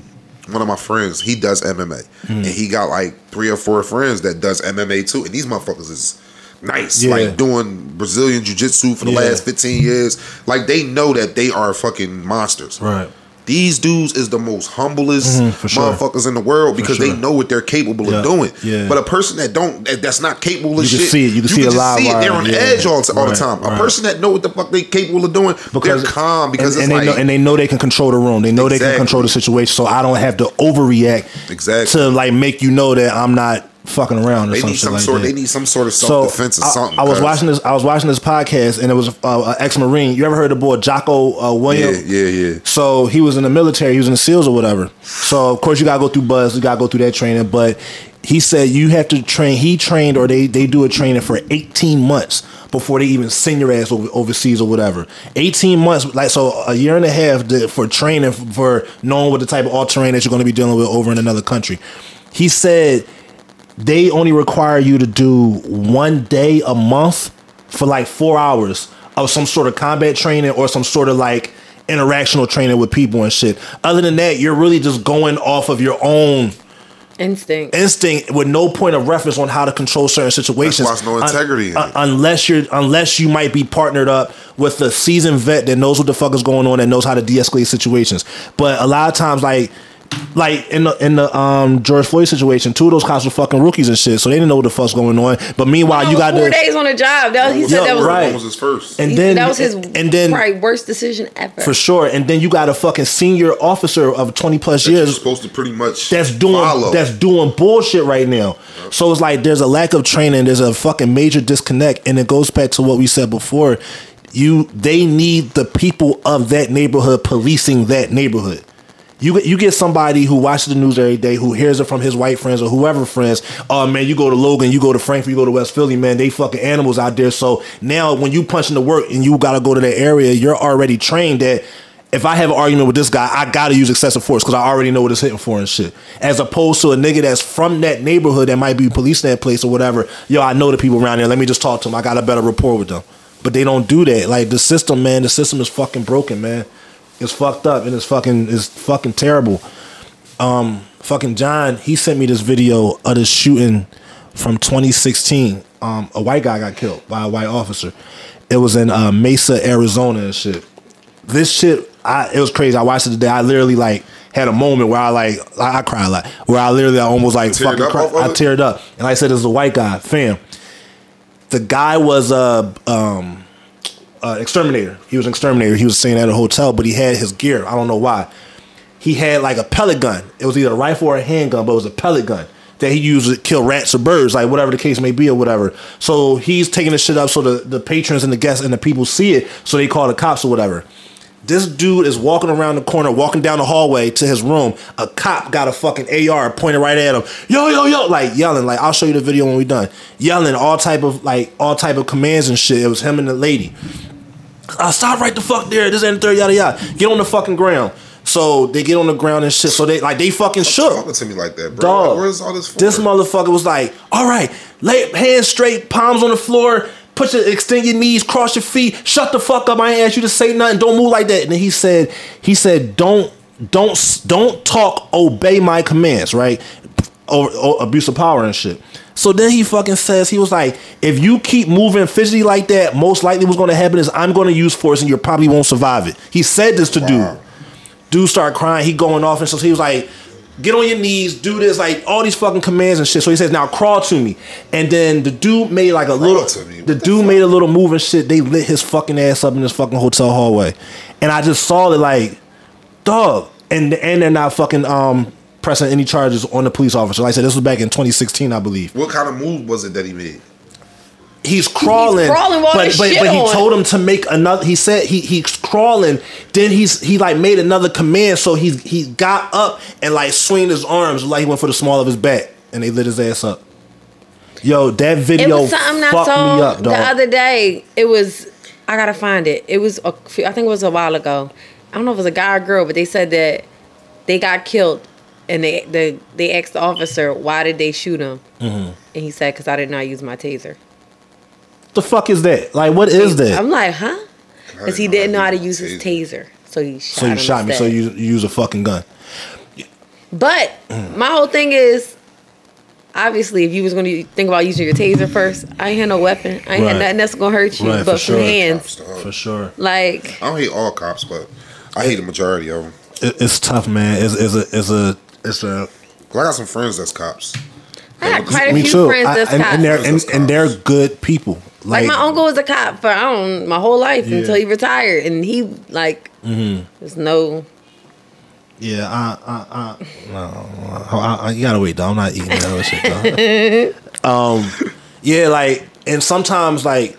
Speaker 2: one of my friends, he does MMA,
Speaker 1: Hmm.
Speaker 2: and he got like three or four friends that does MMA too. And these motherfuckers is nice,
Speaker 1: Yeah.
Speaker 2: like doing Brazilian jiu jitsu for the
Speaker 1: Yeah.
Speaker 2: last fifteen years. Like they know that they are fucking monsters.
Speaker 1: right.
Speaker 2: These dudes is the most humblest
Speaker 1: Mhm, for sure.
Speaker 2: motherfuckers in the world because
Speaker 1: sure.
Speaker 2: they know what they're capable
Speaker 1: Yeah,
Speaker 2: of doing.
Speaker 1: yeah.
Speaker 2: But a person that don't that, that's not capable of
Speaker 1: You can
Speaker 2: shit.
Speaker 1: see it, you can see a live wire,
Speaker 2: They're on
Speaker 1: yeah.
Speaker 2: edge all, all the
Speaker 1: Right,
Speaker 2: time. A
Speaker 1: right.
Speaker 2: person that know what the fuck they capable of doing, because they're calm because
Speaker 1: and,
Speaker 2: it's
Speaker 1: and
Speaker 2: like
Speaker 1: they know, and they know they can control the room. They know they
Speaker 2: Exactly.
Speaker 1: can control the situation, so I don't have to overreact
Speaker 2: Exactly.
Speaker 1: to like make you know that I'm not fucking around or
Speaker 2: they
Speaker 1: some
Speaker 2: need
Speaker 1: shit
Speaker 2: some
Speaker 1: like
Speaker 2: sort.
Speaker 1: that.
Speaker 2: They need some sort of
Speaker 1: so
Speaker 2: self defense or
Speaker 1: I,
Speaker 2: something.
Speaker 1: I was
Speaker 2: cuz-
Speaker 1: watching this. I was watching this podcast, and it was uh, an ex-marine. You ever heard of the boy Jocko uh,
Speaker 2: Yeah,
Speaker 1: William?
Speaker 2: yeah, yeah.
Speaker 1: So he was in the military, he was in the SEALs or whatever. So of course you gotta go through buzz, you gotta go through that training. But he said you have to train. He trained or they they do a training for eighteen months before they even send your ass over, overseas or whatever. Eighteen months, like so a year and a half to, for training for knowing what the type of all terrain that you're gonna be dealing with over in another country. He said they only require you to do one day a month for like four hours of some sort of combat training or some sort of like interactional training with people and shit. Other than that, you're really just going off of your own
Speaker 3: Instinct.
Speaker 1: instinct with no point of reference on how to control certain situations.
Speaker 2: That's why it's no integrity in
Speaker 1: Un-
Speaker 2: it.
Speaker 1: un- unless you're unless you might be partnered up with a seasoned vet that knows what the fuck is going on and knows how to de-escalate situations. But a lot of times, like like in the in the um George Floyd situation, two of those cops were fucking rookies and shit, so they didn't know what the fuck's going on. But meanwhile,
Speaker 3: That
Speaker 1: uh, you
Speaker 3: was
Speaker 1: got
Speaker 3: four
Speaker 1: to
Speaker 3: days on a job. That, he said
Speaker 1: Yeah,
Speaker 3: that was
Speaker 1: right.
Speaker 2: What was his first?
Speaker 1: and
Speaker 3: he-
Speaker 1: then
Speaker 3: that was his
Speaker 1: and then
Speaker 3: probably worst decision ever.
Speaker 1: for sure, and then you got a fucking senior officer of twenty plus
Speaker 2: you're
Speaker 1: years
Speaker 2: supposed to pretty much
Speaker 1: that's doing
Speaker 2: follow.
Speaker 1: that's doing bullshit right now. So it's like there's a lack of training, there's a fucking major disconnect, and it goes back to what we said before. You they need the people of that neighborhood policing that neighborhood. You get you get somebody who watches the news every day, who hears it from his white friends or whoever friends. Oh man, you go to Logan, you go to Frankfurt, you go to West Philly, man. They fucking animals out there. So now when you punch into work and you gotta go to that area, you're already trained that if I have an argument with this guy, I gotta use excessive force because I already know what it's hitting for and shit. As opposed to a nigga that's from that neighborhood that might be policing that place or whatever. Yo, I know the people around there. Let me just talk to them. I got a better rapport with them. But they don't do that. Like the system, man. The system is fucking broken, man. It's fucked up and it's fucking it's fucking terrible. Um, fucking John, he sent me this video of this shooting from 2016. Um, a white guy got killed by a white officer. It was in uh, Mesa, Arizona, and shit. This shit, I it was crazy. I watched it today. I literally like had a moment where I like I, I cried a lot. Where I literally I almost like
Speaker 2: Teared
Speaker 1: fucking
Speaker 2: up
Speaker 1: cried.
Speaker 2: off of
Speaker 1: I
Speaker 2: it?
Speaker 1: teared up, and I said, "This is a white guy, fam." The guy was a um, uh, exterminator. He was an exterminator. He was staying at a hotel, but he had his gear. I don't know why. He had like a pellet gun. It was either a rifle or a handgun, but it was a pellet gun that he used to kill rats or birds, like whatever the case may be or whatever. So he's taking this shit up so the, the patrons and the guests and the people see it, so they call the cops or whatever. This dude is walking around the corner, walking down the hallway to his room. A cop got a fucking AR pointed right at him. Yo, yo, yo! Like yelling. Like I'll show you the video when we done. Yelling all type of like all type of commands and shit. It was him and the lady. I stop right the fuck there. This ain't the third yada yada. Get on the fucking ground. So they get on the ground and shit. So they like they fucking shook.
Speaker 2: talking to me like that, bro.
Speaker 1: Dog,
Speaker 2: Like, where's all this? For?
Speaker 1: this motherfucker was like, all right, lay hands straight, palms on the floor, put your extend your knees, cross your feet, shut the fuck up. I ain't asked you to say nothing. Don't move like that. And then he said, he said, don't, don't, s- don't talk. Obey my commands, right? Or, or abuse of power and shit. So then he fucking says he was like, if you keep moving physically like that, most likely what's going to happen is I'm going to use force and you probably won't survive it. He said this to
Speaker 2: Wow.
Speaker 1: dude dude started crying. He going off, and so he was like, "Get on your knees, do this, like all these fucking commands and shit." So he says, "Now crawl to me." And then the dude made like a little,
Speaker 2: to me? What
Speaker 1: the
Speaker 2: the
Speaker 1: dude made a little move and shit. They lit his fucking ass up in this fucking hotel hallway, and I just saw it like, dog, and and they're not fucking um pressing any charges on the police officer. Like I said, this was back in 2016, I believe
Speaker 2: What kind of move was it that he made?
Speaker 1: he's crawling,
Speaker 3: crawling while
Speaker 1: but,
Speaker 3: there's
Speaker 1: but,
Speaker 3: shit
Speaker 1: but he
Speaker 3: on.
Speaker 1: told him to make another he said he he's crawling then he's he like made another command so he he got up and like swinged his arms like he went for the small of his back and they lit his ass up Yo, that
Speaker 3: It
Speaker 1: video
Speaker 3: was something I
Speaker 1: fucked me
Speaker 3: saw
Speaker 1: up,
Speaker 3: the
Speaker 1: dog.
Speaker 3: other day. It was I gotta find it. It was a few- I think it was a while ago. I don't know if it was a guy or girl, but they said that they got killed, and they the, they asked the officer why did they shoot him,
Speaker 1: Mm-hmm.
Speaker 3: and he said because I did not use my taser.
Speaker 1: the fuck is that? Like, what is that?
Speaker 3: I'm like, huh? Because he didn't know how to use his
Speaker 2: taser.
Speaker 3: taser, so he shot
Speaker 1: so you
Speaker 3: him
Speaker 1: shot me.
Speaker 3: instead.
Speaker 1: So you, you use a fucking gun.
Speaker 3: But my whole thing is, obviously, if you was gonna think about using your taser first, I ain't had no weapon. I ain't
Speaker 1: Right.
Speaker 3: had nothing that's gonna hurt you,
Speaker 1: Right, for
Speaker 3: but
Speaker 1: sure.
Speaker 3: from hands,
Speaker 2: Cops, dog.
Speaker 1: For sure.
Speaker 3: like
Speaker 2: I don't hate all cops, but I hate the majority of them.
Speaker 1: It, it's tough, man. It's, it's a it's a it's a
Speaker 2: I got some friends that's cops.
Speaker 3: I got quite a
Speaker 1: me
Speaker 3: few
Speaker 1: too.
Speaker 3: friends
Speaker 1: I-
Speaker 3: that's
Speaker 1: and,
Speaker 3: cops.
Speaker 1: and they're and,
Speaker 2: Friends that's
Speaker 1: and they're
Speaker 2: cops.
Speaker 1: good people. Like,
Speaker 3: like my uncle was a cop for I don't my whole life
Speaker 1: Yeah. Mm-hmm.
Speaker 3: until he retired, and he like there's no
Speaker 1: Yeah, I, I, I, no, I, I- you gotta wait. Though. I'm not eating that other shit. Though. um, yeah, like, and sometimes like,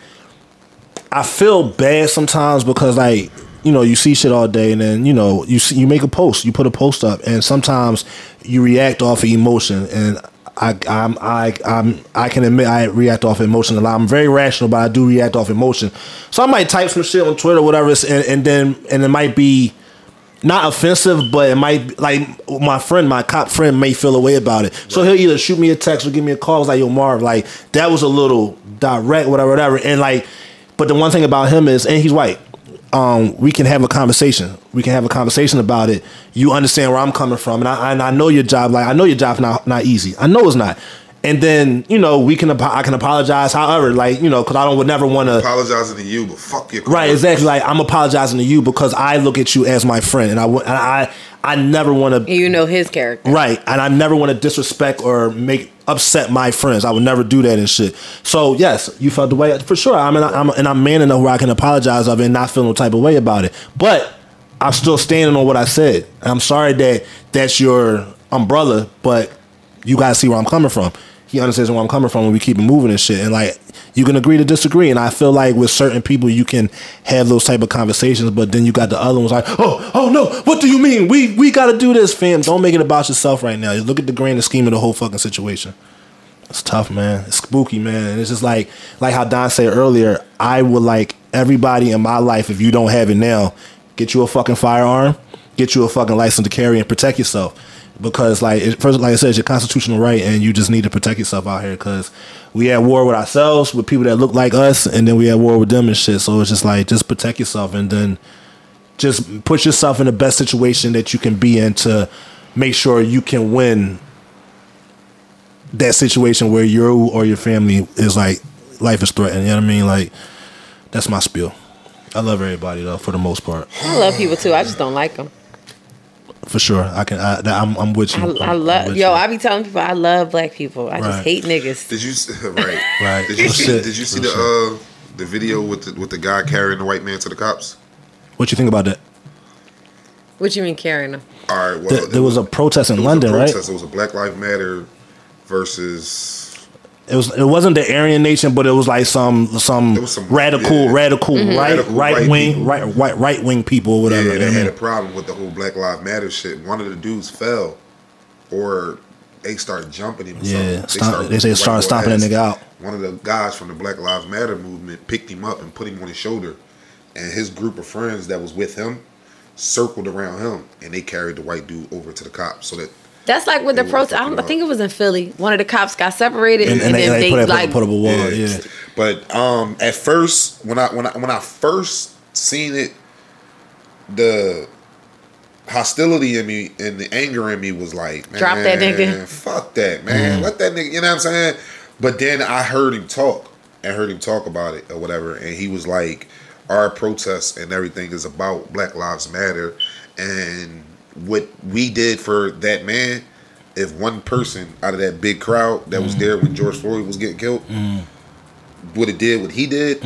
Speaker 1: I feel bad sometimes because like, you know, you see shit all day, and then you know, you see, you make a post, you put a post up, and sometimes you react off of emotion, and I, I'm, I, I'm, I can admit I react off emotion a lot. I'm very rational, but I do react off emotion. So I might type some shit on Twitter, whatever, and, and then and it might be not offensive, but it might like my friend, my cop friend, may feel a way about it. So he'll either shoot me a text or give me a call. It's like, yo, Marv, like that was a little direct, whatever, whatever. And like, but the one thing about him is, and he's white. Um, we can have a conversation. We can have a conversation about it. You understand where I'm coming from, and I and I know your job. Like I know your job's not not easy. I know it's not. And then you know we can apo- I can apologize. However, like you know, because I don't would never want to
Speaker 2: Apologizing to you, but fuck your
Speaker 1: Right, exactly. Like I'm apologizing to you because I look at you as my friend, and I wa- and I I never want to
Speaker 3: you know his character.
Speaker 1: right, and I never want to disrespect or make upset my friends. I would never do that and shit. So yes, you felt the way for sure. I mean, I'm and I'm man enough where I can apologize of it and not feel no type of way about it. But I'm still standing on what I said. And I'm sorry that that's your umbrella, but you guys see where I'm coming from. He understands where I'm coming from, and we keep it moving and shit. And like, you can agree to disagree. And I feel like with certain people, you can have those type of conversations, but then you got the other ones like, oh, oh no, what do you mean? We we got to do this, fam. Don't make it about yourself right now. Look at the grander scheme of the whole fucking situation. It's tough, man. It's spooky, man. And it's just like like how Don said earlier, I would like everybody in my life, if you don't have it now, get you a fucking firearm, get you a fucking license to carry and protect yourself. Because like it, first like I said, it's your constitutional right and you just need to protect yourself out here because we at war with ourselves, with people that look like us, and then we at war with them and shit. So it's just like just protect yourself and then just put yourself in the best situation that you can be in to make sure you can win that situation where you or your family is like life is threatened. You know what I mean? Like that's my spiel. I love everybody though, for the most part,
Speaker 3: I love people too. I just don't like them.
Speaker 1: for sure. I can. I, that- I'm, I'm with you.
Speaker 3: I, I
Speaker 1: I'm- I'm
Speaker 3: love
Speaker 1: with
Speaker 3: yo.
Speaker 1: you.
Speaker 3: I be telling people I love black people. I just
Speaker 1: Right.
Speaker 3: hate niggas.
Speaker 2: Did you see- right?
Speaker 1: Right.
Speaker 2: Did you
Speaker 1: Real
Speaker 2: see?
Speaker 1: shit.
Speaker 2: Did you see
Speaker 1: Real
Speaker 2: the uh, the video with the with the guy carrying the white man to the cops?
Speaker 1: what you think about that?
Speaker 3: What you mean carrying them?
Speaker 2: All right. Well,
Speaker 1: There, there was a protest in London,
Speaker 2: protest.
Speaker 1: right?
Speaker 2: It was a Black Lives Matter versus.
Speaker 1: It was. It wasn't the Aryan Nation, but it was like some some,
Speaker 2: was some-
Speaker 1: radical,
Speaker 2: yeah.
Speaker 1: radical
Speaker 3: Mm-hmm.
Speaker 1: right
Speaker 2: Radical
Speaker 1: right
Speaker 2: white
Speaker 1: wing
Speaker 2: people.
Speaker 1: right right right wing people, or
Speaker 2: Yeah,
Speaker 1: whatever.
Speaker 2: they
Speaker 1: I
Speaker 2: had a
Speaker 1: mean,
Speaker 2: problem with the whole Black Lives Matter shit. One of the dudes fell, or they started jumping him. Or
Speaker 1: yeah.
Speaker 2: something.
Speaker 1: Stop,
Speaker 2: started-
Speaker 1: they say
Speaker 2: the white
Speaker 1: start
Speaker 2: boy
Speaker 1: stomping that
Speaker 2: asked-
Speaker 1: nigga out.
Speaker 2: one of the guys from the Black Lives Matter movement picked him up and put him on his shoulder, and his group of friends that was with him circled around him, and they carried the white dude over to the cops. So that
Speaker 3: That's like with the
Speaker 2: They were
Speaker 3: protest. I,
Speaker 2: fucking
Speaker 3: don't- I
Speaker 2: up.
Speaker 3: think it was in Philly. One of the cops got separated,
Speaker 1: And,
Speaker 3: and,
Speaker 1: and, they,
Speaker 3: then
Speaker 1: they,
Speaker 3: they,
Speaker 1: put, up- put,
Speaker 3: like
Speaker 1: put up a wall. yeah.
Speaker 2: But um, at first, when I when I when I first seen it, the hostility in me and the anger in me was like, man,
Speaker 3: Drop that nigga."
Speaker 2: fuck that,
Speaker 1: Mm-hmm.
Speaker 2: man, let that nigga. You know what I'm saying? But then I heard him talk. I heard him talk about it or whatever, and he was like, "Our protests and everything is about Black Lives Matter, and what we did for that man." If one person out of that big crowd that was
Speaker 1: Mm-hmm.
Speaker 2: there when George Floyd was getting killed, would have did what he did,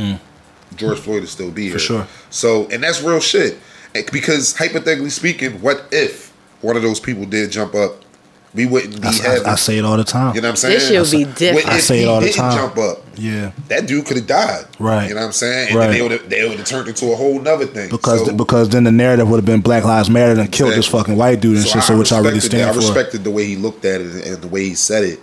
Speaker 2: George Floyd would still be here.
Speaker 1: Mm. sure.
Speaker 2: So, and that's real shit. And- Because hypothetically speaking, what if one of those people did jump up? We wouldn't be
Speaker 1: I,
Speaker 2: having.
Speaker 1: I, I say it all the time.
Speaker 2: you know what I'm saying?
Speaker 3: This shit would be
Speaker 2: What
Speaker 3: different.
Speaker 1: I
Speaker 2: if
Speaker 1: say it
Speaker 2: he
Speaker 1: all the
Speaker 2: didn't
Speaker 1: time.
Speaker 2: Jump up.
Speaker 1: yeah.
Speaker 2: That dude could have died.
Speaker 1: Right.
Speaker 2: You know what I'm saying? And
Speaker 1: Right.
Speaker 2: then they would have they would have turned into a whole nother thing.
Speaker 1: because
Speaker 2: so,
Speaker 1: because then the narrative would have been Black Lives Matter and killed this
Speaker 2: Exactly.
Speaker 1: fucking white dude and shit. So which I really
Speaker 2: respected that.
Speaker 1: stand
Speaker 2: I
Speaker 1: for.
Speaker 2: respected the way he looked at it and the way he said it,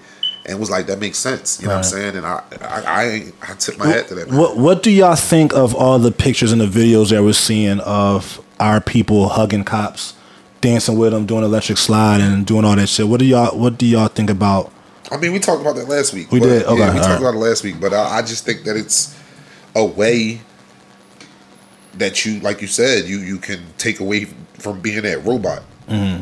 Speaker 2: and was like, that makes sense. You know what I'm saying? And I, I, I, ain't- I tipped my hat to that. Man.
Speaker 1: What What do y'all think of all the pictures and the videos that we're seeing of our people hugging cops, dancing with them, doing electric slide, and doing all that shit? What do y'all What do y'all think about?
Speaker 2: I mean, we talked about that last week.
Speaker 1: We
Speaker 2: but-
Speaker 1: did? Okay,
Speaker 2: yeah,
Speaker 1: all
Speaker 2: we talked
Speaker 1: right.
Speaker 2: about it last week, but I, I just think that it's a way that you, like you said, you you can take away from being that robot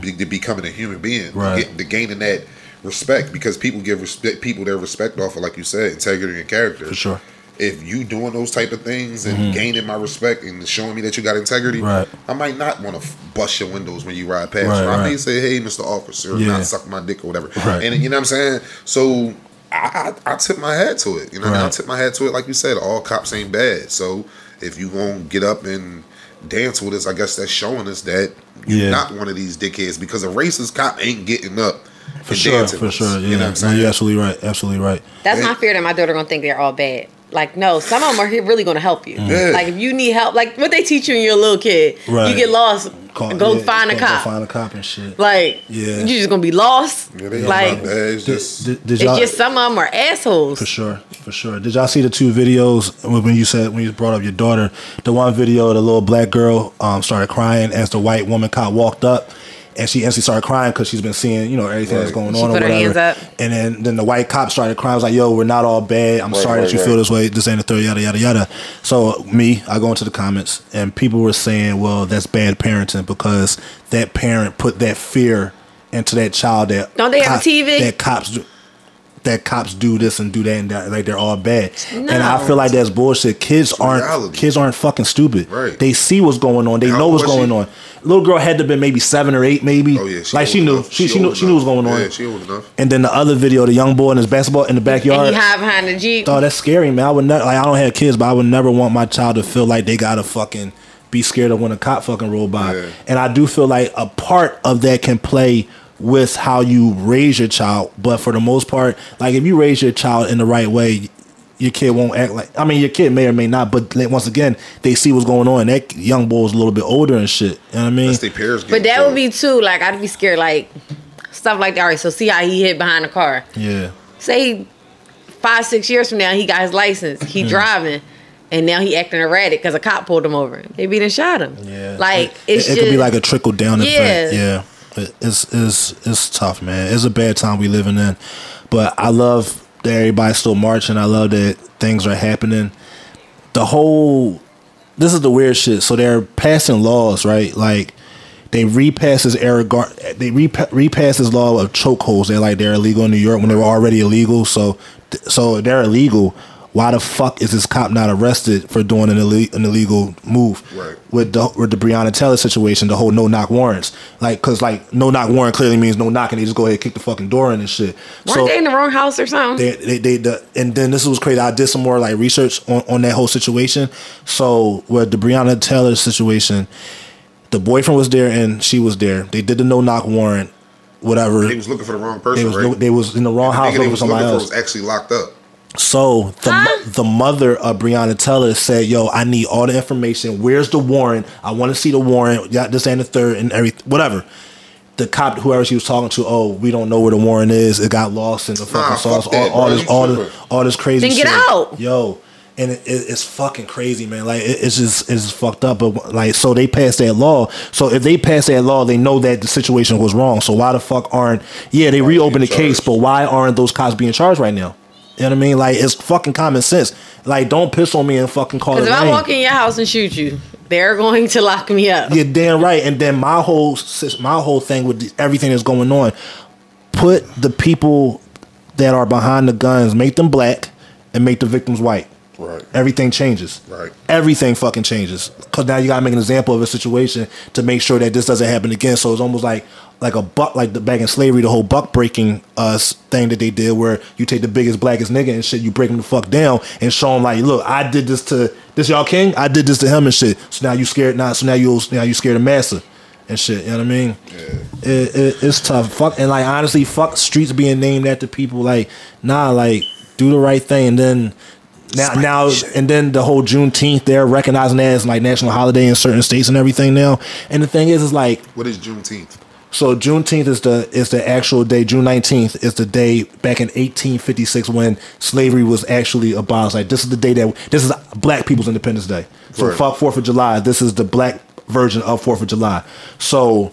Speaker 2: be- to becoming a human being,
Speaker 1: Mm-hmm. Right.
Speaker 2: Get- to gaining that respect because people give respect people their respect off of, like you said, integrity and character. For
Speaker 1: sure. Mm-hmm.
Speaker 2: If you doing those type of things and gaining my respect and showing me that you got integrity,
Speaker 1: Right.
Speaker 2: I might not want to f- bust your windows when you ride past.
Speaker 1: Right,
Speaker 2: you. I may
Speaker 1: right.
Speaker 2: say, "Hey, Mister Officer,"
Speaker 1: Yeah.
Speaker 2: not suck my dick or whatever.
Speaker 1: Right.
Speaker 2: And you know what I'm saying? So I, I, I tip my hat to it. You know, what I mean? I
Speaker 1: Right.
Speaker 2: tip my hat to it. Like you said, all cops ain't bad. So if you gonna get up and dance with us, I guess that's showing us that you're
Speaker 1: Yeah.
Speaker 2: not one of these dickheads because a racist cop ain't getting up
Speaker 1: For sure, for sure. Yeah,
Speaker 2: You know what I'm
Speaker 1: no,
Speaker 2: saying?
Speaker 1: you're absolutely right. Absolutely right.
Speaker 3: That's my fear that my daughter gonna think they're all bad. Like no, some of them are here really gonna help you.
Speaker 2: Yeah.
Speaker 3: Like if you need help, like what they teach you when you're a little kid,
Speaker 1: Right.
Speaker 3: you get lost,
Speaker 1: Call-
Speaker 3: go
Speaker 1: yeah,
Speaker 3: find a
Speaker 1: go- go
Speaker 3: cop.
Speaker 1: find a cop and shit.
Speaker 3: like
Speaker 1: Yeah.
Speaker 3: you're just gonna be lost.
Speaker 2: Yeah, they
Speaker 3: like
Speaker 2: like, bad. It's just
Speaker 1: Did- did y'all-
Speaker 3: it's just some of them are assholes.
Speaker 1: For sure, for sure. Did y'all see the two videos when when you said when you brought up your daughter? The one video, the little black girl um, started crying as the white woman cop walked up, and she instantly started crying because she's been seeing you know everything that's
Speaker 2: Right.
Speaker 1: going
Speaker 3: She
Speaker 1: on.
Speaker 3: put
Speaker 1: or
Speaker 3: her
Speaker 1: whatever.
Speaker 3: hands up.
Speaker 1: and then then the white cop started crying. I was like, "Yo, we're not all bad. I'm
Speaker 2: Right,
Speaker 1: sorry
Speaker 2: right,
Speaker 1: that you
Speaker 2: right.
Speaker 1: feel this way. This ain't a third yada yada yada." So me, I go into the comments, and people were saying, "Well, that's bad parenting because that parent put that fear." Into that child that
Speaker 3: Don't they have a TV?
Speaker 1: That cops do that cops do this and do that and that, like they're all bad. And I
Speaker 3: No.
Speaker 1: feel like that's bullshit. Kids aren't
Speaker 2: reality.
Speaker 1: kids aren't fucking stupid.
Speaker 2: Right.
Speaker 1: They see what's going on. They
Speaker 2: How
Speaker 1: know
Speaker 2: old
Speaker 1: what's
Speaker 2: was
Speaker 1: going
Speaker 2: she?
Speaker 1: on. Little girl had to been maybe seven or eight, maybe.
Speaker 2: Oh yeah,
Speaker 1: like she
Speaker 2: old
Speaker 1: knew
Speaker 2: enough.
Speaker 1: she, she knew
Speaker 2: old
Speaker 1: she knew what was
Speaker 2: enough.
Speaker 1: going on.
Speaker 2: Yeah, she old enough.
Speaker 1: and then the other video, the young boy and his basketball in the backyard.
Speaker 3: And he hide behind the jeep.
Speaker 1: Oh, that's scary, man. I would not like I don't have kids, but I would never want my child to feel like they gotta fucking be scared of when a cop fucking roll by.
Speaker 2: Yeah.
Speaker 1: And I do feel like a part of that can play with how you raise your child, but for the most part, like if you raise your child in the right way, your kid won't act like. I mean, your kid may or may not, but like, once again, they see what's going on. That young boy's a little bit older and shit. You know what I mean?
Speaker 2: That's their parents.
Speaker 3: But
Speaker 2: getting
Speaker 3: that
Speaker 2: killed.
Speaker 3: would be too. Like I'd be scared. Like stuff like that. All right, so see how he hid behind the car.
Speaker 1: yeah.
Speaker 3: Say five, six years from now, he got his license.
Speaker 1: Hmm.
Speaker 3: He driving, and now he acting erratic because a cop pulled him over. They beat and shot him.
Speaker 1: Yeah,
Speaker 3: Like
Speaker 1: it,
Speaker 3: it's
Speaker 1: it, it
Speaker 3: just,
Speaker 1: could be like a trickle down effect.
Speaker 3: Yeah.
Speaker 1: Yeah, It- it's it's it's tough, man. It's a bad time we living in, but I love that everybody's still marching. I love that things are happening. The whole this is the weird shit. So they're passing laws, right? Like they repassed this era, gar- they repa- repassed this law of chokeholds. They're like they're illegal in New York when they were already illegal. So, th- so they're illegal. Why the fuck is this cop not arrested for doing an, ille- an illegal move?
Speaker 2: Right.
Speaker 1: With the with the Breonna Taylor situation, the whole no knock warrants, like because like no knock warrant clearly means no knocking. They just go ahead and kick the fucking door in and shit.
Speaker 3: weren't they in the wrong house or something?
Speaker 1: They, they, they, the, and then this was crazy. I did some more like research on, on that whole situation. So with the Breonna Taylor situation, the boyfriend was there and she was there. They did the no knock warrant, whatever.
Speaker 2: They was looking for the wrong person,
Speaker 1: was,
Speaker 2: right?
Speaker 1: they was in the wrong
Speaker 2: The
Speaker 1: house
Speaker 2: nigga
Speaker 1: looking
Speaker 2: they
Speaker 1: for
Speaker 2: was
Speaker 1: somebody
Speaker 2: looking for
Speaker 1: else.
Speaker 2: was actually locked up.
Speaker 1: So the,
Speaker 3: Huh?
Speaker 1: the mother of Breonna Teller said, "Yo, I need all the information. Where's the warrant? I want to see the warrant. Yeah, this and the third and everything, whatever." The cop, whoever she was talking to, oh, we don't know where the warrant is. It got lost in the fucking
Speaker 2: Nah,
Speaker 1: sauce.
Speaker 2: fuck that,
Speaker 1: all, all
Speaker 2: bro.
Speaker 1: this,
Speaker 2: You
Speaker 1: all
Speaker 2: tripping.
Speaker 1: this, all this crazy.
Speaker 3: Then get
Speaker 1: shit.
Speaker 3: out.
Speaker 1: yo. And it, it, it's fucking crazy, man. Like it, it's just it's fucked up. But like, so they passed that law. So if they passed that law, they know that the situation was wrong. So why the fuck aren't? Yeah, they reopened the
Speaker 2: being
Speaker 1: case,
Speaker 2: charged?
Speaker 1: but why aren't those cops being charged right now? You know what I mean? Like it's fucking common sense. Like don't piss on me and fucking call it.
Speaker 3: Because if I
Speaker 1: name.
Speaker 3: walk in your house and shoot you, they're going to lock me up.
Speaker 1: You're damn right. And then my whole sis- my whole thing with the- everything that's going on, put the people that are behind the guns, make them black, and make the victims white.
Speaker 2: Right.
Speaker 1: Everything changes.
Speaker 2: Right.
Speaker 1: Everything fucking changes. Cause now you gotta make an example of a situation to make sure that this doesn't happen again. So it's almost like like a buck like the back in slavery, the whole buck breaking us thing that they did where you take the biggest, blackest nigga and shit, you break him the fuck down and show him like, look, I did this to this y'all king, I did this to him and shit. So now you scared now so now you now you scared of massa and shit. You know what I mean? It, it, it's tough. Fuck and like honestly, fuck streets being named after people. Like nah, like do the right thing and then now now and then the whole Juneteenth they're recognizing that as like national holiday in certain states and everything now. And the thing is, is like
Speaker 2: What is Juneteenth?
Speaker 1: So Juneteenth is the is the actual day. June nineteenth is the day back in 1856 when slavery was actually abolished. Like this is the day that this is Black people's Independence Day. So
Speaker 2: Right.
Speaker 1: fuck Fourth of July. This is the Black version of Fourth of July. So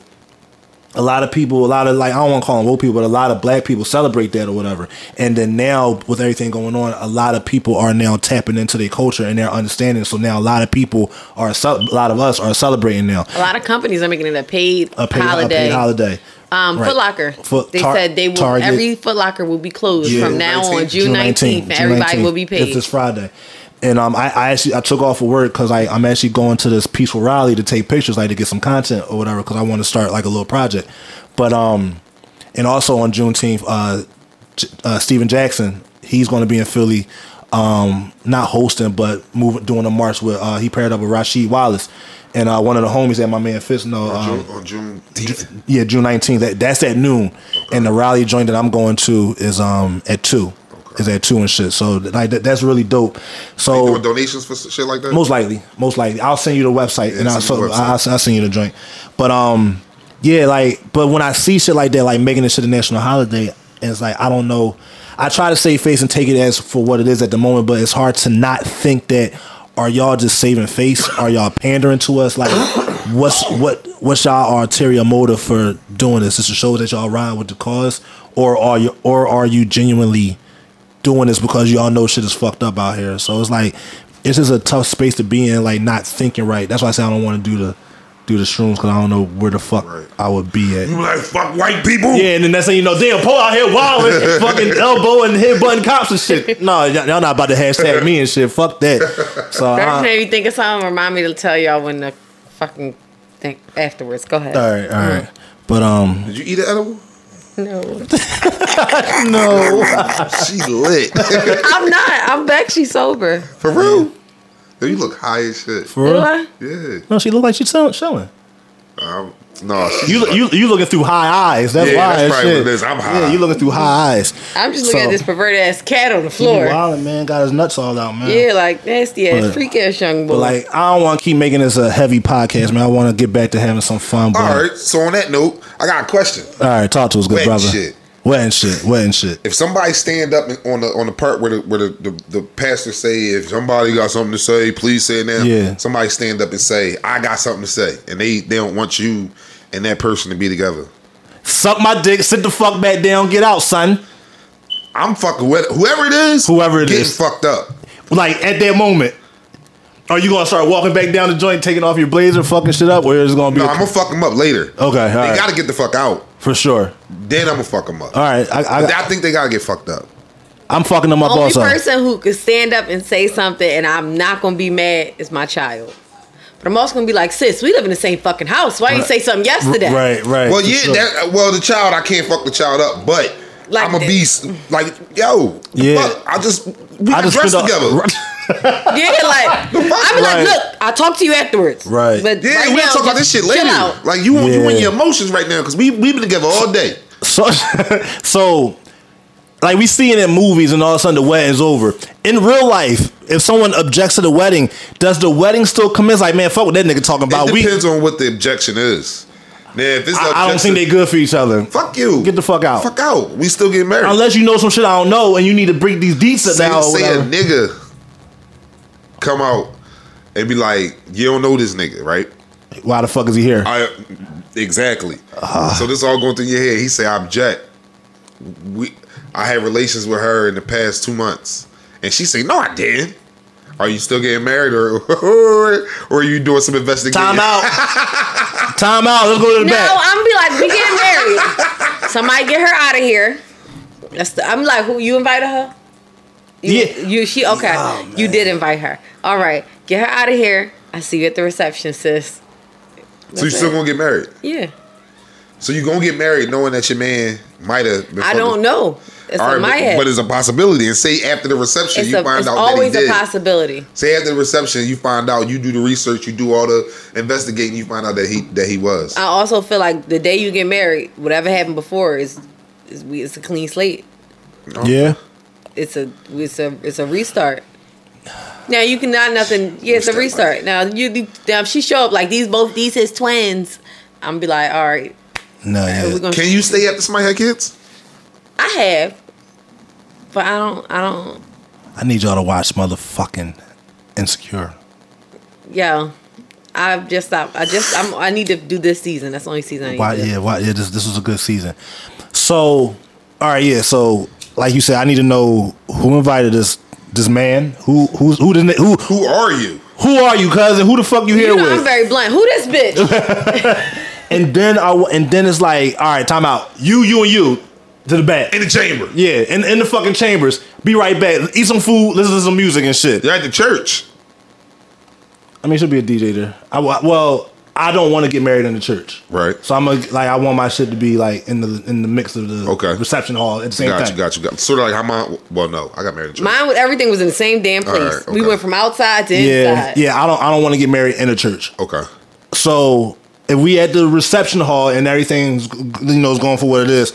Speaker 1: a lot of people, a lot of like I don't want to call them woke people, but a lot of Black people celebrate that or whatever. And then now with everything going on, a lot of people are now tapping into their culture and their understanding. So now a lot of people are cel- a lot of us are celebrating now.
Speaker 3: A lot of companies are making it a paid,
Speaker 1: A paid holiday. A
Speaker 3: holiday.
Speaker 1: paid holiday.
Speaker 3: Um,
Speaker 1: Right.
Speaker 3: Foot Locker.
Speaker 1: Foot-
Speaker 3: they
Speaker 1: Tar-
Speaker 3: said they will.
Speaker 1: Target.
Speaker 3: Every Foot Locker will be closed
Speaker 1: Yeah.
Speaker 3: from now on,
Speaker 2: 19th,
Speaker 3: June nineteenth, and everybody will be
Speaker 1: It's
Speaker 3: paid.
Speaker 1: this Friday. And um, I, I actually I took off of work because I'm actually going to this peaceful rally to take pictures, like to get some content or whatever, because I want to start like a little project. But um, and also on Juneteenth, uh, J- uh, Steven Jackson, he's going to be in Philly, um, not hosting, but moving doing a march with. Uh, he paired up with Rashid Wallace, and uh, one of the homies at my man Fist. No, um,
Speaker 2: June, on June 10th.
Speaker 1: yeah, June nineteenth. That, that's at noon, and the rally joint that I'm going to is um at two. Is at two and shit. So like that, that's really dope. So
Speaker 2: Doing donations for shit like that?
Speaker 1: most likely, most likely, I'll send you the website and I'll,
Speaker 2: send me
Speaker 1: so,
Speaker 2: the website.
Speaker 1: I'll, I'll send you the joint. But um, yeah, like, but when I see shit like that, like making this shit a national holiday, it's like I don't know. I try to save face and take it as for what it is at the moment, but it's hard to not think that are y'all just saving face? Are y'all pandering to us? Like, what's what what's y'all ulterior motive for doing this? Is to show that y'all ride with the cause, or are you or are you genuinely? doing this because y'all know shit is fucked up out here. So it's like it's just a tough space to be in, like not thinking right. That's why I say I don't want to do the do the shrooms because I don't know where the fuck
Speaker 2: Right.
Speaker 1: I would be at.
Speaker 2: You like fuck white people?
Speaker 1: Yeah, and then that's how you know damn Paul out here wilding, fucking elbow and head button cops and shit. No, y- y'all not about to hashtag me and shit. Fuck that. So
Speaker 3: That
Speaker 1: I,
Speaker 3: made me think of something. Remind me to tell y'all when the fucking thing afterwards. Go ahead.
Speaker 1: all right, all right. But um,
Speaker 2: Did you eat an edible?
Speaker 3: No,
Speaker 1: no,
Speaker 2: she lit.
Speaker 3: I'm not. I'm actually sober.
Speaker 2: for real? Yo, you look high as shit.
Speaker 1: for
Speaker 3: Do
Speaker 1: real.
Speaker 3: I?
Speaker 2: yeah.
Speaker 1: No, she look like she's chilling.
Speaker 2: Um, no, she,
Speaker 1: You you you looking through high eyes? That's
Speaker 2: Yeah,
Speaker 1: why.
Speaker 2: that's
Speaker 1: and
Speaker 2: probably what
Speaker 1: shit.
Speaker 2: it is. I'm high.
Speaker 1: Yeah, you looking through high eyes.
Speaker 3: I'm just looking
Speaker 1: So-
Speaker 3: at this perverted ass cat on the
Speaker 1: He be
Speaker 3: floor.
Speaker 1: wilding, man. Got his nuts all out, man.
Speaker 3: Yeah, like nasty ass,
Speaker 1: But-
Speaker 3: freak ass young boy.
Speaker 1: But like, I don't want to keep making this a heavy podcast, man. I want to get back to having some fun. But,
Speaker 2: All right. So on that note, I got a question.
Speaker 1: all right, talk to us, good
Speaker 2: Wet
Speaker 1: brother.
Speaker 2: shit.
Speaker 1: Wet and shit, wet and shit.
Speaker 2: If somebody stand up on the on the part where the where the, the, the pastor say, if somebody got something to say, please say it now.
Speaker 1: Yeah.
Speaker 2: Somebody stand up and say, I got something to say, and they they don't want you and that person to be together.
Speaker 1: Suck my dick, sit the fuck back down, get out, son.
Speaker 2: I'm fucking with whoever it is.
Speaker 1: Whoever it
Speaker 2: it is, getting
Speaker 1: is.
Speaker 2: fucked up.
Speaker 1: Like at that moment, are you gonna start walking back down the joint, taking off your blazer, fucking shit up, or is it gonna be
Speaker 2: No,
Speaker 1: a-
Speaker 2: I'm gonna fuck them up later.
Speaker 1: all
Speaker 2: they
Speaker 1: right.
Speaker 2: gotta get the fuck out.
Speaker 1: for sure?
Speaker 2: Then I'm gonna fuck them up.
Speaker 1: All right, I,
Speaker 2: I
Speaker 1: I,
Speaker 2: think they gotta get fucked up.
Speaker 1: I'm fucking them up
Speaker 3: Only
Speaker 1: also.
Speaker 3: person who could stand up and say something and I'm not gonna be mad is my child. But I'm also gonna be like, sis, we live in the same fucking house. Why you
Speaker 1: Right.
Speaker 3: say something yesterday?
Speaker 1: Right, right.
Speaker 2: Well,
Speaker 1: for
Speaker 2: yeah,
Speaker 1: sure.
Speaker 2: that well, the child I can't fuck the child up, but
Speaker 3: Like
Speaker 2: I'm a
Speaker 3: that.
Speaker 2: beast. Like yo, the
Speaker 1: Yeah.
Speaker 2: fuck, I just we
Speaker 1: I
Speaker 2: can
Speaker 1: just
Speaker 2: dress
Speaker 1: spent
Speaker 2: together.
Speaker 1: all-
Speaker 3: Yeah, like I be
Speaker 1: Right.
Speaker 3: like, look, I'll talk to you afterwards.
Speaker 1: Right.
Speaker 3: But
Speaker 2: Yeah,
Speaker 3: right
Speaker 2: we'll
Speaker 3: now,
Speaker 2: talk about this
Speaker 3: just
Speaker 2: shit
Speaker 3: chill
Speaker 2: later.
Speaker 3: out.
Speaker 2: Like you, you in
Speaker 1: Yeah.
Speaker 2: your emotions right now because we we've been together all day.
Speaker 1: So, so, like we see it in movies, and all of a sudden the wedding's over. In real life, if someone objects to the wedding, does the wedding still commence? Like, man, fuck what that nigga talking about.
Speaker 2: It
Speaker 1: We,
Speaker 2: depends on what the objection is. Now, if it's
Speaker 1: I, I don't
Speaker 2: objection-
Speaker 1: think they good for each other.
Speaker 2: Fuck you.
Speaker 1: Get the fuck out.
Speaker 2: Fuck out. We still get married.
Speaker 1: Unless you know some shit I don't know, and you need to bring these deets up
Speaker 2: say,
Speaker 1: now. or
Speaker 2: say a
Speaker 1: whatever.
Speaker 2: nigga come out and be like, you don't know this nigga, right?
Speaker 1: Why the fuck is he here?
Speaker 2: I exactly.
Speaker 3: Uh-huh.
Speaker 2: so this all going through your head. He say, I object. We, I had relations with her in the past two months, and she say, No, I didn't. Are you still getting married, or or, are you doing some investigation?
Speaker 1: Time out. Time out. Let's go to the
Speaker 3: No,
Speaker 1: back.
Speaker 3: I'm gonna be like, we getting married. Somebody get her out of here. That's the, I'm like, who you invited her? You,
Speaker 1: Yeah.
Speaker 3: You she okay.
Speaker 1: Oh,
Speaker 3: you did invite her. All right. Get her out of here. I see you at the reception, sis.
Speaker 2: So you still gonna get married?
Speaker 3: Yeah.
Speaker 2: So you gonna get married knowing that your man might have? been
Speaker 3: I
Speaker 2: fucking-
Speaker 3: don't know. It's
Speaker 2: All
Speaker 3: in
Speaker 2: right,
Speaker 3: my
Speaker 2: but,
Speaker 3: head.
Speaker 2: but it's a possibility. And say after the reception,
Speaker 3: it's
Speaker 2: you
Speaker 3: a,
Speaker 2: find
Speaker 3: it's
Speaker 2: out
Speaker 3: always
Speaker 2: that he
Speaker 3: a
Speaker 2: did.
Speaker 3: possibility.
Speaker 2: Say after the reception, you find out. You do the research. You do all the investigating. You find out that he that he was.
Speaker 3: I also feel like the day you get married, whatever happened before is, is we, it's a clean slate.
Speaker 1: Yeah.
Speaker 3: It's a it's a it's a restart. Now you can not nothing. Yeah, it's a
Speaker 2: Restart,
Speaker 3: restart. Now you do- now if she show up like these both these his twins, I'm be like, all right,
Speaker 1: No,
Speaker 3: Are we
Speaker 1: yeah.
Speaker 3: gonna-
Speaker 2: Can you stay after somebody had kids?
Speaker 3: I have, but I don't. I don't.
Speaker 1: I need y'all to watch motherfucking Insecure.
Speaker 3: Yeah, I've just stopped. I just. I'm. I need to do this season. That's the only season. I need
Speaker 1: Why?
Speaker 3: to do.
Speaker 1: Yeah. Why? Yeah. This this was a good season. So, all right. Yeah. So, like you said, I need to know who invited this this man. Who who's who didn't who
Speaker 2: Who are you?
Speaker 1: who are you, cousin? Who the fuck you here
Speaker 3: You know,
Speaker 1: with?
Speaker 3: I'm very blunt. Who this bitch?
Speaker 1: and then I w- and then it's like, all right, time out. You you and you to the back.
Speaker 2: In the chamber.
Speaker 1: Yeah, in, in the fucking chambers. Be right back. Eat some food, listen to some music and shit.
Speaker 2: They're at the church.
Speaker 1: I mean, should be a DJ there. I wa- well, I don't want to get married in the church,
Speaker 2: Right.
Speaker 1: So I'm gonna like, I want my shit to be like in the in the mix of the
Speaker 2: Okay.
Speaker 1: reception hall at the same
Speaker 2: Got
Speaker 1: time.
Speaker 2: you, got you, got you. Sort of like how mine. Well, no, I got married in church.
Speaker 3: Mine. was- Everything was in the same damn place.
Speaker 2: right,
Speaker 3: We
Speaker 2: okay.
Speaker 3: went from outside to
Speaker 1: yeah,
Speaker 3: inside.
Speaker 1: yeah. I don't I don't want to get married in a church.
Speaker 2: okay.
Speaker 1: So if we at the reception hall and everything's you know is going for what it is,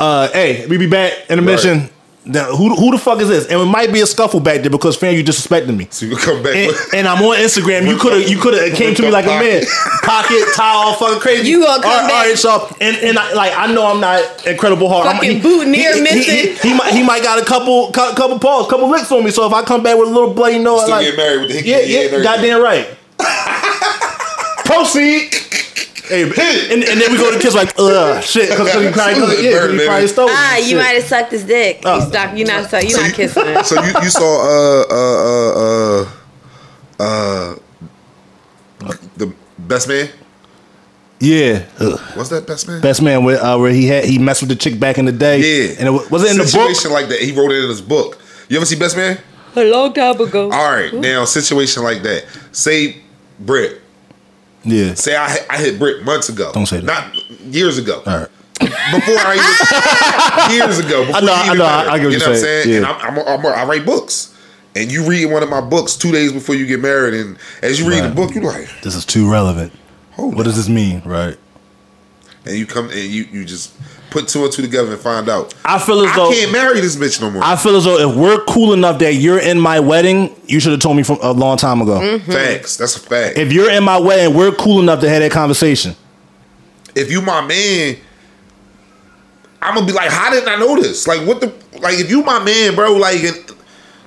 Speaker 1: uh, hey, we be back in a mission. Now, who who the fuck is this? And it might be a scuffle back there because fam, you disrespecting me.
Speaker 2: So you can come back.
Speaker 1: and,
Speaker 2: with-
Speaker 1: and I'm on Instagram. You could have you could have came to me like a man, pocket tie all fucking crazy.
Speaker 3: You gonna come
Speaker 1: all right,
Speaker 3: back.
Speaker 1: all right, so- and and I, like I know I'm not incredible hard. I'm-
Speaker 3: Fucking boutonniere
Speaker 1: he,
Speaker 3: missing.
Speaker 1: He, he, might he might got a couple cou- couple paws, couple licks on me. So if I come back with a little blood, you know,
Speaker 2: Still
Speaker 1: like
Speaker 2: get married with the hickey
Speaker 1: yeah,
Speaker 2: in the
Speaker 1: yeah,
Speaker 2: head and everything.
Speaker 1: goddamn right. Proceed. Hey, and, and then we go to kids like, ugh, shit, because you probably, cause, yeah, 'cause you probably stole it.
Speaker 3: Ah, you
Speaker 1: Shit.
Speaker 3: might have sucked his dick.
Speaker 1: Oh.
Speaker 3: you stop. You're not. Suck, you're not kissing. her.
Speaker 2: so you, you saw uh uh uh uh uh the best man.
Speaker 1: Yeah, Ugh.
Speaker 2: What's that best man?
Speaker 1: best man where, uh, where he had he messed with the chick back in the day.
Speaker 2: Yeah.
Speaker 1: and it, wa- was it in the book?
Speaker 2: situation like that. He wrote it in his book. You ever see Best Man?
Speaker 3: A long time ago.
Speaker 2: All right, now situation like that. Say Britt.
Speaker 1: Yeah.
Speaker 2: Say I I hit Britt months ago.
Speaker 1: Don't say that.
Speaker 2: Not years ago.
Speaker 1: All right.
Speaker 2: Before I even, years ago. Before
Speaker 1: I know,
Speaker 2: you
Speaker 1: I
Speaker 2: even
Speaker 1: know,
Speaker 2: met her.
Speaker 1: I get what
Speaker 2: You
Speaker 1: you're
Speaker 2: know what I'm
Speaker 1: saying,
Speaker 2: saying? And
Speaker 1: yeah.
Speaker 2: I'm, I'm, I'm, I write books. And you read one of my books two days before you get married, and as you read the
Speaker 1: Right.
Speaker 2: book, you like,
Speaker 1: This is too relevant.
Speaker 2: Hold
Speaker 1: what does this mean, right?
Speaker 2: and you come and you you just put two and two together and find out.
Speaker 1: I feel as
Speaker 2: I
Speaker 1: though
Speaker 2: can't marry this bitch no more.
Speaker 1: I feel as though if we're cool enough that you're in my wedding, you should have told me from a long time ago.
Speaker 3: Mm-hmm.
Speaker 2: Facts. That's a fact.
Speaker 1: If you're in my wedding, we're cool enough to have that conversation.
Speaker 2: if you my man, I'm gonna be like, how didn't I know this? Like, what the? Like, if you my man, bro, like, and,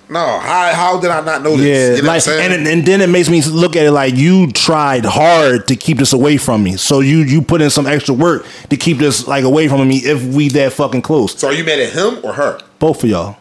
Speaker 2: no, how how did I not know this?
Speaker 1: Yeah,
Speaker 2: you know
Speaker 1: like,
Speaker 2: what I'm saying?
Speaker 1: and and then it makes me look at it like you tried hard to keep this away from me. So you you put in some extra work to keep this like away from me. If we that fucking close,
Speaker 2: so, are you mad at him or her?
Speaker 1: both of y'all.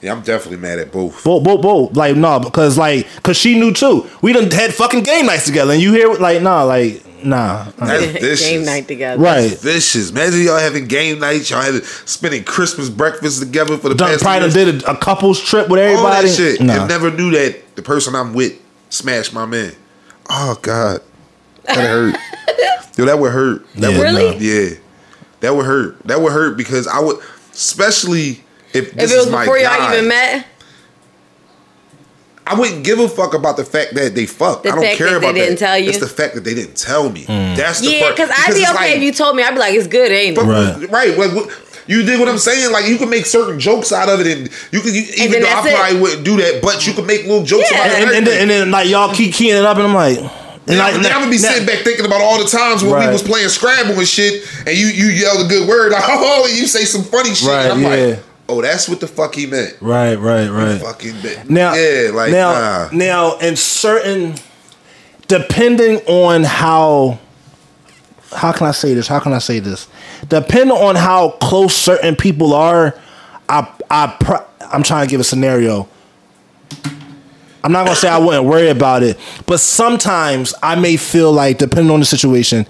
Speaker 2: Yeah, I'm definitely mad at both.
Speaker 1: Bo, bo, bo. Like, no, because, like, because she knew too. We done had fucking game nights together, and you hear, like, nah, like, nah.
Speaker 2: That's vicious.
Speaker 3: Game night together.
Speaker 1: Right.
Speaker 2: Vicious. Imagine y'all having game nights, y'all having spending Christmas breakfast together for the
Speaker 1: Done,
Speaker 2: past
Speaker 1: probably
Speaker 2: years.
Speaker 1: done did a, a couples trip with
Speaker 2: all
Speaker 1: everybody.
Speaker 2: that shit.
Speaker 1: Nah.
Speaker 2: And never knew that the person I'm with smashed my man. Oh God, that hurt. Yo, that would hurt. That
Speaker 1: Yeah,
Speaker 2: would
Speaker 3: Really?
Speaker 2: Yeah, that would hurt. That would hurt because I would, especially if
Speaker 3: If
Speaker 2: this
Speaker 3: it was
Speaker 2: is my
Speaker 3: before y'all
Speaker 2: guy,
Speaker 3: even met,
Speaker 2: I wouldn't give a fuck about the fact that they fucked.
Speaker 3: The
Speaker 2: I don't
Speaker 3: fact
Speaker 2: care
Speaker 3: that they
Speaker 2: about
Speaker 3: didn't
Speaker 2: that.
Speaker 3: tell you?
Speaker 2: It's the fact that they didn't tell me. That's the
Speaker 3: yeah,
Speaker 2: part.
Speaker 3: because I'd be
Speaker 2: it's
Speaker 3: okay
Speaker 2: like-
Speaker 3: if you told me. I'd be like, it's good, ain't it?
Speaker 2: but-
Speaker 1: Right.
Speaker 2: right, Like, what- you did what I'm saying. Like you can make certain jokes out of it, and you can. You, even
Speaker 3: then
Speaker 2: though I
Speaker 3: that's it.
Speaker 2: probably wouldn't do that, but you can make little jokes
Speaker 3: Yeah.
Speaker 2: about it.
Speaker 1: and, and, and, then, and then, like, y'all keep keying it up, and I'm like, and
Speaker 2: Yeah,
Speaker 1: like,
Speaker 2: I'm, gonna be
Speaker 1: now-
Speaker 2: sitting back thinking about all the times when
Speaker 1: Right.
Speaker 2: we was playing Scrabble and shit, and you you yelled a good word, like oh, and you say some funny shit,
Speaker 1: Right,
Speaker 2: and I'm
Speaker 1: yeah.
Speaker 2: like, oh, that's what the fuck he meant.
Speaker 1: Right, right, right.
Speaker 2: Fucking bit.
Speaker 1: Now,
Speaker 2: yeah, like
Speaker 1: now,
Speaker 2: nah.
Speaker 1: now, in certain, depending on how, how can I say this? How can I say this? Depending on how close certain people are, I, I, pro- I'm trying to give a scenario. I'm not gonna say I wouldn't worry about it, but sometimes I may feel like, depending on the situation,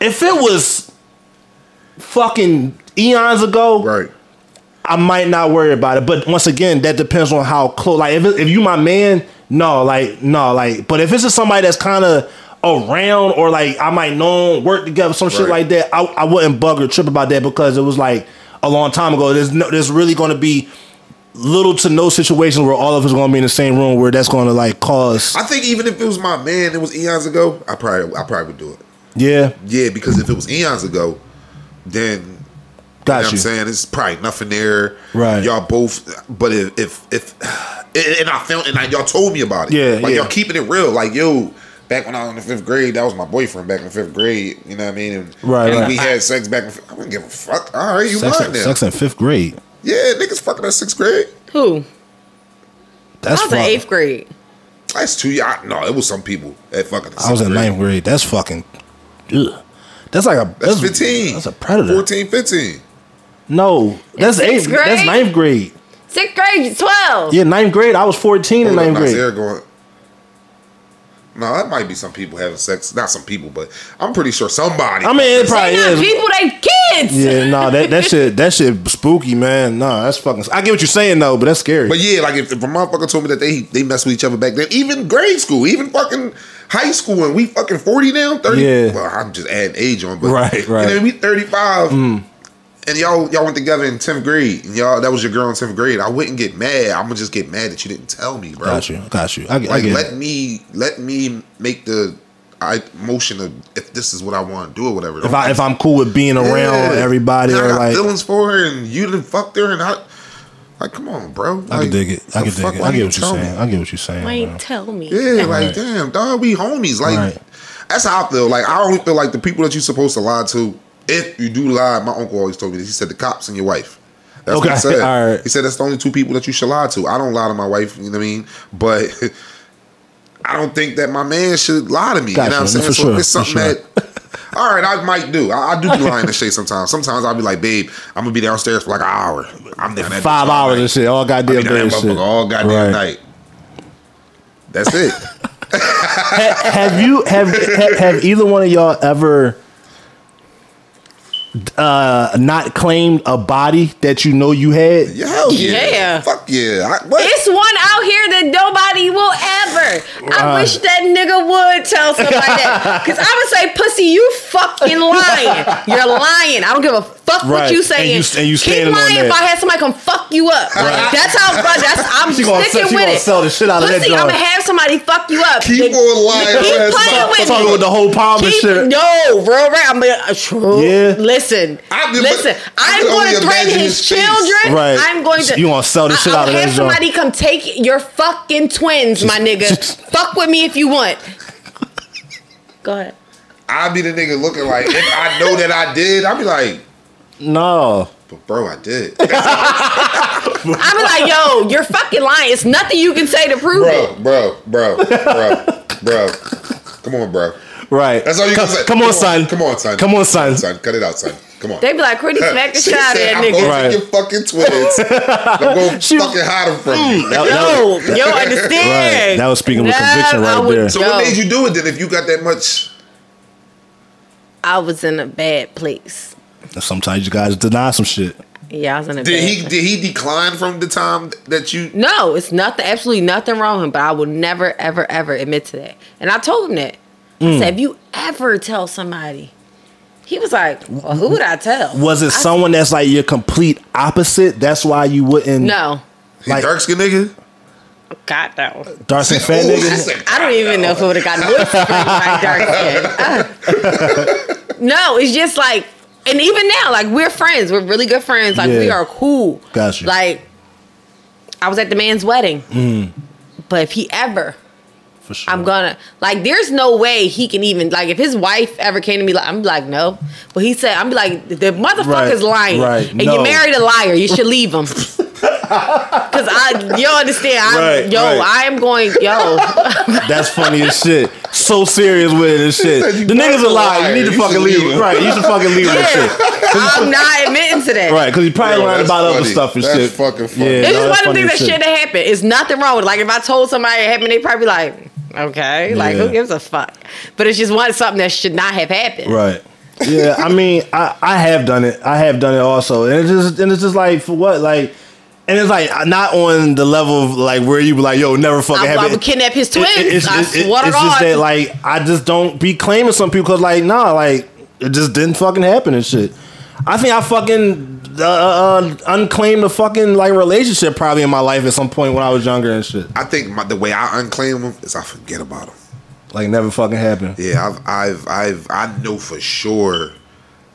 Speaker 1: if it was fucking eons ago,
Speaker 2: Right.
Speaker 1: I might not worry about it. But once again, that depends on how close. Like if it, if you my man, no, like no, like. But if it's just somebody that's kind of around or like I might know 'em, work together, some shit
Speaker 2: Right.
Speaker 1: like that, I, I wouldn't bug or trip about that because it was like a long time ago. There's no, there's really going to be little to no situations where all of us are going to be in the same room where that's going to like cause.
Speaker 2: I think even if it was my man, it was eons ago. I probably I probably would do it.
Speaker 1: Yeah,
Speaker 2: Yeah, because if it was eons ago, then
Speaker 1: got
Speaker 2: You know what
Speaker 1: you.
Speaker 2: I'm saying? It's probably nothing there.
Speaker 1: Right.
Speaker 2: Y'all both but if if if and and I felt and I, y'all told me about it.
Speaker 1: Yeah,
Speaker 2: Like
Speaker 1: yeah.
Speaker 2: y'all keeping it real. Like, yo, back when I was in the fifth grade, that was my boyfriend back in the fifth grade. You know what I mean? And,
Speaker 1: Right,
Speaker 2: and
Speaker 1: right.
Speaker 2: we had sex back. In, fifth- I wouldn't give a fuck. All right, you
Speaker 1: Sex,
Speaker 2: mine
Speaker 1: in,
Speaker 2: now.
Speaker 1: sex in fifth grade.
Speaker 2: Yeah, niggas fucking at sixth grade.
Speaker 3: Who?
Speaker 1: That's
Speaker 3: I was in
Speaker 1: fuck-
Speaker 3: eighth grade.
Speaker 2: That's two. years. No, it was some people that fucking.
Speaker 1: I was in ninth grade. That's fucking. Ugh. That's like a
Speaker 2: That's, 15.
Speaker 1: That's a predator.
Speaker 2: 14, 15.
Speaker 1: No, that's
Speaker 3: sixth
Speaker 1: eighth. That's
Speaker 3: grade?
Speaker 1: ninth grade.
Speaker 3: Sixth grade, you're twelve.
Speaker 1: Yeah, ninth grade. I was fourteen in
Speaker 2: Hold up,
Speaker 1: ninth grade.
Speaker 2: Nasir going. No, that might be some people having sex. Not some people, but I'm pretty sure somebody.
Speaker 1: I mean, it probably
Speaker 3: They not
Speaker 1: is.
Speaker 3: people, they kids.
Speaker 1: Yeah, nah, that, that shit that shit spooky, man. Nah, that's fucking. I get what you're saying though, but that's scary.
Speaker 2: But yeah, like if, if a motherfucker told me that they they mess with each other back then, even grade school, even fucking high school, and we fucking forty now, thirty.
Speaker 1: Yeah.
Speaker 2: Well, I'm just adding age on, but
Speaker 1: Right, right. Mm.
Speaker 2: And then we thirty five, and y'all y'all went together in tenth grade, and y'all that was your girl in tenth grade. I wouldn't get mad. I'm gonna just get mad that you didn't tell me, bro.
Speaker 1: got you, got you. I, get- I
Speaker 2: Like
Speaker 1: get.
Speaker 2: let
Speaker 1: it.
Speaker 2: me let me make the I motion of if this is what I want to do or whatever.
Speaker 1: If I if I'm cool with being around
Speaker 2: Yeah.
Speaker 1: everybody
Speaker 2: And I
Speaker 1: or
Speaker 2: got
Speaker 1: like,
Speaker 2: feelings for her, and you didn't fuck her, and I like, come on, bro.
Speaker 1: I
Speaker 2: like,
Speaker 1: can dig it. I
Speaker 2: the
Speaker 1: can dig
Speaker 2: fuck,
Speaker 1: it.
Speaker 2: why
Speaker 1: I get
Speaker 2: you
Speaker 1: what you're
Speaker 2: tell
Speaker 1: saying.
Speaker 2: me?
Speaker 1: I get what you're saying.
Speaker 3: Why you
Speaker 1: man.
Speaker 3: tell me?
Speaker 2: Yeah, like
Speaker 1: Right.
Speaker 2: damn, dog, we homies. Like
Speaker 1: Right.
Speaker 2: that's how I feel. Like I only feel like the people that you're supposed to lie to, if you do lie, my uncle always told me this. He said the cops and your wife. That's what
Speaker 1: Okay,
Speaker 2: he said.
Speaker 1: all right.
Speaker 2: He said that's the only two people that you should lie to. I don't lie to my wife, you know what I mean? But I don't think that my man should lie to me. You
Speaker 1: Gotcha,
Speaker 2: know what I'm saying?
Speaker 1: for
Speaker 2: so
Speaker 1: sure,
Speaker 2: if it's
Speaker 1: for
Speaker 2: something
Speaker 1: sure.
Speaker 2: that all right, I might do. I, I do be lying to Shay sometimes. Sometimes I'll be like, babe, I'm gonna be downstairs for like an hour. I'm down that
Speaker 1: Five
Speaker 2: bitch all
Speaker 1: hours
Speaker 2: night.
Speaker 1: and shit, all
Speaker 2: I
Speaker 1: goddamn
Speaker 2: be down
Speaker 1: day
Speaker 2: that
Speaker 1: and shit.
Speaker 2: motherfucker all
Speaker 1: Right.
Speaker 2: goddamn night. That's it.
Speaker 1: Ha- have you have ha- have either one of y'all ever uh not claimed a body that you know you had?
Speaker 2: Yeah, hell yeah.
Speaker 3: Yeah.
Speaker 2: Fuck yeah. I, what?
Speaker 3: It's one out here that nobody will ever.
Speaker 1: Wow.
Speaker 3: I wish that nigga would tell somebody that. Because I would say, pussy, you fucking lying. You're lying. I don't give a fuck
Speaker 1: Right.
Speaker 3: what you
Speaker 1: And
Speaker 3: saying.
Speaker 1: you- and you
Speaker 3: Keep
Speaker 1: standing on
Speaker 3: lying
Speaker 1: that.
Speaker 3: if I had somebody come fuck you up. Like,
Speaker 1: Right.
Speaker 3: That's how, bro, that's, I'm
Speaker 1: She gonna sell-
Speaker 3: sticking
Speaker 1: she
Speaker 3: with
Speaker 1: gonna
Speaker 3: it.
Speaker 1: sell the shit out of that
Speaker 3: pussy, I'm
Speaker 1: joint.
Speaker 3: going to have somebody fuck you up.
Speaker 2: Keep
Speaker 3: Nigga,
Speaker 2: on lying.
Speaker 3: Keep
Speaker 2: That's
Speaker 3: playing
Speaker 2: not-
Speaker 3: with
Speaker 1: Talking
Speaker 3: me.
Speaker 1: with the whole palm and
Speaker 3: Keep-
Speaker 1: shit.
Speaker 3: No, real right. I'm gonna.
Speaker 1: Yeah.
Speaker 3: Listen,
Speaker 2: I can-
Speaker 3: listen.
Speaker 2: I can
Speaker 3: I'm going
Speaker 2: only
Speaker 3: to threaten
Speaker 2: imagine
Speaker 3: his,
Speaker 2: his face.
Speaker 3: children.
Speaker 1: Right.
Speaker 3: I'm going to.
Speaker 1: You gonna sell the
Speaker 3: I-
Speaker 1: shit
Speaker 3: I'll
Speaker 1: out of uh, that
Speaker 3: have
Speaker 1: joint.
Speaker 3: somebody come take your fucking twins, my nigga. Fuck with me if you want. Go ahead.
Speaker 2: I be the nigga looking like, if I know that I did, I be like,
Speaker 1: No.
Speaker 2: but bro, I did.
Speaker 3: I'm like, yo, you're fucking lying. It's nothing you can say to prove
Speaker 2: bro,
Speaker 3: it.
Speaker 2: bro, bro, bro, bro. Come on, bro.
Speaker 1: Right.
Speaker 2: That's all you
Speaker 1: come,
Speaker 2: can say.
Speaker 1: Come on, son.
Speaker 2: Come on, son.
Speaker 1: Come on, son.
Speaker 2: Son, cut it out, son. Come on.
Speaker 3: They be like, pretty smack the
Speaker 2: She
Speaker 3: shit out of
Speaker 2: said,
Speaker 3: that
Speaker 2: I'm
Speaker 3: nigga.
Speaker 2: gonna
Speaker 1: Right.
Speaker 2: take your fucking twins. I'm gonna
Speaker 1: She- Mm,
Speaker 2: fucking hide them from you.
Speaker 1: That- that
Speaker 3: Yo,
Speaker 1: was-
Speaker 3: yo, understand?
Speaker 1: Right. That was speaking with conviction
Speaker 3: I
Speaker 1: right
Speaker 3: would-
Speaker 1: there.
Speaker 2: so
Speaker 3: yo,
Speaker 2: what made you do it then if you got that much?
Speaker 3: I was in a bad place.
Speaker 1: Sometimes you guys deny some shit.
Speaker 3: Yeah, I was in a
Speaker 2: Did
Speaker 3: bad
Speaker 2: he
Speaker 3: place.
Speaker 2: did he decline from the time that you
Speaker 3: No, it's nothing, absolutely nothing wrong with him, but I will never, ever, ever admit to that. And I told him that. I
Speaker 1: Hmm.
Speaker 3: said, if you ever tell somebody, he was like, well, who would I tell?
Speaker 1: Was it someone that's like your complete opposite? That's why you wouldn't
Speaker 3: No.
Speaker 2: he
Speaker 1: Like-
Speaker 2: dark skin nigga?
Speaker 3: God, no.
Speaker 1: dark skin fat
Speaker 2: Ooh,
Speaker 1: nigga?
Speaker 2: she said,
Speaker 3: I don't even know if it would have gotten worse for my dark skin. Ah. no, it's just like, and even now, like we're friends. We're really good friends. Like we
Speaker 1: Yeah.
Speaker 3: are cool.
Speaker 1: Gotcha.
Speaker 3: Like I was at the man's wedding,
Speaker 1: Hmm.
Speaker 3: but if he ever,
Speaker 1: For sure.
Speaker 3: I'm gonna like, there's no way he can even like if his wife ever came to me like I'm like no, but he said I'm be like the motherfucker's
Speaker 1: Right,
Speaker 3: lying,
Speaker 1: right,
Speaker 3: and
Speaker 1: no.
Speaker 3: you married a liar. You should leave him. Cause I, you understand, I'm,
Speaker 1: Right,
Speaker 3: yo,
Speaker 1: right.
Speaker 3: I am going, yo.
Speaker 1: That's funny as shit. So serious with it and shit.
Speaker 2: you
Speaker 1: The nigga's a liar. You need to
Speaker 2: You
Speaker 1: fucking
Speaker 2: should
Speaker 1: leave.
Speaker 2: leave
Speaker 1: him.
Speaker 2: him.
Speaker 1: Right. You should fucking leave him and
Speaker 3: Yeah.
Speaker 1: shit.
Speaker 3: I'm not admitting to that.
Speaker 1: Right. Because he probably
Speaker 2: Yo,
Speaker 1: lying
Speaker 2: that's
Speaker 1: about other
Speaker 2: funny.
Speaker 1: stuff and
Speaker 2: That's
Speaker 1: shit.
Speaker 2: fucking funny.
Speaker 1: Yeah,
Speaker 2: This
Speaker 3: This
Speaker 1: no,
Speaker 3: is
Speaker 1: that's
Speaker 3: one of the
Speaker 1: funny
Speaker 3: things that
Speaker 1: as shit.
Speaker 3: shouldn't have happened. It's nothing wrong with it. Like if I told somebody it happened, they probably like, okay, like
Speaker 1: Yeah.
Speaker 3: who gives a fuck? But it's just one something that should not have happened.
Speaker 1: Right. Yeah, I mean, I, I have done it. I have done it also, and it's just and it's just like for what like, and it's like not on the level of like where you be like, yo, never fucking
Speaker 3: I,
Speaker 1: have
Speaker 3: I
Speaker 1: it.
Speaker 3: would kidnap his
Speaker 1: It- it-
Speaker 3: twins. I
Speaker 1: it's it-
Speaker 3: swear to
Speaker 1: it's just
Speaker 3: God.
Speaker 1: that like I just don't be claiming some people because like nah, like it just didn't fucking happen and shit. I think I fucking uh, uh, unclaimed a fucking like relationship probably in my life at some point when I was younger and shit.
Speaker 2: I think my, the way I unclaim them is I forget about them.
Speaker 1: Like never fucking happened.
Speaker 2: Yeah, I've, I've, I've, I know for sure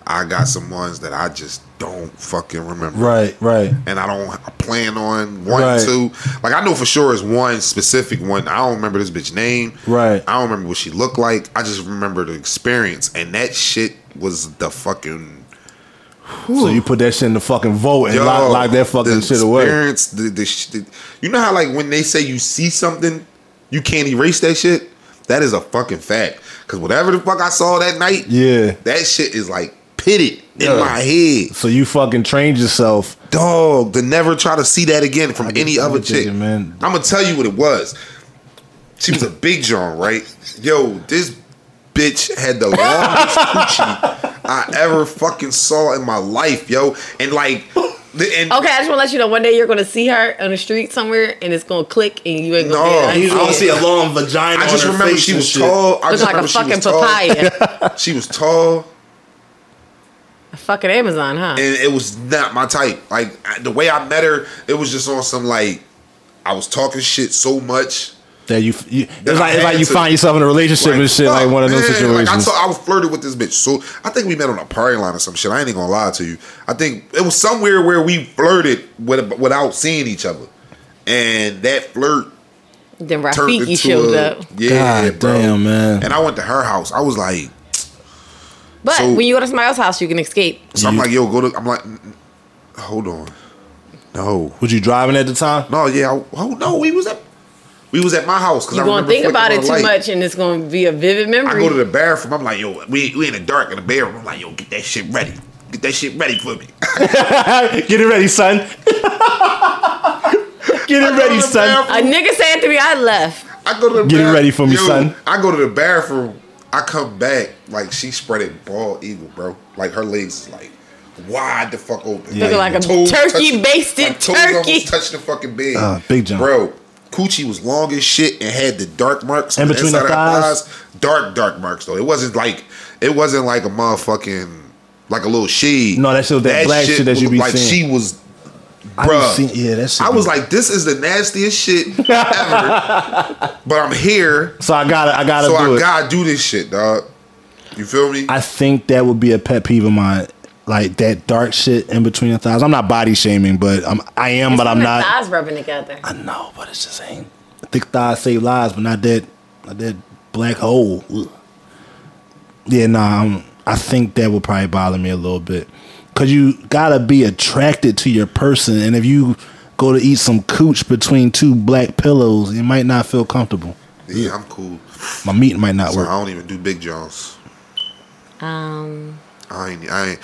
Speaker 2: I got some ones that I just don't fucking remember.
Speaker 1: Right, right.
Speaker 2: And I don't I plan on one,
Speaker 1: Right.
Speaker 2: two. Like I know for sure it's one specific one. I don't remember this bitch name.
Speaker 1: Right.
Speaker 2: I don't remember what she looked like. I just remember the experience, and that shit was the fucking.
Speaker 1: So you put that shit in the fucking vote and lock, lock that fucking
Speaker 2: the
Speaker 1: shit away.
Speaker 2: Experience, the, the, sh- the, you know how like when they say you see something, you can't erase that shit. That is a fucking fact. Cause whatever the fuck I saw that night,
Speaker 1: Yeah.
Speaker 2: that shit is like pitted
Speaker 1: Yeah.
Speaker 2: in my head.
Speaker 1: So you fucking trained yourself.
Speaker 2: Dog, to never try to see that again from
Speaker 1: get-
Speaker 2: any
Speaker 1: I
Speaker 2: other
Speaker 1: get you,
Speaker 2: chick.
Speaker 1: man.
Speaker 2: I'm gonna tell you what it was. She was a big John, right? Yo, this bitch had the longest coochie I ever fucking saw in my life, yo. And like, the- and
Speaker 3: Okay, I just want to let you know one day you're going to see her on the street somewhere and it's going to click and you ain't going
Speaker 2: No,
Speaker 3: to
Speaker 2: you
Speaker 1: You just
Speaker 3: get it.
Speaker 1: want to see a long vagina.
Speaker 2: I just
Speaker 1: on her
Speaker 2: remember
Speaker 1: face
Speaker 2: she
Speaker 1: and
Speaker 2: was
Speaker 1: shit.
Speaker 2: tall. I just
Speaker 3: Looks "Oh, like a
Speaker 2: remember she
Speaker 3: fucking
Speaker 2: was tall.
Speaker 3: papaya.
Speaker 2: She was tall,
Speaker 3: a fucking Amazon, huh?
Speaker 2: and it was not my type. Like I- the way I met her, it was just on some like I was talking shit so much.
Speaker 1: That you, you it's
Speaker 2: I
Speaker 1: like it's like
Speaker 2: had
Speaker 1: you
Speaker 2: to-
Speaker 1: find yourself in a relationship and shit, like
Speaker 2: fuck,
Speaker 1: one of those
Speaker 2: man.
Speaker 1: situations.
Speaker 2: Like I, saw, I was flirted with this bitch. So I think we met on a party line or some shit. I ain't even gonna lie to you. I think it was somewhere where we flirted with, without seeing each other, and that flirt
Speaker 3: Then
Speaker 2: turned
Speaker 3: Rafiki
Speaker 2: into
Speaker 3: showed
Speaker 2: a,
Speaker 3: up.
Speaker 2: yeah,
Speaker 1: God
Speaker 2: bro.
Speaker 1: damn, man.
Speaker 2: And I went to her house. I was like,
Speaker 3: But
Speaker 2: so-
Speaker 3: when you go to somebody else's house, you can escape.
Speaker 2: so I'm
Speaker 1: You-
Speaker 2: like, yo, go to. I'm like, "Mm, mm, hold on, no,
Speaker 1: was you driving at the time?
Speaker 2: no, yeah, I, oh no, we was at, we was at my house because
Speaker 3: You're
Speaker 2: I
Speaker 3: going to
Speaker 2: remember flicking
Speaker 3: think about
Speaker 2: on
Speaker 3: it
Speaker 2: the
Speaker 3: too
Speaker 2: light.
Speaker 3: much and it's going to be a vivid memory.
Speaker 2: I go to the bathroom. I'm like, yo, we we in the dark in the bedroom. I'm like, yo, get that shit ready. Get that shit ready for me.
Speaker 1: Get it ready, son. Get it ready, son.
Speaker 3: a nigga said to me, I left.
Speaker 2: I go to the
Speaker 1: Get it
Speaker 2: bath-
Speaker 1: ready for me,
Speaker 2: Yo,
Speaker 1: son.
Speaker 2: I go to the bathroom. I come back like she spread it bald eagle, bro. Like her legs is like wide the fuck open.
Speaker 1: Yeah. Looking
Speaker 3: like a
Speaker 2: touch-
Speaker 3: turkey-basted
Speaker 2: toes
Speaker 3: turkey.
Speaker 2: almost touch the fucking bed.
Speaker 1: Uh, big jump.
Speaker 2: bro. Coochie was long as shit and had the dark marks
Speaker 1: In
Speaker 2: on
Speaker 1: between the
Speaker 2: inside of her
Speaker 1: thighs?
Speaker 2: Dark, dark marks though. It wasn't like it wasn't like a motherfucking like a little shade.
Speaker 1: No, that shit was that black shit that you
Speaker 2: looked
Speaker 1: be
Speaker 2: like
Speaker 1: seeing.
Speaker 2: she was
Speaker 1: I done
Speaker 2: Bruh.
Speaker 1: seen- yeah, that shit.
Speaker 2: I was like, this is the nastiest shit ever. but I'm here,
Speaker 1: so I gotta, I gotta
Speaker 2: so
Speaker 1: do
Speaker 2: I
Speaker 1: it.
Speaker 2: gotta do this shit, dog. You feel me?
Speaker 1: I think that would be a pet peeve of mine, like that dark shit in between the thighs. I'm not body shaming, but I'm, I am, but I'm
Speaker 3: Their
Speaker 1: not.
Speaker 3: Thighs rubbing together.
Speaker 1: I know, but it's just ain't. Thick thighs save lives, but not that, not that black hole. Ugh. Yeah, nah. I'm, I think that would probably bother me a little bit, cause you gotta be attracted to your person, and if you go to eat some cooch between two black pillows, you might not feel comfortable.
Speaker 2: yeah, I'm cool.
Speaker 1: My meat might not
Speaker 2: So I
Speaker 1: work.
Speaker 2: don't even do big johns.
Speaker 3: Um,
Speaker 2: I ain't. I ain't.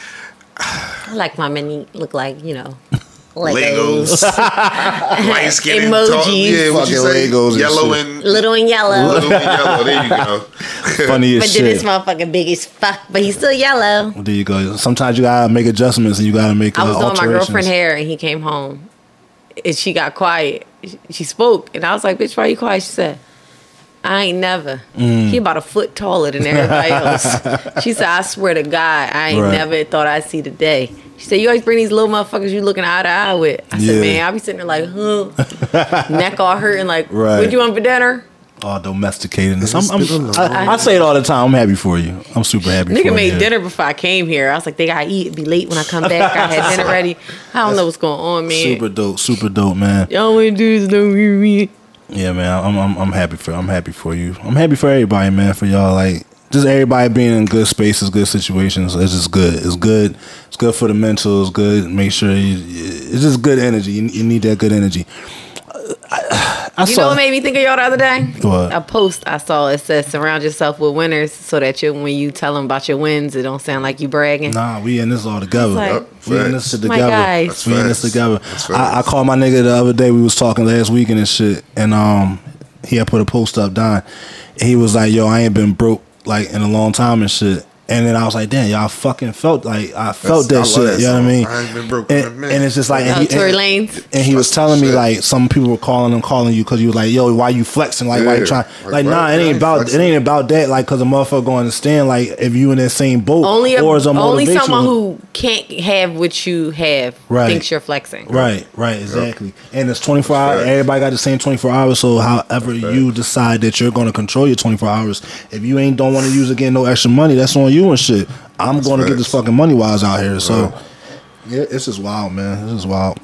Speaker 3: I like my mini look like you know,
Speaker 2: Legos, light skin,
Speaker 3: Emojis.
Speaker 2: yeah, what
Speaker 1: Fucking
Speaker 2: you say?
Speaker 1: Legos and
Speaker 2: yellow
Speaker 1: shit.
Speaker 2: and
Speaker 3: little and yellow.
Speaker 2: blue and yellow. There you go.
Speaker 1: Funny
Speaker 3: But
Speaker 1: as shit.
Speaker 3: then this motherfucker big as fuck, but he's still yellow.
Speaker 1: There you go. Sometimes you gotta make adjustments and you gotta make uh,
Speaker 3: I was doing my
Speaker 1: alterations.
Speaker 3: girlfriend hair and he came home, and she got quiet. She- She spoke, and I was like, "Bitch, why you quiet?" She said. I ain't never.
Speaker 1: Mm.
Speaker 3: He about a foot taller than everybody else. she said, "I swear to God, I ain't
Speaker 1: Right.
Speaker 3: never thought I'd see the day." She said, "You always bring these little motherfuckers you looking eye to eye with." I said,
Speaker 1: Yeah.
Speaker 3: "Man, I be sitting there like, huh, neck all hurting. Like,
Speaker 1: Right.
Speaker 3: what you want for dinner?"
Speaker 1: Oh, domesticating. this. I'm,
Speaker 2: It's been
Speaker 1: I'm,
Speaker 2: a
Speaker 1: I, I say it all the time. I'm happy for you. I'm super happy. for
Speaker 3: Nigga
Speaker 1: you.
Speaker 3: made dinner before I came here. I was like, they gotta eat. It'd be late when I come back. I had dinner ready. I don't know what's going on, man.
Speaker 1: Super dope. Super dope, man.
Speaker 3: Y'all wanna do this? No, we we.
Speaker 1: Yeah, man. I'm, I'm I'm happy for I'm happy for you. I'm happy for everybody, man. For y'all, like just everybody being in good spaces, good situations. It's just good. It's good. It's good for the mental. It's good. Make sure you, it's just good energy. You, you need that good energy. I, I
Speaker 3: You
Speaker 1: saw.
Speaker 3: know what made Oh. me think of y'all the other day?
Speaker 1: What?
Speaker 3: A post I saw. It says, surround yourself with winners so that you, when you tell them about your wins, it don't sound like you bragging.
Speaker 1: Nah, we in this all together.
Speaker 3: It's like-
Speaker 2: Yep,
Speaker 1: we in this
Speaker 2: facts.
Speaker 1: shit
Speaker 3: My
Speaker 1: together.
Speaker 3: guys.
Speaker 2: That's
Speaker 1: we in this
Speaker 2: facts.
Speaker 1: together.
Speaker 2: That's
Speaker 1: I, I
Speaker 2: facts.
Speaker 1: called my nigga the other day. We was talking last weekend and shit, and um, he had put a post up. Don, he was like, "Yo, I ain't been broke like in a long time and shit." And then I was like, "Damn, y'all fucking felt like I felt
Speaker 2: That's-
Speaker 1: that
Speaker 2: I love
Speaker 1: shit."
Speaker 2: that
Speaker 1: you know what I
Speaker 2: song.
Speaker 1: mean?
Speaker 2: I ain't been broke in a
Speaker 1: and,
Speaker 2: minute.
Speaker 1: and it's just like
Speaker 3: Oh,
Speaker 1: and he,
Speaker 3: Tory
Speaker 1: and-
Speaker 3: Lanez.
Speaker 1: and he was
Speaker 2: That's
Speaker 1: telling me
Speaker 2: shit.
Speaker 1: like some people were calling him, calling you because you was like, "Yo, why you flexing? Like, why you
Speaker 2: Yeah.
Speaker 1: trying?
Speaker 2: Like,
Speaker 1: Like,
Speaker 2: why-
Speaker 1: nah, it
Speaker 2: why
Speaker 1: ain't
Speaker 2: you
Speaker 1: about it
Speaker 2: flexing?
Speaker 1: ain't about that. Like, cause a motherfucker going to stand. Like, if you in that same boat,
Speaker 3: Only a,
Speaker 1: or as a
Speaker 3: only
Speaker 1: motivational-
Speaker 3: someone who can't have what you have
Speaker 1: Right.
Speaker 3: thinks you're flexing.
Speaker 1: Right, right, exactly. And it's 24 hours.
Speaker 2: Facts.
Speaker 1: Everybody got the same 24 hours. So, however you decide that you're going to control your 24 hours, if you ain't don't want to use again no extra money, that's on you and shit. I'm going to get this
Speaker 2: facts.
Speaker 1: fucking money wise out here. So, yeah, this is wild, man. This is wild.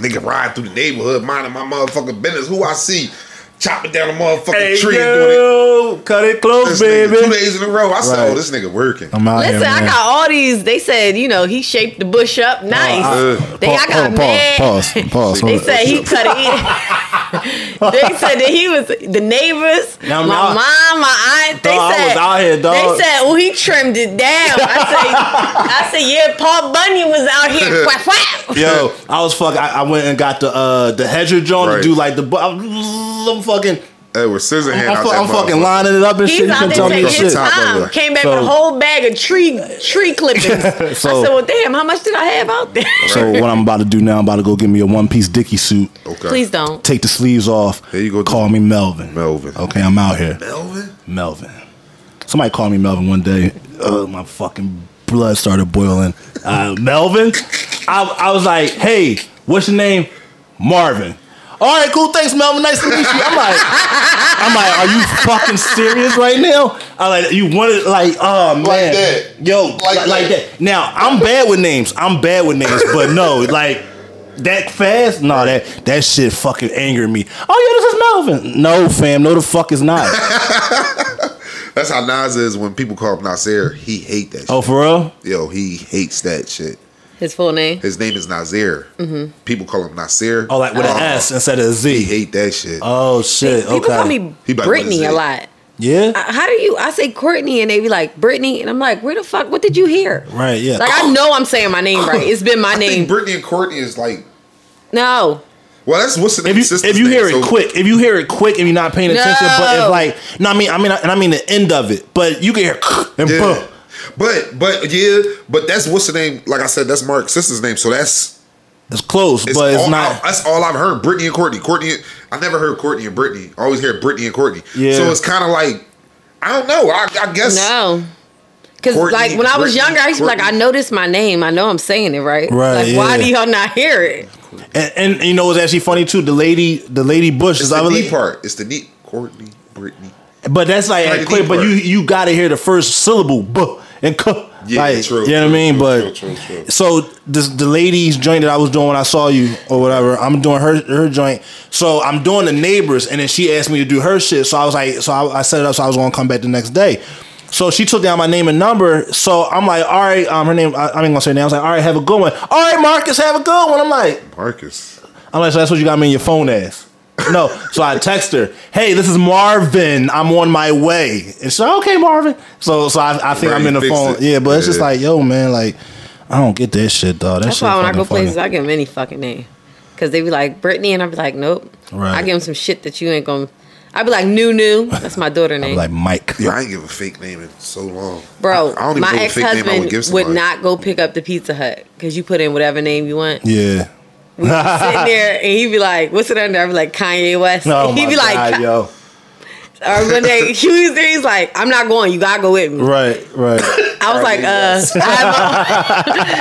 Speaker 2: Nigga ride through the neighborhood, minding my motherfucking business. Who I see chopping down a motherfucking tree and doing it.
Speaker 1: cut it close,
Speaker 2: This nigga, two days in a row. I said,
Speaker 1: Right.
Speaker 2: oh, this nigga working.
Speaker 1: I'm out
Speaker 3: Listen,
Speaker 1: here,
Speaker 3: I
Speaker 1: man.
Speaker 3: got all these. They said, you know, he shaped the bush up nice.
Speaker 2: uh,
Speaker 3: they, I got mad.
Speaker 1: pause, pause, pause.
Speaker 3: They said he cut it. they said that he was the neighbors,
Speaker 1: Now,
Speaker 3: my
Speaker 1: now-
Speaker 3: mom, my aunt. They
Speaker 1: Dog, I
Speaker 3: said
Speaker 1: was out here, dog.
Speaker 3: They said, "Well, he trimmed it down." I said, "I said, yeah, Paul Bunyan was out here." Quack, quack.
Speaker 1: Yo, I was fucking. I, I went and got the uh the hedger joint to
Speaker 2: Right.
Speaker 1: do like the. bu- I'm fucking.
Speaker 2: Edward Scissorhand
Speaker 1: I'm,
Speaker 2: out
Speaker 1: fu-
Speaker 2: that
Speaker 1: I'm fucking
Speaker 2: motherfucker.
Speaker 1: lining it up and shit.
Speaker 3: He's
Speaker 1: You
Speaker 3: out
Speaker 1: can
Speaker 3: there
Speaker 1: tell me
Speaker 3: taking
Speaker 1: the shit.
Speaker 3: his
Speaker 2: Top of
Speaker 3: time.
Speaker 2: it.
Speaker 3: Came back with
Speaker 1: So-
Speaker 3: a whole bag of tree tree clippings.
Speaker 1: So-
Speaker 3: I said, "Well, damn, how much did I have out there?"
Speaker 1: So what I'm about to do now, I'm about to go get me a one piece Dickie suit,
Speaker 2: Okay.
Speaker 3: Please don't.
Speaker 1: take the sleeves off.
Speaker 2: Oh. There you go.
Speaker 1: Call me Melvin.
Speaker 2: Melvin.
Speaker 1: Okay, I'm out here.
Speaker 2: Melvin?
Speaker 1: Melvin. Somebody called me Melvin one day. Uh, my fucking blood started boiling. Uh, Melvin? I, I was like, hey, what's your name? Marvin. All right, cool. Thanks, Melvin. Nice to meet you. I'm like, I'm like, are you fucking serious right now? I like you wanted like, oh man,
Speaker 2: that.
Speaker 1: yo, like, like that. Now I'm bad with names. I'm bad with names, but no, like that fast, no, that that shit fucking angered me. Oh yeah, this is Melvin. No, fam, no, the fuck is not.
Speaker 2: That's how Nas is when people call him Nasir. He hate that shit.
Speaker 1: Oh, for real?
Speaker 2: Yo, he hates that shit.
Speaker 3: His full name.
Speaker 2: His name is Nazir. People call him Nasir.
Speaker 1: Mm-hmm. Oh, like with an S instead of a
Speaker 2: He
Speaker 1: Z.
Speaker 2: hate that shit.
Speaker 1: Oh shit.
Speaker 3: People
Speaker 1: okay.
Speaker 3: call me
Speaker 2: He about to
Speaker 3: Brittany
Speaker 2: say-
Speaker 3: a lot.
Speaker 1: yeah.
Speaker 3: how do you I say Courtney and they be like Brittany and I'm like, where the fuck what did you hear?
Speaker 1: Right. Yeah.
Speaker 3: Like I know I'm saying my name right. It's been my
Speaker 2: I think
Speaker 3: name.
Speaker 2: Brittany and Courtney is like.
Speaker 3: no.
Speaker 2: Well, that's what's the
Speaker 1: if you if you hear it quick, if you hear it quick and you're not paying attention, but
Speaker 3: No.
Speaker 1: if like no, I mean I mean and I mean the end of it, but you can hear and
Speaker 2: Yeah.
Speaker 1: boom.
Speaker 2: But but yeah, but that's what's the name? Like I said, that's Mark's sister's name. So that's
Speaker 1: It's close,
Speaker 2: it's
Speaker 1: but it's
Speaker 2: all-
Speaker 1: not.
Speaker 2: that's all I've heard. Brittany and Courtney. Courtney. I never heard Courtney and Brittany. I always hear Brittany and Courtney.
Speaker 1: Yeah.
Speaker 2: So it's kind of like I don't know. I, I guess
Speaker 3: No. Cause
Speaker 2: Courtney,
Speaker 3: like when I was
Speaker 2: Brittany,
Speaker 3: younger, I used to be like, I
Speaker 2: Courtney.
Speaker 3: noticed my name. I know I'm saying it right.
Speaker 1: Right,
Speaker 3: Like why
Speaker 1: yeah.
Speaker 3: do y'all not hear it?
Speaker 1: and, and, and you know what's actually funny too? The lady, the lady Bush
Speaker 2: it's
Speaker 1: is
Speaker 2: the
Speaker 1: other
Speaker 2: knee
Speaker 1: lady,
Speaker 2: part. It's the knee. Courtney, Brittany.
Speaker 1: but that's like,
Speaker 2: Like the
Speaker 1: quick.
Speaker 2: knee
Speaker 1: But
Speaker 2: part.
Speaker 1: you you gotta hear the first syllable, buh, and cuh.
Speaker 2: Yeah,
Speaker 1: like,
Speaker 2: true,
Speaker 1: You know what I
Speaker 2: true,
Speaker 1: mean?
Speaker 2: true,
Speaker 1: but
Speaker 2: true, true, true.
Speaker 1: so this the ladies joint that I was doing when I saw you or whatever. I'm doing her her joint. So I'm doing the neighbors, and then she asked me to do her shit. So I was like, so I, I set it up. So I was gonna come back the next day. So she took down my name and number. So I'm like, all right, um, her name. I, I ain't gonna say her name. I was like, all right, have a good one. All right, Marcus, have a good one. I'm like,
Speaker 2: Marcus.
Speaker 1: I'm like, so that's what you got me in your phone ass. No, so I text her, hey, this is Marvin. I'm on my way. And she's like, okay, Marvin. So, so I, I think
Speaker 2: Right,
Speaker 1: I'm in the
Speaker 2: fix
Speaker 1: phone.
Speaker 2: it.
Speaker 1: Yeah, but it's just
Speaker 2: Yeah.
Speaker 1: like, yo, man, like, I don't get that shit, dog. That
Speaker 3: That's
Speaker 1: shit
Speaker 3: why when I go
Speaker 1: fucking
Speaker 3: places,
Speaker 1: funny.
Speaker 3: I give them any fucking name. Cause they be like Brittany and I be like, Nope.
Speaker 1: Right.
Speaker 3: I give them some shit that you ain't gonna I be like New New. That's my daughter
Speaker 1: I'm
Speaker 3: name.
Speaker 1: like Mike.
Speaker 2: Yeah, I ain't give a fake name in so long, I, I
Speaker 3: Bro,
Speaker 2: don't even
Speaker 3: my
Speaker 2: know what
Speaker 3: ex
Speaker 2: fake name I would
Speaker 3: husband
Speaker 2: give
Speaker 3: would,
Speaker 2: somebody.
Speaker 3: not go pick up the Pizza Hut because you put in whatever name you want.
Speaker 1: Yeah.
Speaker 3: Sitting there, and he'd be like, "What's it under?" I'd be like, "Kanye West."
Speaker 1: Oh
Speaker 3: he'd
Speaker 1: my
Speaker 3: be
Speaker 1: God,
Speaker 3: like,
Speaker 1: yo.
Speaker 3: "Or one day he was there, he's like, I'm not going. You gotta go with me."
Speaker 1: Right, right.
Speaker 3: I was like, "Uh, I have,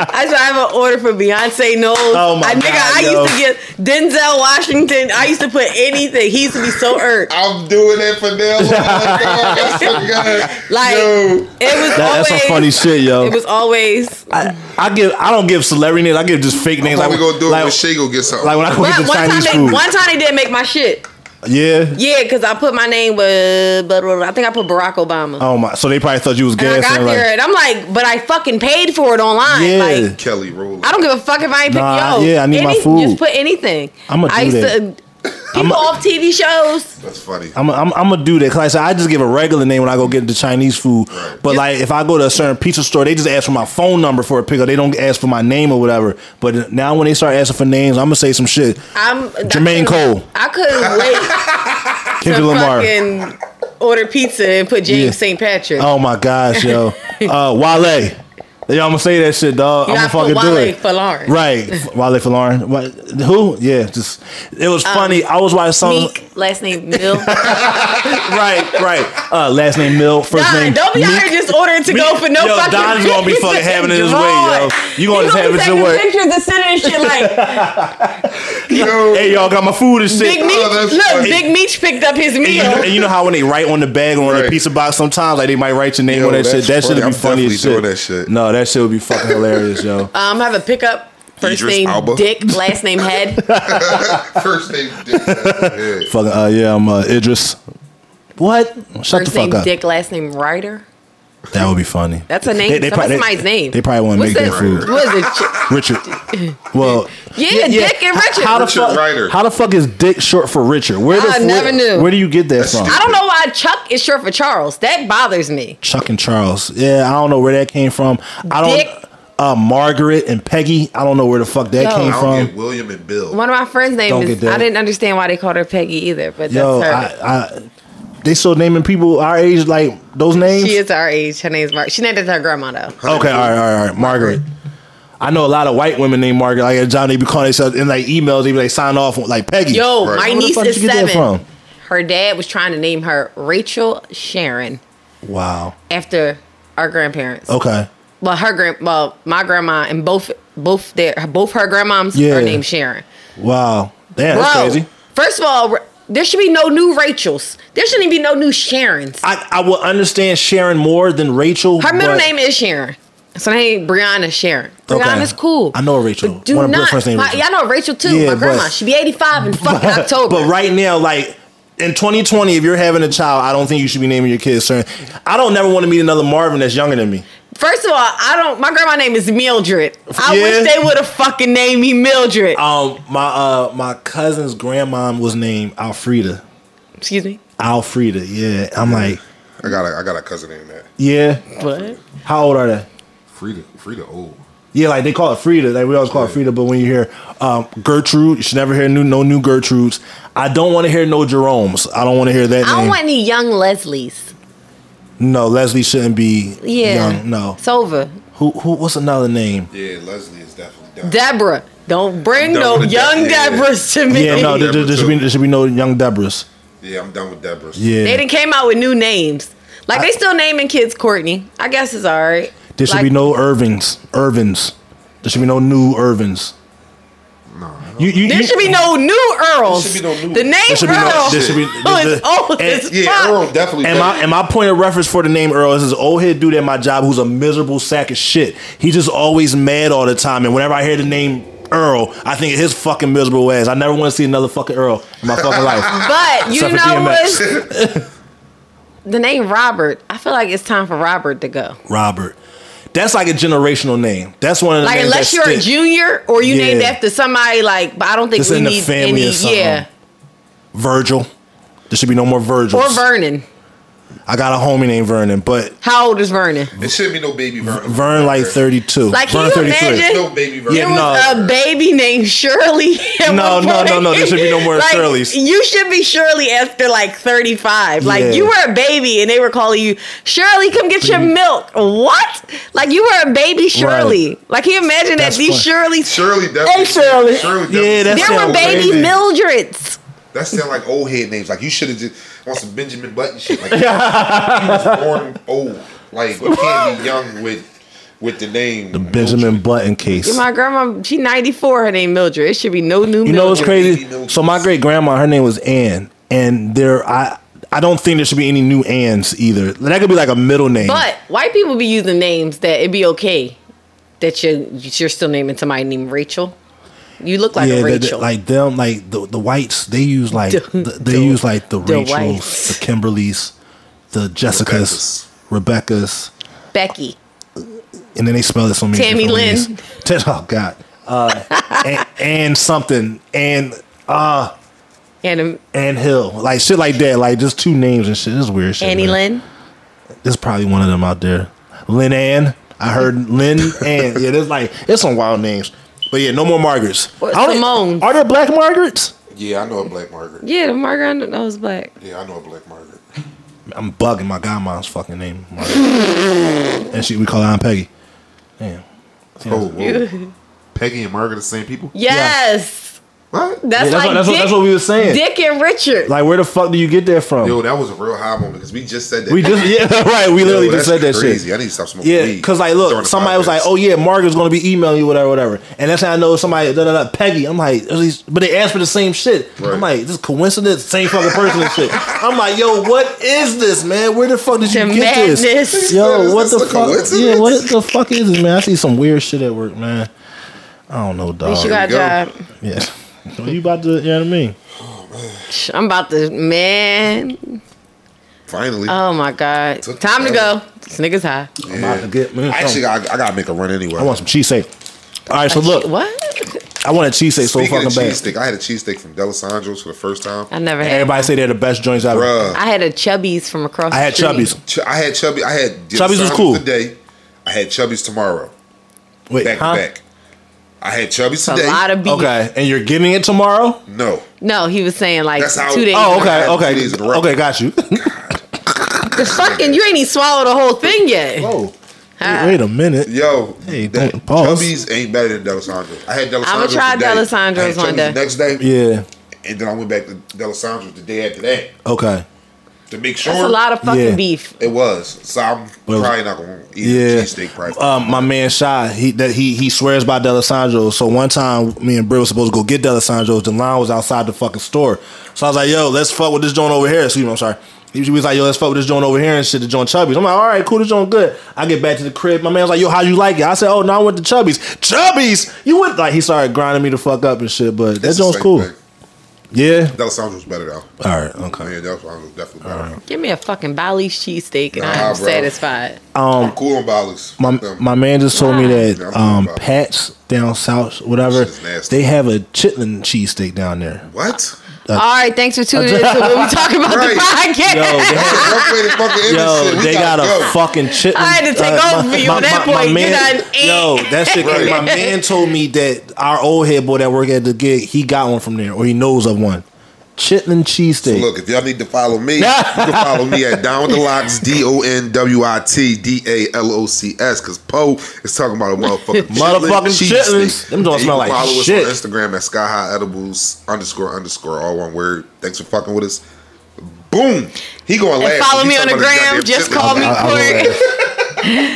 Speaker 3: a, I said, "I have an order for Beyonce Knowles."
Speaker 1: Oh my
Speaker 3: I, nigga,
Speaker 1: God,
Speaker 3: I
Speaker 1: yo.
Speaker 3: used to get Denzel Washington. I used to put anything. He used to be so irked.
Speaker 2: I'm doing it for them. That's so good.
Speaker 3: Like
Speaker 2: Yo.
Speaker 3: it was
Speaker 1: That-
Speaker 3: always
Speaker 1: that's some funny shit, yo.
Speaker 3: It was always
Speaker 1: I, I give. I don't give celebrity names. I give just fake names.
Speaker 2: Like, we gonna do it
Speaker 1: like,
Speaker 2: when Shay go get something.
Speaker 1: like when I go
Speaker 3: one,
Speaker 1: get the
Speaker 3: one time.
Speaker 1: Chinese
Speaker 3: They,
Speaker 1: food.
Speaker 3: one time they did make my shit.
Speaker 1: yeah.
Speaker 3: Yeah, because I put my name with, but I think I put Barack Obama.
Speaker 1: Oh my. So they probably thought you was
Speaker 3: and I
Speaker 1: gas.
Speaker 3: got there, and I'm like, but I fucking paid for it online.
Speaker 1: Yeah.
Speaker 3: Like,
Speaker 2: Kelly Rowland.
Speaker 3: I don't give a fuck if I ain't pick
Speaker 1: Nah,
Speaker 3: yo.
Speaker 1: yeah, I need my
Speaker 3: any-
Speaker 1: food.
Speaker 3: Just put anything.
Speaker 1: I'ma do
Speaker 3: I used
Speaker 1: that.
Speaker 3: to. People off TV shows.
Speaker 2: That's funny.
Speaker 1: I'm I'm, I'm gonna do that. Cause like I said, I just give a regular name when I go get the Chinese food. But like if I go to a certain pizza store, they just ask for my phone number for a pickup. They don't ask for my name or whatever. But now when they start asking for names, I'm gonna say some shit.
Speaker 3: I'm
Speaker 1: Jermaine
Speaker 3: I couldn't-
Speaker 1: Cole.
Speaker 3: I couldn't wait
Speaker 1: Kendrick
Speaker 3: to
Speaker 1: Lamar.
Speaker 3: fucking order pizza and put James
Speaker 1: Yeah.
Speaker 3: St. Patrick.
Speaker 1: Oh my gosh, yo, uh, Wale. Yeah, I'm gonna say that shit, dog.
Speaker 3: You
Speaker 1: I'm gonna
Speaker 3: gotta put
Speaker 1: fucking do
Speaker 3: Wale
Speaker 1: it.
Speaker 3: for Lauren.
Speaker 1: Right, F- Wale for Lauren. What? Who? Yeah, just it
Speaker 3: Um,
Speaker 1: was funny. I was watching some.
Speaker 4: Meek, last name Mill.
Speaker 1: Right, right. Uh, last name Mill, first
Speaker 3: Don,
Speaker 1: name.
Speaker 3: don't be out
Speaker 1: Meek.
Speaker 3: here just ordering to go for no
Speaker 1: yo,
Speaker 3: fucking
Speaker 1: Don's gonna be fucking having it his way, yo. You
Speaker 4: He
Speaker 1: gonna just have
Speaker 4: be
Speaker 1: it your
Speaker 4: taking
Speaker 1: way.
Speaker 4: Pictures and sending and shit like
Speaker 2: Yo,
Speaker 1: Hey, y'all got my food and shit.
Speaker 3: Big Meech,
Speaker 2: Oh, that's
Speaker 3: look,
Speaker 2: funny.
Speaker 3: Big Meech picked up his
Speaker 1: And you, know, and
Speaker 3: meal.
Speaker 1: you know how when they write on the bag or on the
Speaker 2: Right.
Speaker 1: pizza box sometimes, like they might write your name
Speaker 2: Yo,
Speaker 1: on that shit.
Speaker 2: that's
Speaker 1: That shit would
Speaker 2: funny.
Speaker 1: be
Speaker 2: I'm
Speaker 1: funny as shit.
Speaker 2: definitely doing that shit.
Speaker 1: No, that shit would be fucking hilarious, yo.
Speaker 3: Um, have a pickup.
Speaker 4: first
Speaker 2: Idris
Speaker 4: name
Speaker 2: Alba.
Speaker 4: Dick, last name Head.
Speaker 2: First name Dick. Yeah.
Speaker 1: fucking uh, yeah, I'm uh, Idris. What? Shut the
Speaker 4: First
Speaker 1: fuck
Speaker 4: name
Speaker 1: up.
Speaker 4: Dick, last name Ryder.
Speaker 1: That would be funny.
Speaker 4: That's a name.
Speaker 1: They- they
Speaker 4: That's
Speaker 1: prob- they-
Speaker 4: somebody's name.
Speaker 1: they probably wanna
Speaker 4: What's
Speaker 1: make that food.
Speaker 4: What is it?
Speaker 1: Richard. Well,
Speaker 4: Yeah, Dick and Richard.
Speaker 1: How the
Speaker 2: Richard
Speaker 1: fuck?
Speaker 2: Ryder.
Speaker 1: How the fuck is Dick short for Richard? Where the
Speaker 3: I never
Speaker 1: where,
Speaker 3: knew.
Speaker 1: Where do you get that from?
Speaker 3: I don't know why Chuck is short for Charles. That bothers me.
Speaker 1: Chuck and Charles. Yeah, I don't know where that came from. I don't.
Speaker 3: Dick.
Speaker 1: Uh, Margaret and Peggy. I don't know where the fuck that
Speaker 3: Yo.
Speaker 1: came
Speaker 2: I don't
Speaker 1: from.
Speaker 2: get William and Bill.
Speaker 4: One of my friends' name
Speaker 1: Don't get
Speaker 4: is.
Speaker 1: that.
Speaker 4: I didn't understand why they called her Peggy either, but
Speaker 1: Yo,
Speaker 4: that's her.
Speaker 1: I, I, they still naming people our age like those names.
Speaker 3: She is our age. Her name's Mark. She named it her grandma though.
Speaker 1: Okay, all right, all right, all right. Margaret. I know a lot of white women named Margaret. Like at John, they be calling themselves in like emails. They be like sign off with, like Peggy.
Speaker 3: Yo,
Speaker 2: Right.
Speaker 3: my
Speaker 2: Where
Speaker 1: the
Speaker 3: niece
Speaker 1: fuck
Speaker 3: is
Speaker 1: did you get that
Speaker 3: seven.
Speaker 1: from?
Speaker 3: Her dad was trying to name her Rachel Sharon
Speaker 1: Wow.
Speaker 3: after our grandparents.
Speaker 1: Okay.
Speaker 3: Well, her grand, well, my grandma and both both their both her grandmoms
Speaker 1: Yeah.
Speaker 3: are named Sharon.
Speaker 1: Wow. Damn, that's
Speaker 3: Bro,
Speaker 1: crazy.
Speaker 3: first of all, r- there should be no new Rachels. There shouldn't even be no new Sharons.
Speaker 1: I, I will understand Sharon more than Rachel.
Speaker 3: Her middle
Speaker 1: but-
Speaker 3: name is Sharon. So her name Brianna Sharon.
Speaker 1: Okay.
Speaker 3: Brianna's cool.
Speaker 1: I know Rachel.
Speaker 3: But do
Speaker 1: One of my
Speaker 3: not.
Speaker 1: friends' name is
Speaker 3: my,
Speaker 1: Rachel.
Speaker 3: y'all know Rachel too.
Speaker 1: Yeah,
Speaker 3: my grandma.
Speaker 1: but-
Speaker 3: she be 85 in fucking October.
Speaker 1: But right now, like in 2020, if you're having a child, I don't think you should be naming your kids Sharon. I don't never want to meet another Marvin that's younger than me.
Speaker 3: First of all, I don't. My grandma name is Mildred. I
Speaker 1: Yeah.
Speaker 3: wish they would have fucking named me Mildred.
Speaker 1: Um, my uh my cousin's grandmom was named Alfreda.
Speaker 3: Excuse me.
Speaker 1: Alfreda. Yeah. I'm like,
Speaker 2: I got a, I got a cousin named that.
Speaker 1: yeah.
Speaker 3: What?
Speaker 1: How old are they?
Speaker 2: Frida, Frida old.
Speaker 1: Yeah, like they call it Frida. Like we always call it Frida, but when you hear um, Gertrude, you should never hear new no new Gertrudes. I don't want to hear no Jeromes. I don't want to hear that
Speaker 4: I don't
Speaker 1: name.
Speaker 4: want any young Leslies.
Speaker 1: no, Leslie shouldn't be
Speaker 4: Yeah.
Speaker 1: young. No.
Speaker 4: It's over.
Speaker 1: Who who what's another name?
Speaker 2: Yeah, Leslie is definitely done.
Speaker 3: Deborah. Don't bring
Speaker 2: I'm
Speaker 3: no
Speaker 2: done with
Speaker 3: young
Speaker 2: that, yeah.
Speaker 3: Deborahs to me.
Speaker 1: Yeah, no, there, there- there should be
Speaker 2: Deborah,
Speaker 1: there should be no young Debras.
Speaker 2: yeah, I'm done with Deborah.
Speaker 1: Yeah.
Speaker 3: They didn't came out with new names. Like they still naming kids Courtney. I guess it's all right.
Speaker 1: there should
Speaker 3: like,
Speaker 1: be no Irvins. Irvins. There should be no new Irvins. No. You, you,
Speaker 3: There
Speaker 1: you-
Speaker 3: should be no new Earls.
Speaker 2: There should be no new-
Speaker 3: the name
Speaker 1: There should be no-
Speaker 3: Earl
Speaker 1: there should be- Eh,
Speaker 3: is old
Speaker 1: and-
Speaker 3: as
Speaker 2: Yeah,
Speaker 3: fuck.
Speaker 2: Earl definitely.
Speaker 1: And my,
Speaker 2: better.
Speaker 1: and my point of reference for the name Earl is this old head dude at my job who's a miserable sack of shit. He just always mad all the time. And whenever I hear the name Earl, I think of his fucking miserable ass. I never want to see another fucking Earl in my fucking life.
Speaker 3: But you
Speaker 1: Except for
Speaker 3: know
Speaker 1: DMX.
Speaker 3: what? the name Robert. I feel like it's time for Robert to go.
Speaker 1: Robert. That's like a generational name. That's one of the
Speaker 3: Like
Speaker 1: names
Speaker 3: unless
Speaker 1: that
Speaker 3: you're a
Speaker 1: stick.
Speaker 3: junior or you named
Speaker 1: Yeah.
Speaker 3: after somebody like, but I don't think
Speaker 1: That's
Speaker 3: we
Speaker 1: in the
Speaker 3: need
Speaker 1: family
Speaker 3: any.
Speaker 1: or something.
Speaker 3: yeah,
Speaker 1: Virgil. There should be no more Virgils.
Speaker 3: or Vernon.
Speaker 1: I got a homie named Vernon, but
Speaker 3: How old is Vernon?
Speaker 2: it should be no baby Vern.
Speaker 1: Vern like 32.
Speaker 3: Like, can
Speaker 1: Vern
Speaker 3: you
Speaker 1: 33.
Speaker 3: imagine?
Speaker 2: No baby Vern.
Speaker 1: Yeah,
Speaker 3: There was
Speaker 1: no.
Speaker 3: a baby named Shirley. at
Speaker 1: No,
Speaker 3: one
Speaker 1: no, no,
Speaker 3: point.
Speaker 1: no, there should be no more
Speaker 3: like,
Speaker 1: Shirleys.
Speaker 3: You should be Shirley after like 35. Like
Speaker 1: Yeah.
Speaker 3: you were a baby and they were calling you, Shirley, come get your milk. What? Like you were a baby Shirley. Like can you imagine
Speaker 1: That's
Speaker 3: that these
Speaker 1: funny.
Speaker 3: Shirleys
Speaker 2: Shirley definitely.
Speaker 3: Hey, Shirley.
Speaker 2: definitely-
Speaker 1: Yeah, that's
Speaker 3: there
Speaker 1: That sound
Speaker 3: were baby
Speaker 1: crazy.
Speaker 3: Mildreds.
Speaker 2: That sound like old head names. Like you should have just on some Benjamin Button shit. Like you was born old. Like you can't be young with with the name
Speaker 1: Benjamin Button case.
Speaker 3: My grandma, she 94, her name Mildred. It should be no new
Speaker 1: You know what's
Speaker 3: Mildred.
Speaker 1: crazy? So my great grandma, her name was Ann, and there I I don't think there should be any new Anns either. That could be like a middle name.
Speaker 3: But white people be using names that it'd be okay that you you're still naming somebody named Rachel. You look like
Speaker 1: yeah,
Speaker 3: a
Speaker 1: that- that-
Speaker 3: Rachel.
Speaker 1: like them, like the the whites, they use like
Speaker 3: The-
Speaker 1: the, they
Speaker 3: the-
Speaker 1: use like the,
Speaker 3: the
Speaker 1: Rachels,
Speaker 3: whites.
Speaker 1: the Kimberlys, the Jessicas, Rebeccas,
Speaker 3: Becky.
Speaker 1: and then they spell it so many
Speaker 3: Tammy
Speaker 1: different
Speaker 3: Lynn.
Speaker 1: ways. Oh God, uh, and, and something and
Speaker 3: And
Speaker 1: and Hill, like shit like that, like just two names and shit. This is weird shit.
Speaker 3: Annie
Speaker 1: man.
Speaker 3: Lynn.
Speaker 1: There's probably one of them out there. Lynn Ann. I heard Lynn Ann. Yeah, there's like it's some wild names. But yeah, no more Margarets.
Speaker 3: Or
Speaker 1: I don't-
Speaker 3: Simones.
Speaker 1: Are there black Margarets?
Speaker 2: Yeah, I know a black Margaret.
Speaker 3: Yeah, the Margaret I was black.
Speaker 2: Yeah, I know a black Margaret.
Speaker 1: I'm bugging my godmom's fucking name. Margaret. and she we call her Aunt Peggy. Damn.
Speaker 2: Oh, whoa. Peggy and Margaret, the same people?
Speaker 3: Yes.
Speaker 2: What?
Speaker 3: That's,
Speaker 1: Yeah, that's
Speaker 3: like
Speaker 1: what- that's what-
Speaker 3: Dick,
Speaker 1: that's what we were saying.
Speaker 3: Dick and Richard.
Speaker 1: Like, where the fuck do you get that from?
Speaker 2: Yo, that was a real high moment because we just said that.
Speaker 1: we just yeah, right. We
Speaker 2: Yo,
Speaker 1: literally just
Speaker 2: that's
Speaker 1: said that shit.
Speaker 2: crazy. I need to stop smoking
Speaker 1: Yeah,
Speaker 2: weed
Speaker 1: because like,
Speaker 2: during
Speaker 1: look,
Speaker 2: the
Speaker 1: somebody was
Speaker 2: podcast.
Speaker 1: like, "Oh yeah, Margaret's gonna be emailing you, whatever, whatever." And that's how I know somebody, da, da, da, Peggy. I'm like, at least, but they asked for the same shit.
Speaker 2: Right.
Speaker 1: I'm like, this is coincidence, same fucking person and shit. I'm like, yo, what is this, man? Where the fuck did you
Speaker 3: The
Speaker 1: get
Speaker 3: madness.
Speaker 1: this? Yo,
Speaker 2: Is
Speaker 1: what
Speaker 2: this
Speaker 1: the
Speaker 2: a
Speaker 1: fuck?
Speaker 2: coincidence?
Speaker 1: Yeah, what the fuck is this, man? I see some weird shit at work, man. I don't know,
Speaker 3: At least you
Speaker 1: dog.
Speaker 3: got a
Speaker 2: There we
Speaker 3: job.
Speaker 1: Yeah, So you about to? You know what I mean?
Speaker 3: Psh, I'm about to, man.
Speaker 2: Finally.
Speaker 3: Oh my God.
Speaker 2: Took
Speaker 3: Time to
Speaker 2: forever.
Speaker 3: go. This nigga's high.
Speaker 1: I'm about to get me.
Speaker 2: I actually
Speaker 1: Actually,
Speaker 2: got, I got to make a run anyway.
Speaker 1: I want some cheesesteak. All right, so look,
Speaker 3: What?
Speaker 1: I want a cheesesteak so
Speaker 2: Speaking
Speaker 1: fucking
Speaker 2: of cheese
Speaker 1: bad.
Speaker 2: steak, I had a cheese steak from Delisandro's for the first time.
Speaker 3: I never had.
Speaker 1: Everybody say they're the best joints ever.
Speaker 2: Bruh.
Speaker 3: I had a Chubby's from across
Speaker 1: I had
Speaker 3: the street.
Speaker 1: Chubby's.
Speaker 2: Ch- I had Chubby. I had
Speaker 1: Chubby's was
Speaker 2: Delisandro's
Speaker 1: cool.
Speaker 2: today. I had Chubby's tomorrow.
Speaker 1: Wait,
Speaker 2: Back
Speaker 1: huh?
Speaker 2: to back. I had Chubby's
Speaker 3: A
Speaker 2: today.
Speaker 3: lot of beef.
Speaker 1: Okay, and you're getting it tomorrow?
Speaker 2: no.
Speaker 3: No, he was saying like
Speaker 2: That's how-
Speaker 3: two days.
Speaker 1: Oh,
Speaker 3: ago.
Speaker 1: okay,
Speaker 2: Two days in a row.
Speaker 1: okay, okay, got you.
Speaker 3: The fucking you ain't even swallowed the whole thing yet.
Speaker 1: oh, wait a minute.
Speaker 2: Yo,
Speaker 1: Hey,
Speaker 2: that-
Speaker 1: don't- pause.
Speaker 2: Chubby's ain't better than Delisandro's. I had Delisandro's.
Speaker 3: I'ma try
Speaker 2: today.
Speaker 3: Delisandro's
Speaker 2: I had
Speaker 3: one
Speaker 2: Chubby's
Speaker 3: day.
Speaker 2: The next day,
Speaker 1: Yeah.
Speaker 2: and then I went back to Delisandro's the day after that
Speaker 1: Okay.
Speaker 2: to make sure.
Speaker 3: That's a lot of fucking
Speaker 1: Yeah.
Speaker 3: beef.
Speaker 2: It was. So I'm
Speaker 1: Well,
Speaker 2: probably not gonna eat
Speaker 1: Yeah.
Speaker 2: a cheesesteak. Probably.
Speaker 1: Um, my man Shy, he that he he swears by Delisandro. So one time, me and Britt was supposed to go get Delisandro's. The line was outside the fucking store. So I was like, "Yo, let's fuck with this joint over here." Excuse me, I'm sorry. He was like, "Yo, let's fuck with this joint over here and shit." The joint Chubby's. I'm like, "All right, cool, this joint good." I get back to the crib. My man's like, "Yo, how you like it?" I said, "Oh, no, I went to Chubby's. Chubby's, you went like he started grinding me the fuck up and shit." But that
Speaker 2: It's the
Speaker 1: joint's
Speaker 2: same
Speaker 1: cool.
Speaker 2: thing.
Speaker 1: Yeah.
Speaker 2: Delisandro's better though.
Speaker 1: All right.
Speaker 2: I
Speaker 1: Okay.
Speaker 2: mean, Delisandro's definitely better.
Speaker 3: Give me a fucking Bali's cheesesteak and
Speaker 2: Nah,
Speaker 3: I'm
Speaker 2: bro.
Speaker 3: satisfied.
Speaker 2: I'm cool on Bollies.
Speaker 1: My, my man just told me that
Speaker 2: I'm
Speaker 1: um,
Speaker 2: about it.
Speaker 1: Pat's down south, whatever,
Speaker 2: Shit's nasty.
Speaker 1: they have a chitlin cheesesteak down there.
Speaker 2: what?
Speaker 3: All right, thanks for tuning in to when we talk about
Speaker 2: Right.
Speaker 3: the podcast.
Speaker 1: Yo, they,
Speaker 2: Rough way to fucking end this
Speaker 1: yo,
Speaker 2: shit. We
Speaker 1: they got
Speaker 2: gotta
Speaker 1: a
Speaker 2: go.
Speaker 1: fucking chitlin. uh,
Speaker 3: I had to take over for you at that point. You done ate.
Speaker 1: yo, that shit.
Speaker 2: Right.
Speaker 1: My man told me that our old head boy that worked at the gig, he got one from there, or he knows of one. Chitlin cheesesteak.
Speaker 2: Look, if y'all need to follow me, you can follow me at Down with the Locks, D O N W I T D A L O C S, because Poe is talking about a motherfucking chitlin
Speaker 1: Motherfucking
Speaker 2: cheesesteak.
Speaker 1: chitlins. Them don't
Speaker 2: And you
Speaker 1: smell
Speaker 2: can
Speaker 1: like
Speaker 2: follow
Speaker 1: shit.
Speaker 2: us on Instagram at Sky High Edibles underscore underscore all one word. Thanks for fucking with us. Boom. He going last.
Speaker 3: And follow
Speaker 2: He
Speaker 3: me on
Speaker 2: talking
Speaker 3: the
Speaker 2: about his goddamn
Speaker 3: gram. Just
Speaker 2: chitlins.
Speaker 3: call me
Speaker 1: I will.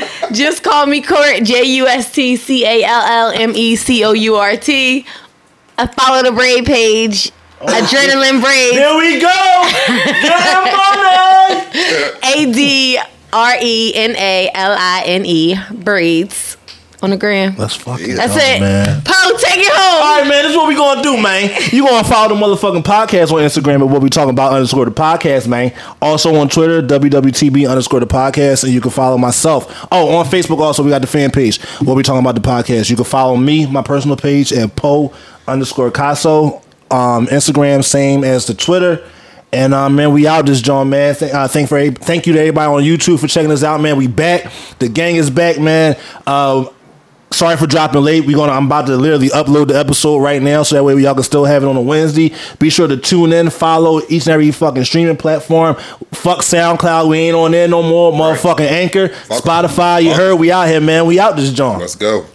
Speaker 3: Court. Just call me Court. J U S T C A L L M E C O U R T. Uh, Follow the braid page.
Speaker 1: Oh,
Speaker 3: Adrenaline braid.
Speaker 1: Here we go. Get money.
Speaker 3: A D R E N A L I N E braids on the gram.
Speaker 1: Let's fucking
Speaker 3: That's
Speaker 1: go,
Speaker 3: it.
Speaker 1: man.
Speaker 3: Poe, take it
Speaker 1: All
Speaker 3: home.
Speaker 1: right, man, this is what we gonna do, man. You gonna follow the motherfucking podcast on Instagram at what we talking about underscore the podcast, man. Also on Twitter, WWTB underscore the podcast, and you can follow myself. Oh, on Facebook also, we got the fan page. What we talking about the podcast. You can follow me, my personal page at Poe underscore Caso. Um, Instagram, same as the Twitter. And uh, man, we out this John man. Th- uh, thank for every- thank you to everybody on YouTube for checking us out, man. We back. The gang is back, man. Uh, sorry for dropping late. We're gonna I'm about to literally upload the episode right now, so that way y'all can still have it on a Wednesday. Be sure to tune in, follow each and every fucking streaming platform. Fuck SoundCloud, we ain't on there no more. Motherfucking Anchor, Spotify. You
Speaker 2: Fuck.
Speaker 1: heard we out here, man. We out this John.
Speaker 2: Let's go.